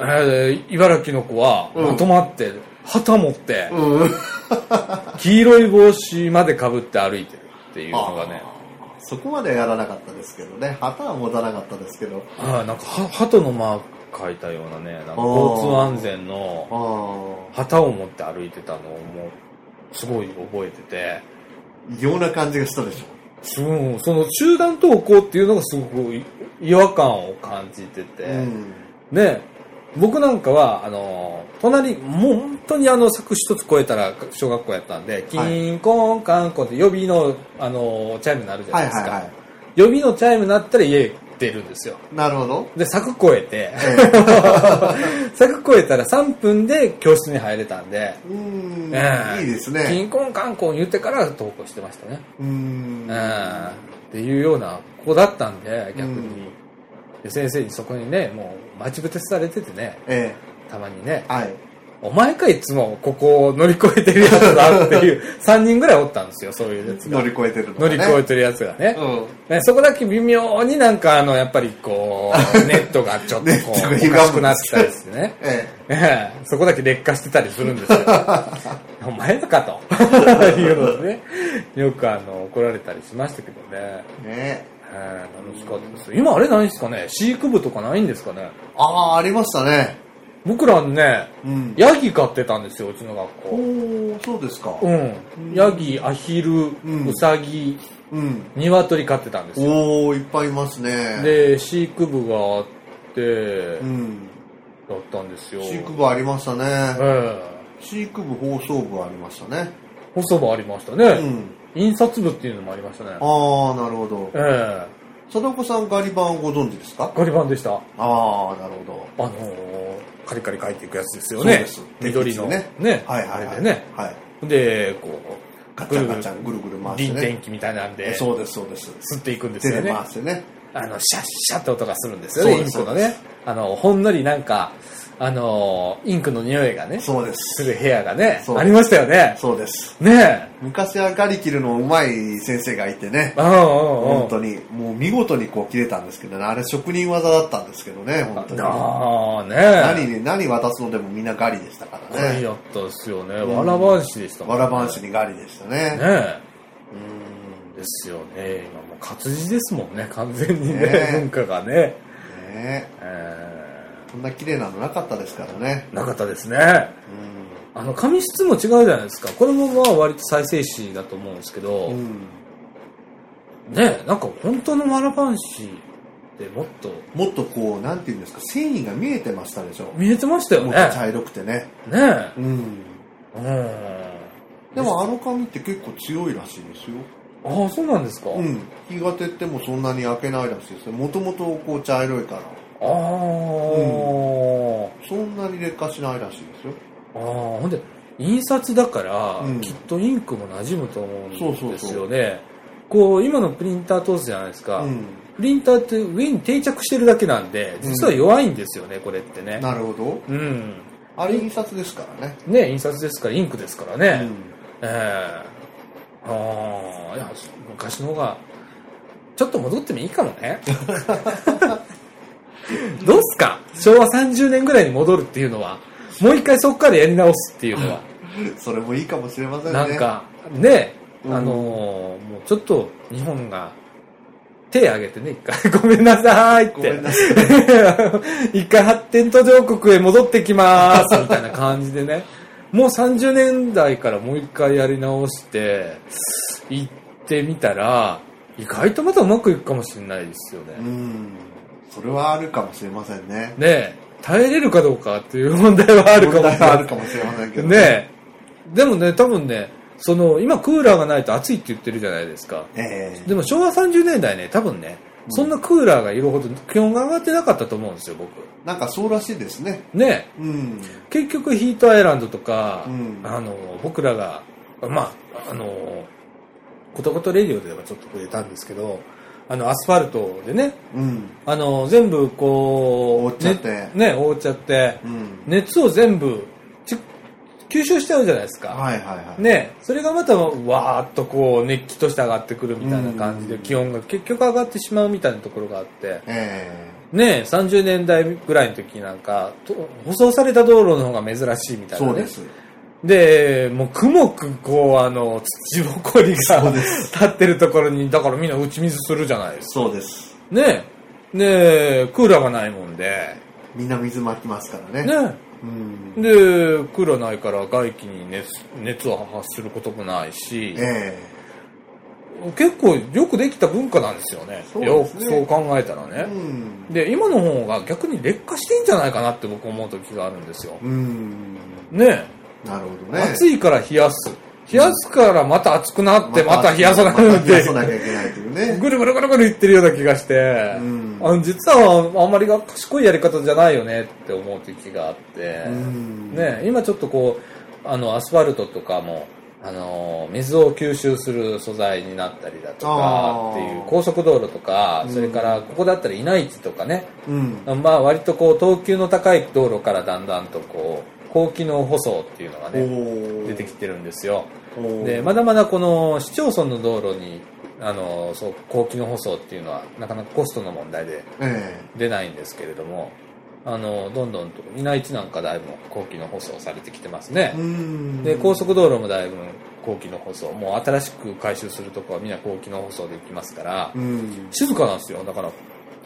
Speaker 1: えー茨城の子は
Speaker 2: うん
Speaker 1: まとまって、旗持って、
Speaker 2: うん
Speaker 1: 黄色い帽子までかぶって歩いてるっていうのがね、
Speaker 2: そこまではやらなかったですけどね旗は持たなかったですけど
Speaker 1: あーなんかは鳩のマーク書いたようなね、なんか交通安全の
Speaker 2: ああ
Speaker 1: 旗を持って歩いてたのをもう、すごい覚えてて、
Speaker 2: 異様な感じがしたでし
Speaker 1: そうその集団登校っていうのがすごくい違和感を感じてて、
Speaker 2: ょ、うん
Speaker 1: ね僕なんかはあの隣もう本当にあの柵一つ越えたら小学校やったんで、キンコンカンコンって予備のあのチャイム鳴るじゃ
Speaker 2: は
Speaker 1: ないい
Speaker 2: は
Speaker 1: ですか、
Speaker 2: いは
Speaker 1: 予備のチャイム鳴ったら家出るんですよ
Speaker 2: いなるほど
Speaker 1: で柵越えて 柵越えたら3分で教室に入れたんで、
Speaker 2: う ん、
Speaker 1: ええ
Speaker 2: いいです
Speaker 1: キ
Speaker 2: ね
Speaker 1: ンコンカンコン言ってから登校してましたね
Speaker 2: うん
Speaker 1: うんっていうような子だったんで逆に、
Speaker 2: うん
Speaker 1: で先生にそこにねもう待ち伏せされててね
Speaker 2: え
Speaker 1: たまにね
Speaker 2: えはい
Speaker 1: 「お前かいつもここを乗り越えてるやつだ」って いう3人ぐらいおったんですよそういうやつが
Speaker 2: 乗り越えてるの
Speaker 1: 乗
Speaker 2: が
Speaker 1: り
Speaker 2: ね
Speaker 1: 越えてるやつがね,、
Speaker 2: うん
Speaker 1: ねそこだけ微妙になんかあのやっぱりこ うネットがちょっと
Speaker 2: ネッ
Speaker 1: こ
Speaker 2: トが
Speaker 1: う
Speaker 2: 歪む
Speaker 1: おかしくなってたりしてね
Speaker 2: え
Speaker 1: ええそこだけ劣化してたりするんですよ お前とかと いうのでねよくあの怒られたりしましたけどね
Speaker 2: えね
Speaker 1: えー楽しかったです。今あれないんですかね飼育部とかないんですかね
Speaker 2: ああありましたね
Speaker 1: 僕らね、
Speaker 2: うん
Speaker 1: ヤギ飼ってたんですよ、うちの学
Speaker 2: お
Speaker 1: 校。
Speaker 2: おそうですか
Speaker 1: うん。ヤギ、アヒル、
Speaker 2: ん
Speaker 1: ウサギ、
Speaker 2: うん
Speaker 1: 鶏飼ってたんですよ。
Speaker 2: おおいっぱいいますね
Speaker 1: で、飼育部があって
Speaker 2: う、ん
Speaker 1: だったんですよ。
Speaker 2: 飼育部ありました
Speaker 1: え
Speaker 2: ね
Speaker 1: え
Speaker 2: 飼育部放送部ありましたね
Speaker 1: 細部ありました
Speaker 2: う
Speaker 1: ね。
Speaker 2: ん
Speaker 1: 印刷部っていうのもありましたね。
Speaker 2: ああなるほど
Speaker 1: ええ
Speaker 2: 貞子さんガリ版をご存知ですか
Speaker 1: ガリ版でした。あ
Speaker 2: ああなるほど
Speaker 1: のー、カリカリ書いていくやつですよ
Speaker 2: そう
Speaker 1: ね
Speaker 2: です。
Speaker 1: 緑の。
Speaker 2: ね
Speaker 1: ね。
Speaker 2: はいはい
Speaker 1: あ
Speaker 2: は
Speaker 1: れ
Speaker 2: い
Speaker 1: でね。
Speaker 2: はい
Speaker 1: で、こ
Speaker 2: ガ
Speaker 1: う、ぐ
Speaker 2: チ
Speaker 1: る
Speaker 2: ャ
Speaker 1: ぐ
Speaker 2: ガ
Speaker 1: る
Speaker 2: チャぐるぐる回し
Speaker 1: 臨
Speaker 2: て
Speaker 1: 転
Speaker 2: ね
Speaker 1: 機みたいなんで、吸
Speaker 2: そうですそうです
Speaker 1: っていくんです
Speaker 2: 手
Speaker 1: よ
Speaker 2: で
Speaker 1: ね。
Speaker 2: 回してね
Speaker 1: あの、シャッシャッって音がするんですよね、
Speaker 2: そう
Speaker 1: イ
Speaker 2: で
Speaker 1: ン
Speaker 2: す
Speaker 1: クの
Speaker 2: そう
Speaker 1: ね
Speaker 2: で。
Speaker 1: あの、ほんのりなんか、あの、インクの匂いがね、す
Speaker 2: そうです
Speaker 1: る部屋がね
Speaker 2: そ、う
Speaker 1: ありましたよね。
Speaker 2: そうです
Speaker 1: ね
Speaker 2: 昔はガリ切るのうまい先生がいてね
Speaker 1: え。うんうんう
Speaker 2: 本
Speaker 1: ん。
Speaker 2: 当にもう見事にこう切れたんですけどねあれ職人技だったんですけどね本当に
Speaker 1: ああ、ね
Speaker 2: 何に何渡すのでもみんなガリでしたか
Speaker 1: え。
Speaker 2: ら
Speaker 1: 何
Speaker 2: ね
Speaker 1: やったっすよね。
Speaker 2: ん
Speaker 1: わらばんしでしたも
Speaker 2: わ
Speaker 1: ん
Speaker 2: らばんしにガリでしたね
Speaker 1: ねえ。
Speaker 2: うん
Speaker 1: ですよね。今もう活字ですもんね、完全に
Speaker 2: ね
Speaker 1: ね、
Speaker 2: え
Speaker 1: 文化がね。
Speaker 2: ね
Speaker 1: え
Speaker 2: こんな綺麗なのなかったですからね
Speaker 1: えなかったですね。あの紙質も違うじゃないですかこれもまあ割と再生紙だと思うんですけど、
Speaker 2: うん、
Speaker 1: ねえなんか本当のわらばんしってもっと
Speaker 2: もっとこうなんていうんですか繊維が見えてましたでしょ
Speaker 1: 見えてましたよ
Speaker 2: もっ
Speaker 1: ね
Speaker 2: と茶色くてね
Speaker 1: ね
Speaker 2: うん
Speaker 1: えうん
Speaker 2: でもあの紙って結構強いらしいですよ
Speaker 1: ああそうなんですか、
Speaker 2: うん日が照ってもそんなに開けないらしいですねもともとこう茶色いから
Speaker 1: ああ、
Speaker 2: うそんなに劣化しないらしいですよ。
Speaker 1: ああ、ほんで、印刷だから、
Speaker 2: うん
Speaker 1: きっとインクも馴染むと思うんですよね。
Speaker 2: そうそうそ
Speaker 1: こう、今のプリンター通すじゃないですか。
Speaker 2: うん。
Speaker 1: プリンターって上に定着してるだけなんで、実は弱いんですよね、これってね。
Speaker 2: なるほど。
Speaker 1: うん。
Speaker 2: あれ印刷ですからね。
Speaker 1: ね、印刷ですから、インクですから
Speaker 2: う
Speaker 1: ね。
Speaker 2: ん。
Speaker 1: ええああ、いや、昔の方が、ちょっと戻ってもいいかも ね。どうっすか昭和30年ぐらいに戻るっていうのは、もう一回そこからやり直すっていうのは。
Speaker 2: それもいいかもしれませんね。
Speaker 1: なんか、ね、
Speaker 2: うん
Speaker 1: あのーもうちょっと日本が手挙げてね、一回、ごめ んなさいっ
Speaker 2: ご
Speaker 1: て
Speaker 2: めん。なさい。
Speaker 1: 一回発展途上国へ戻ってきますみたいな感じでね。もう30年代からもう一回やり直して、行ってみたら、意外とまたうまくいくかもしれないですよ
Speaker 2: う
Speaker 1: ね。
Speaker 2: ん。それはあるかもしれませんね。
Speaker 1: ねえ、耐えれるかどうかっていう問題はあるかもしれ
Speaker 2: 問題はあ
Speaker 1: な
Speaker 2: るかもしれませんけ
Speaker 1: い。
Speaker 2: ど。
Speaker 1: ねえ。でもね、多分ね、その、今クーラーがないと暑いって言ってるじゃないですか。
Speaker 2: ええ
Speaker 1: でも昭和30年代ね、多分ね、そんなクーラーがいるほど気温が上がってなかったと思うんですよ、僕。
Speaker 2: なんかそうらしいですね。
Speaker 1: ねえ。
Speaker 2: うん。
Speaker 1: 結局ヒートアイランドとか、
Speaker 2: うん
Speaker 1: あの僕らがまああのことことレディオではちょっと触れたんですけどあのアスファルトでね
Speaker 2: うん。
Speaker 1: あの全部こう
Speaker 2: 覆っちゃって
Speaker 1: ねね覆っちゃって、
Speaker 2: うん。
Speaker 1: 熱を全部ち吸収しちゃうじゃないですか、
Speaker 2: はいはいはい。
Speaker 1: ね、それがまたわーっとこう熱気として上がってくるみたいな感じで
Speaker 2: うん
Speaker 1: 気温が結局上がってしまうみたいなところがあって、
Speaker 2: え
Speaker 1: ねえ、30年代ぐらいの時なんか、と舗装された道路の方が珍しいみ
Speaker 2: え
Speaker 1: たいな、
Speaker 2: そ
Speaker 1: ね。
Speaker 2: うです。
Speaker 1: で、もうくもくこう、あの、土ぼこり
Speaker 2: そ
Speaker 1: が
Speaker 2: うで
Speaker 1: 立ってるところに、だからみんな打ち水するじゃないですか。
Speaker 2: そうです。
Speaker 1: ねえ、ねえ、クーラーがないもんで、
Speaker 2: みんな水まきますからね。
Speaker 1: ね
Speaker 2: うん
Speaker 1: え、。で、クーラーないから外気に熱熱を発することもないし、
Speaker 2: え
Speaker 1: 結構よくできた文化なんですよね。
Speaker 2: そう
Speaker 1: よ
Speaker 2: です
Speaker 1: く
Speaker 2: ね
Speaker 1: そう考えたら
Speaker 2: え
Speaker 1: ね。
Speaker 2: うん。
Speaker 1: で、今の方が逆に劣化してんじゃないかなって僕思う時があるんですよ。
Speaker 2: うん。
Speaker 1: ね
Speaker 2: なるほど
Speaker 1: え、
Speaker 2: ね。
Speaker 1: 暑いから冷やす。冷やすからまた暑くなって、また冷やさなく
Speaker 2: ま
Speaker 1: な
Speaker 2: た
Speaker 1: っ
Speaker 2: 冷やさなきゃ
Speaker 1: て、
Speaker 2: いけないとい うね。
Speaker 1: ぐるぐるぐるぐる言ってるような気がして、
Speaker 2: うん
Speaker 1: あの実はあんまりが賢いやり方じゃないよねって思う時があって、
Speaker 2: うん
Speaker 1: ねえ、今ちょっとこう、あの、アスファルトとかも、あの水を吸収する素材になったりだとか
Speaker 2: あ
Speaker 1: っ
Speaker 2: ー
Speaker 1: ていう高速道路とか、
Speaker 2: うん
Speaker 1: それからここだったら稲市とかね、
Speaker 2: うん。
Speaker 1: まあ割とこう等級の高い道路からだんだんとこう高機能舗装っていうのがね
Speaker 2: お
Speaker 1: 出てき
Speaker 2: き
Speaker 1: てるんですよ
Speaker 2: お
Speaker 1: でまだまだこの市町村の道路にあのそう高機能舗装っていうのはなかなかコストの問題で
Speaker 2: え
Speaker 1: 出ないんですけれどもあのどんどんと稲市なんかだいぶ高機能舗装されてきてますね
Speaker 2: えうん。
Speaker 1: で高速道路もだいぶ高機能舗装もう新しく改修するとこはみんな高機能舗装で行きますから
Speaker 2: うん。
Speaker 1: 静かなんですよだから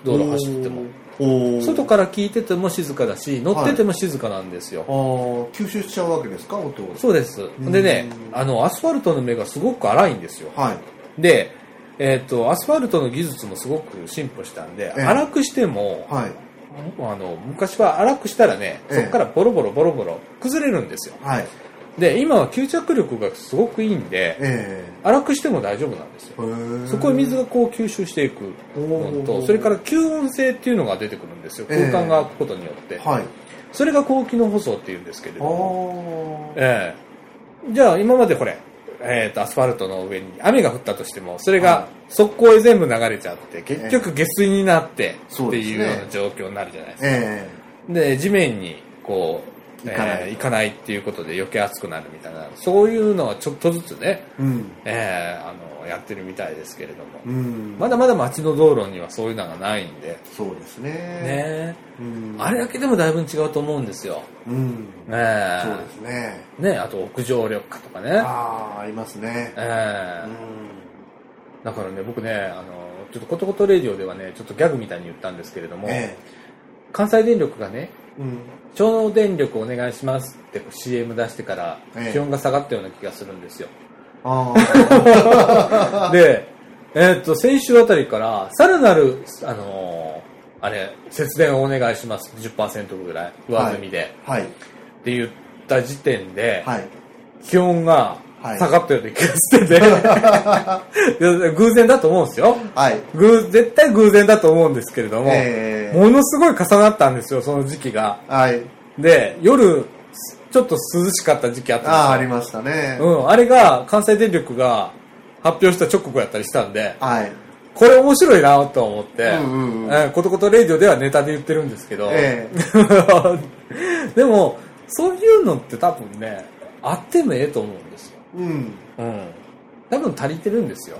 Speaker 1: 道路走っても。
Speaker 2: おお。
Speaker 1: 外から聞いてても静かだし乗ってても静かなんですよ、
Speaker 2: ああ、吸収しちゃうわけですか、音を。
Speaker 1: そうです
Speaker 2: ん
Speaker 1: でねあのアスファルトの目がすごく荒いんですよ
Speaker 2: はい。
Speaker 1: でえっとアスファルトの技術もすごく進歩したんで、
Speaker 2: ええ
Speaker 1: 荒くしても、
Speaker 2: はい。
Speaker 1: あの昔は荒くしたらね
Speaker 2: ええ
Speaker 1: そこからボロボロボロボロ崩れるんですよ
Speaker 2: はい。
Speaker 1: で今は吸着力がすごくいいんで
Speaker 2: え
Speaker 1: 荒くしても大丈夫なんですよ
Speaker 2: えへえ
Speaker 1: そこへ水がこう吸収していくの
Speaker 2: お
Speaker 1: と
Speaker 2: ー
Speaker 1: それから吸音性っていうのが出てくるんですよ
Speaker 2: え
Speaker 1: 空
Speaker 2: え
Speaker 1: 間が空くことによって、
Speaker 2: はい。
Speaker 1: それが高機能舗装っていうんですけれど
Speaker 2: あ
Speaker 1: も
Speaker 2: あ。
Speaker 1: ええじゃあ今までこれ、えーとアスファルトの上に雨が降ったとしてもそれが
Speaker 2: は
Speaker 1: 速攻へ全部流れちゃって結局下水になってって
Speaker 2: そうです
Speaker 1: い
Speaker 2: ね
Speaker 1: うような状況になるじゃないですか
Speaker 2: え
Speaker 1: で,、地面にこう、
Speaker 2: 行かない
Speaker 1: えー行かないっていうことで余計暑くなるみたいなそういうのはちょっとずつね、
Speaker 2: えうん。
Speaker 1: ええあのやってるみたいですけれども、
Speaker 2: うん。
Speaker 1: まだまだ街の道路にはそういうのがないんでね
Speaker 2: そうですね。
Speaker 1: え
Speaker 2: うん。
Speaker 1: あれだけでもだいぶ違うと思うんですよ、
Speaker 2: うん。
Speaker 1: ねえ
Speaker 2: そうですね。
Speaker 1: ね、あと屋上緑化とかね。
Speaker 2: ああ、ありますね。
Speaker 1: ええ
Speaker 2: うん。
Speaker 1: だからね、僕ね、あの、ちょっとことことレディオではね、ちょっとギャグみたいに言ったんですけれども、
Speaker 2: え
Speaker 1: 関西電力がね、
Speaker 2: え。うん。
Speaker 1: 超能電力お願いしますってこう CM 出してから
Speaker 2: ええ
Speaker 1: 気温が下がったような気がするんですよ。
Speaker 2: ああ。
Speaker 1: で、えーっと、先週あたりから、さらなる、あのーあれ、節電をお願いします。10%ぐらい上積みで、
Speaker 2: はい。
Speaker 1: って言った時点で、
Speaker 2: はい。
Speaker 1: 気温が
Speaker 2: はい
Speaker 1: 下がったような気がしてて、 で偶然だと思うんですよ。
Speaker 2: はい。
Speaker 1: 偶絶対偶然だと思うんですけれども、
Speaker 2: ええ
Speaker 1: ものすごい重なったんですよ、その時期が。
Speaker 2: はい。
Speaker 1: で、夜、ちょっと涼しかった時期あったんですよ
Speaker 2: ああ、ありましたね。
Speaker 1: うん、あれが関西電力が発表した直後やったりしたんで、
Speaker 2: はい。
Speaker 1: これ面白いなと思って、
Speaker 2: うんうんうん
Speaker 1: えーことことレイディオではネタで言ってるんですけど、
Speaker 2: え
Speaker 1: でも、そういうのって多分ね、あってもええと思うんですよ。
Speaker 2: うん。
Speaker 1: うん。多分足りてるんですよ。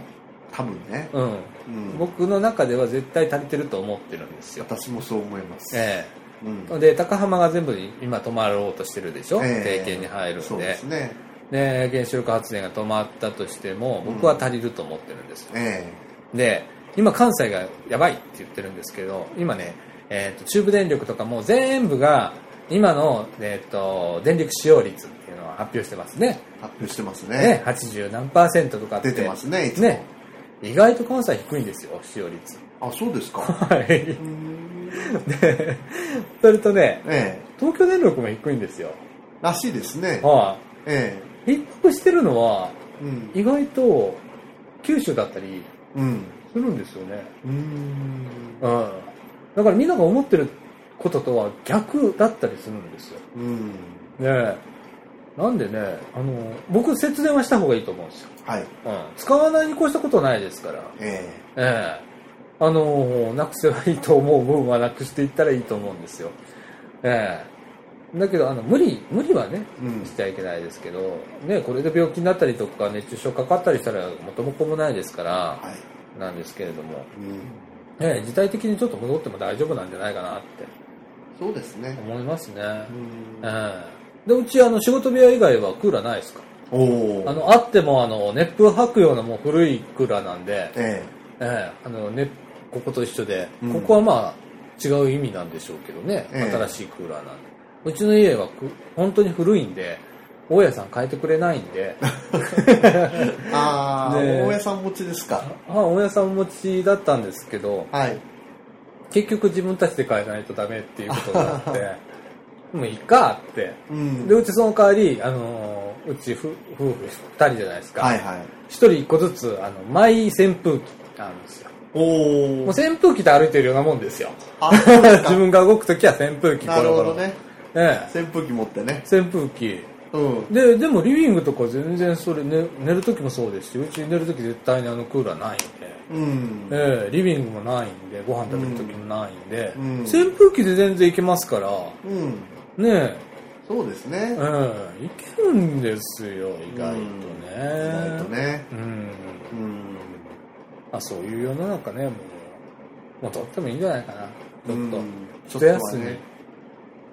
Speaker 2: 多分ね。
Speaker 1: うん。
Speaker 2: うん。
Speaker 1: 僕の中では絶対足りてると思ってるんですよ。
Speaker 2: 私もそう思います。
Speaker 1: え
Speaker 2: うん
Speaker 1: え。で、高浜が全部今止まろうとしてるでしょ、
Speaker 2: ええ
Speaker 1: 定型に入るんで。
Speaker 2: そうですね。
Speaker 1: ね、原子力発電が止まったとしても僕は足りると思ってるんですよ、
Speaker 2: え
Speaker 1: で今関西がやばいって言ってるんですけど今ね、えー、と中部電力とかも全部が今の、えー、と電力使用率っていうのを発表してますね
Speaker 2: え発表してます
Speaker 1: ね
Speaker 2: ね。
Speaker 1: 80何パーセントとかって
Speaker 2: 出てますね、いつも。
Speaker 1: ね意外と関西低いんですよ使用率
Speaker 2: あ、そうで すか。
Speaker 1: はいう
Speaker 2: ーん
Speaker 1: でそれとね
Speaker 2: ええ。
Speaker 1: 東京電力も低いんですよ
Speaker 2: らしいですね。
Speaker 1: は
Speaker 2: え
Speaker 1: い逼迫してるのは
Speaker 2: え。うん。
Speaker 1: 意外と九州だったり
Speaker 2: うん。
Speaker 1: するんですよね。
Speaker 2: うーん。
Speaker 1: うん。だからみんなが思ってることとは逆だったりするんですよ。
Speaker 2: うん。
Speaker 1: ねえ。なんでね、あの、僕節電はした方がいいと思うんですよ。
Speaker 2: はい。
Speaker 1: うん。使わないに越したことないですから。
Speaker 2: え
Speaker 1: え
Speaker 2: え。
Speaker 1: え。あの、なくせばいいと思う分はなくしていったらいいと思うんですよ。ええ。だけど、あの、無理、無理はね、
Speaker 2: うん
Speaker 1: し。ちゃいけないですけど、ね、これで病気になったりとか、熱中症かかったりしたら元も子もないですから、
Speaker 2: はい。
Speaker 1: なんですけれども、
Speaker 2: うん。
Speaker 1: ね、時代的にちょっと戻っても大丈夫なんじゃないかなって
Speaker 2: そうですね。
Speaker 1: 思いますね
Speaker 2: う。ん
Speaker 1: え。えで、うちあの仕事部屋以外はクーラーないですか
Speaker 2: おお。
Speaker 1: あ、の、あってもあの、熱風吐くようなもう古いクーラーなんで、
Speaker 2: え
Speaker 1: ええあの、ね、ここと一緒で、
Speaker 2: うん
Speaker 1: ここはまあ、違う意味なんでしょうけどね、
Speaker 2: ええ
Speaker 1: 新しいクーラーなんで。うちの家はく本当に古いんで、大家さん変えてくれないん で、
Speaker 2: え。ああ、
Speaker 1: ねえ
Speaker 2: 大家さん持ちですか。
Speaker 1: まあ、大家さん持ちだったんですけど、
Speaker 2: はい。
Speaker 1: 結局自分たちで変えないとダメっていうことになって、 もういいかって。
Speaker 2: うん。
Speaker 1: で、うちその代わり、あのーうち夫夫婦二人じゃないですか。
Speaker 2: はいはい。
Speaker 1: 一人一個ずつ、あの、マイ扇風機があるんですよ。
Speaker 2: お
Speaker 1: もう
Speaker 2: お。
Speaker 1: 扇風機で歩いてるようなもんですよ。
Speaker 2: あ、そうですか
Speaker 1: 自分が動くときは扇風機、
Speaker 2: なるほ
Speaker 1: コロ
Speaker 2: ど
Speaker 1: コロ
Speaker 2: ね。
Speaker 1: え
Speaker 2: 扇風機持ってね。
Speaker 1: え、扇風機。
Speaker 2: うん。
Speaker 1: で、でもリビングとか全然それ、ね、寝るときもそうですし、うち寝るとき絶対にあのクーラーないんで。
Speaker 2: うん。
Speaker 1: ええリビングもないんでご飯食べる時もないんで、
Speaker 2: うんうん
Speaker 1: 扇風機で全然いけますから
Speaker 2: うん。
Speaker 1: ねえ
Speaker 2: そうですね。
Speaker 1: ええいけるんですよ意外とね
Speaker 2: 意外とね。
Speaker 1: うん
Speaker 2: うん。
Speaker 1: まあ、そういう世の中ねもうもうとってもいいんじゃないかなちょっと、
Speaker 2: うん
Speaker 1: 一休み
Speaker 2: ちょっとはね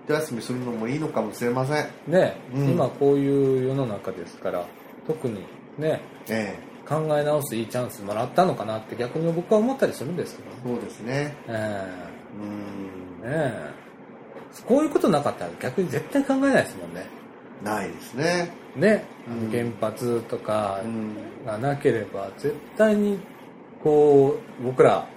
Speaker 2: 一休みするのもいいのかもしれません。
Speaker 1: ねえ、
Speaker 2: うん
Speaker 1: 今こういう世の中ですから特にね
Speaker 2: ええ。
Speaker 1: 考え直すいいチャンスもらったのかなって逆に僕は思ったりするんですけどね、
Speaker 2: そうですね。
Speaker 1: え
Speaker 2: うん
Speaker 1: え。ねえこういうことなかったら逆に絶対考えないですもんね
Speaker 2: ないですね。
Speaker 1: ね、
Speaker 2: うん
Speaker 1: 原発とか
Speaker 2: うん。
Speaker 1: がなければ絶対にこう僕ら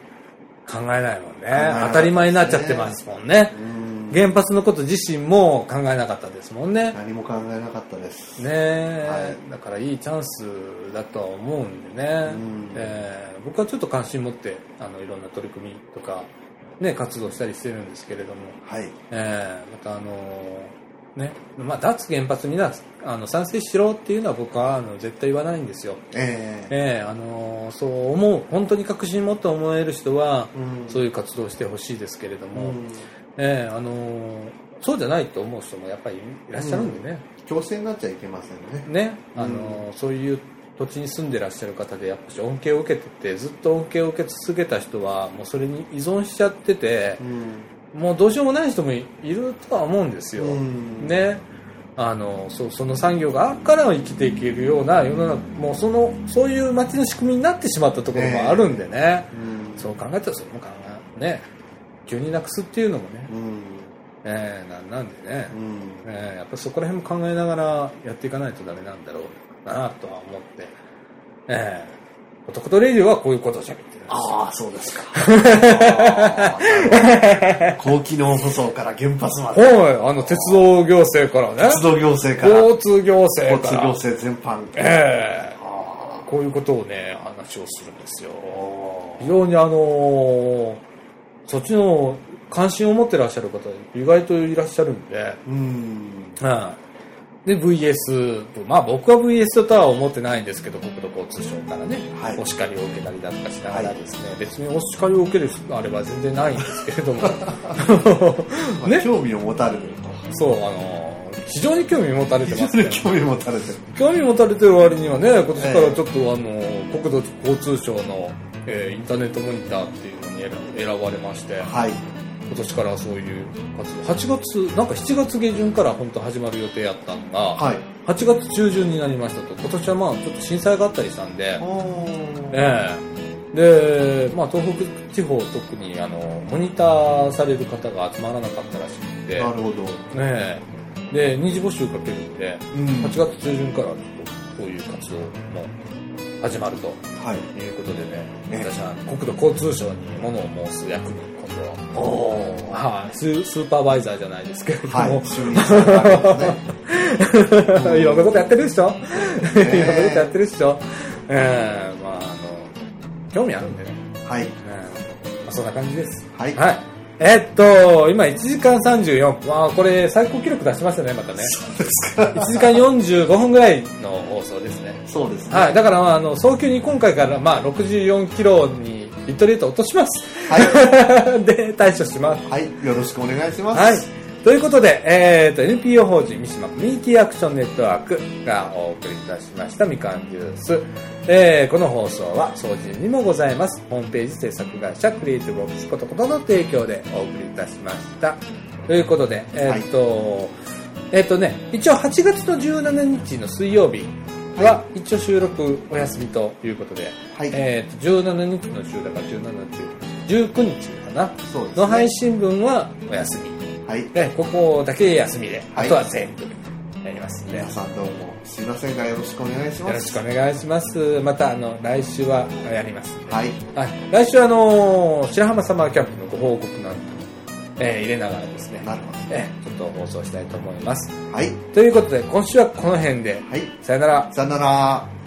Speaker 1: 考えないもんね
Speaker 2: えなかったですね
Speaker 1: 当たり前になっちゃってますもんね
Speaker 2: うん。
Speaker 1: 原発のこと自身も考えなかったですもんね
Speaker 2: 何も考えなかったです。
Speaker 1: ねえ、
Speaker 2: はい
Speaker 1: だからいいチャンスだとは思うんでね、
Speaker 2: うん
Speaker 1: えー僕はちょっと関心持ってあのいろんな取り組みとか、ね、活動したりしてるんですけれども、
Speaker 2: はい。
Speaker 1: えーまたあのーね、まあ、脱原発にはあの賛成しろっていうのは僕はあの絶対言わないんですよ。
Speaker 2: ええ。
Speaker 1: えーあのーそう思う、本当に確信持って思える人は、
Speaker 2: うん
Speaker 1: そういう活動をしてほしいですけれども、
Speaker 2: うん
Speaker 1: えーあのーそうじゃないと思う人もやっぱりいらっしゃるんでね、
Speaker 2: 強制になっちゃいけませんね。
Speaker 1: ね、あのーそういう土地に住んでらっしゃる方で、やっぱし恩恵を受けてて、ずっと恩恵を受け続けた人は、もうそれに依存しちゃってて、
Speaker 2: うん。
Speaker 1: もうどうしようもない人もいいるとは思うんですよ。
Speaker 2: うん
Speaker 1: ね。あのそその産業があるから生きていけるような世の中もうそのそういう街の仕組みになってしまったところもあるんでね、
Speaker 2: うん。
Speaker 1: そう考えたらそれも考えね急になくすっていうのもね、
Speaker 2: うん。
Speaker 1: えーなんなんでね、
Speaker 2: うん。
Speaker 1: えーやっぱそこら辺も考えながらやっていかないとダメなんだろうなとは思って、えー、男とレディオはこういうことを喋ってるんです
Speaker 2: ああ、そうですか。あー 高機能舗装から原発まで、
Speaker 1: おいあの鉄道行政からね
Speaker 2: 鉄道行政から、
Speaker 1: 交通行
Speaker 2: 交
Speaker 1: 政
Speaker 2: 通
Speaker 1: から
Speaker 2: 行政全般。
Speaker 1: ええ
Speaker 2: あ
Speaker 1: こういうことをね、話をするんですよ。
Speaker 2: ー
Speaker 1: 非常にあのーそっちの関心を持ってらっしゃる方意外といらっしゃるんで、
Speaker 2: うん。
Speaker 1: はい。で、VS 部、まあ僕は VS とは思ってないんですけど、国土交通省からね、
Speaker 2: はい
Speaker 1: お叱りを受けたりだとかしながらですね、別にお叱りを受けるあれは全然ないんですけれ ども、
Speaker 2: まあ
Speaker 1: ね、
Speaker 2: 興味を持たれてる
Speaker 1: そう、あの、非常に興味持たれ
Speaker 2: と。
Speaker 1: て
Speaker 2: 非
Speaker 1: ます
Speaker 2: 常
Speaker 1: ね
Speaker 2: に。興味持たれてる。
Speaker 1: 興味持たれてる割にはね、今年か
Speaker 2: え
Speaker 1: ら
Speaker 2: え
Speaker 1: ちょっと、あの、国土交通省の、えーインターネットモニターっていうのに選選ばれまして、
Speaker 2: はい。
Speaker 1: 今年からそういう活動、8月、なんか7月下旬から本当始まる予定やったのが、
Speaker 2: はい。
Speaker 1: 8月中旬になりましたと、今年はまあちょっと震災があったりしたんで、
Speaker 2: おー。
Speaker 1: ええで、まあ東北地方特にあの、モニターされる方が集まらなかったらしくて、
Speaker 2: なるほど。
Speaker 1: ええで、二次募集かけるんで、
Speaker 2: うん。
Speaker 1: 8月中旬からちょっとこういう活動も始まると
Speaker 2: はい。
Speaker 1: いうことでね、
Speaker 2: ええ
Speaker 1: 私は国土交通省に物を申す役に今度は、
Speaker 2: おー。
Speaker 1: はい、ススーパーバイザーじゃないですけれども、
Speaker 2: はい い。就任されたんですね。
Speaker 1: ろんなことやってるでしょいろんなことやってるっしょ。ええまああの、興味あるんでね。
Speaker 2: はい。
Speaker 1: ええまあそんな感じです。
Speaker 2: はい。
Speaker 1: はい。えっと、今1時間34分。まあこれ最高記録出しましたね、またね。1時間45分ぐらいの放送ですね。
Speaker 2: そうですね。
Speaker 1: はい。だから、まあ、あの、早急に今回から、まあ、64キロにリットルレート落とします。 で、対処します。
Speaker 2: はい。よろしくお願いします。
Speaker 1: はい。ということで、えっ、と、NPO 法人三島コミュニティアクションネットワークがお送りいたしましたみかんジュース。えーこの放送は掃除にもございます。ホームページ制作会社クリエイティブオフィスことことの提供でお送りいたしました。ということで、えっ、と、えっ、とね、一応8月の17日の水曜日は一応収録お休みということで、
Speaker 2: はい
Speaker 1: えっ、と、17日の週だから17日、19日かな、
Speaker 2: そうですね
Speaker 1: の配信分はお休み。
Speaker 2: はい。
Speaker 1: ね、ここだけ休みで、
Speaker 2: はい
Speaker 1: あとは全部やりますんで、
Speaker 2: 皆さんどうもすいませんがよろしくお願いし
Speaker 1: よ
Speaker 2: ま
Speaker 1: ろし
Speaker 2: す。
Speaker 1: くお願いします。また、あの、来週はやります。
Speaker 2: はい。
Speaker 1: はい。来週は、あのー白浜サマーキャンプのご報告なんて、えー入れながらですね、
Speaker 2: なるほ
Speaker 1: えーちょっと放送したいと思います。
Speaker 2: ど。はい。
Speaker 1: ということで、今週はこの辺で、
Speaker 2: はい。
Speaker 1: さよなら。
Speaker 2: さよなら。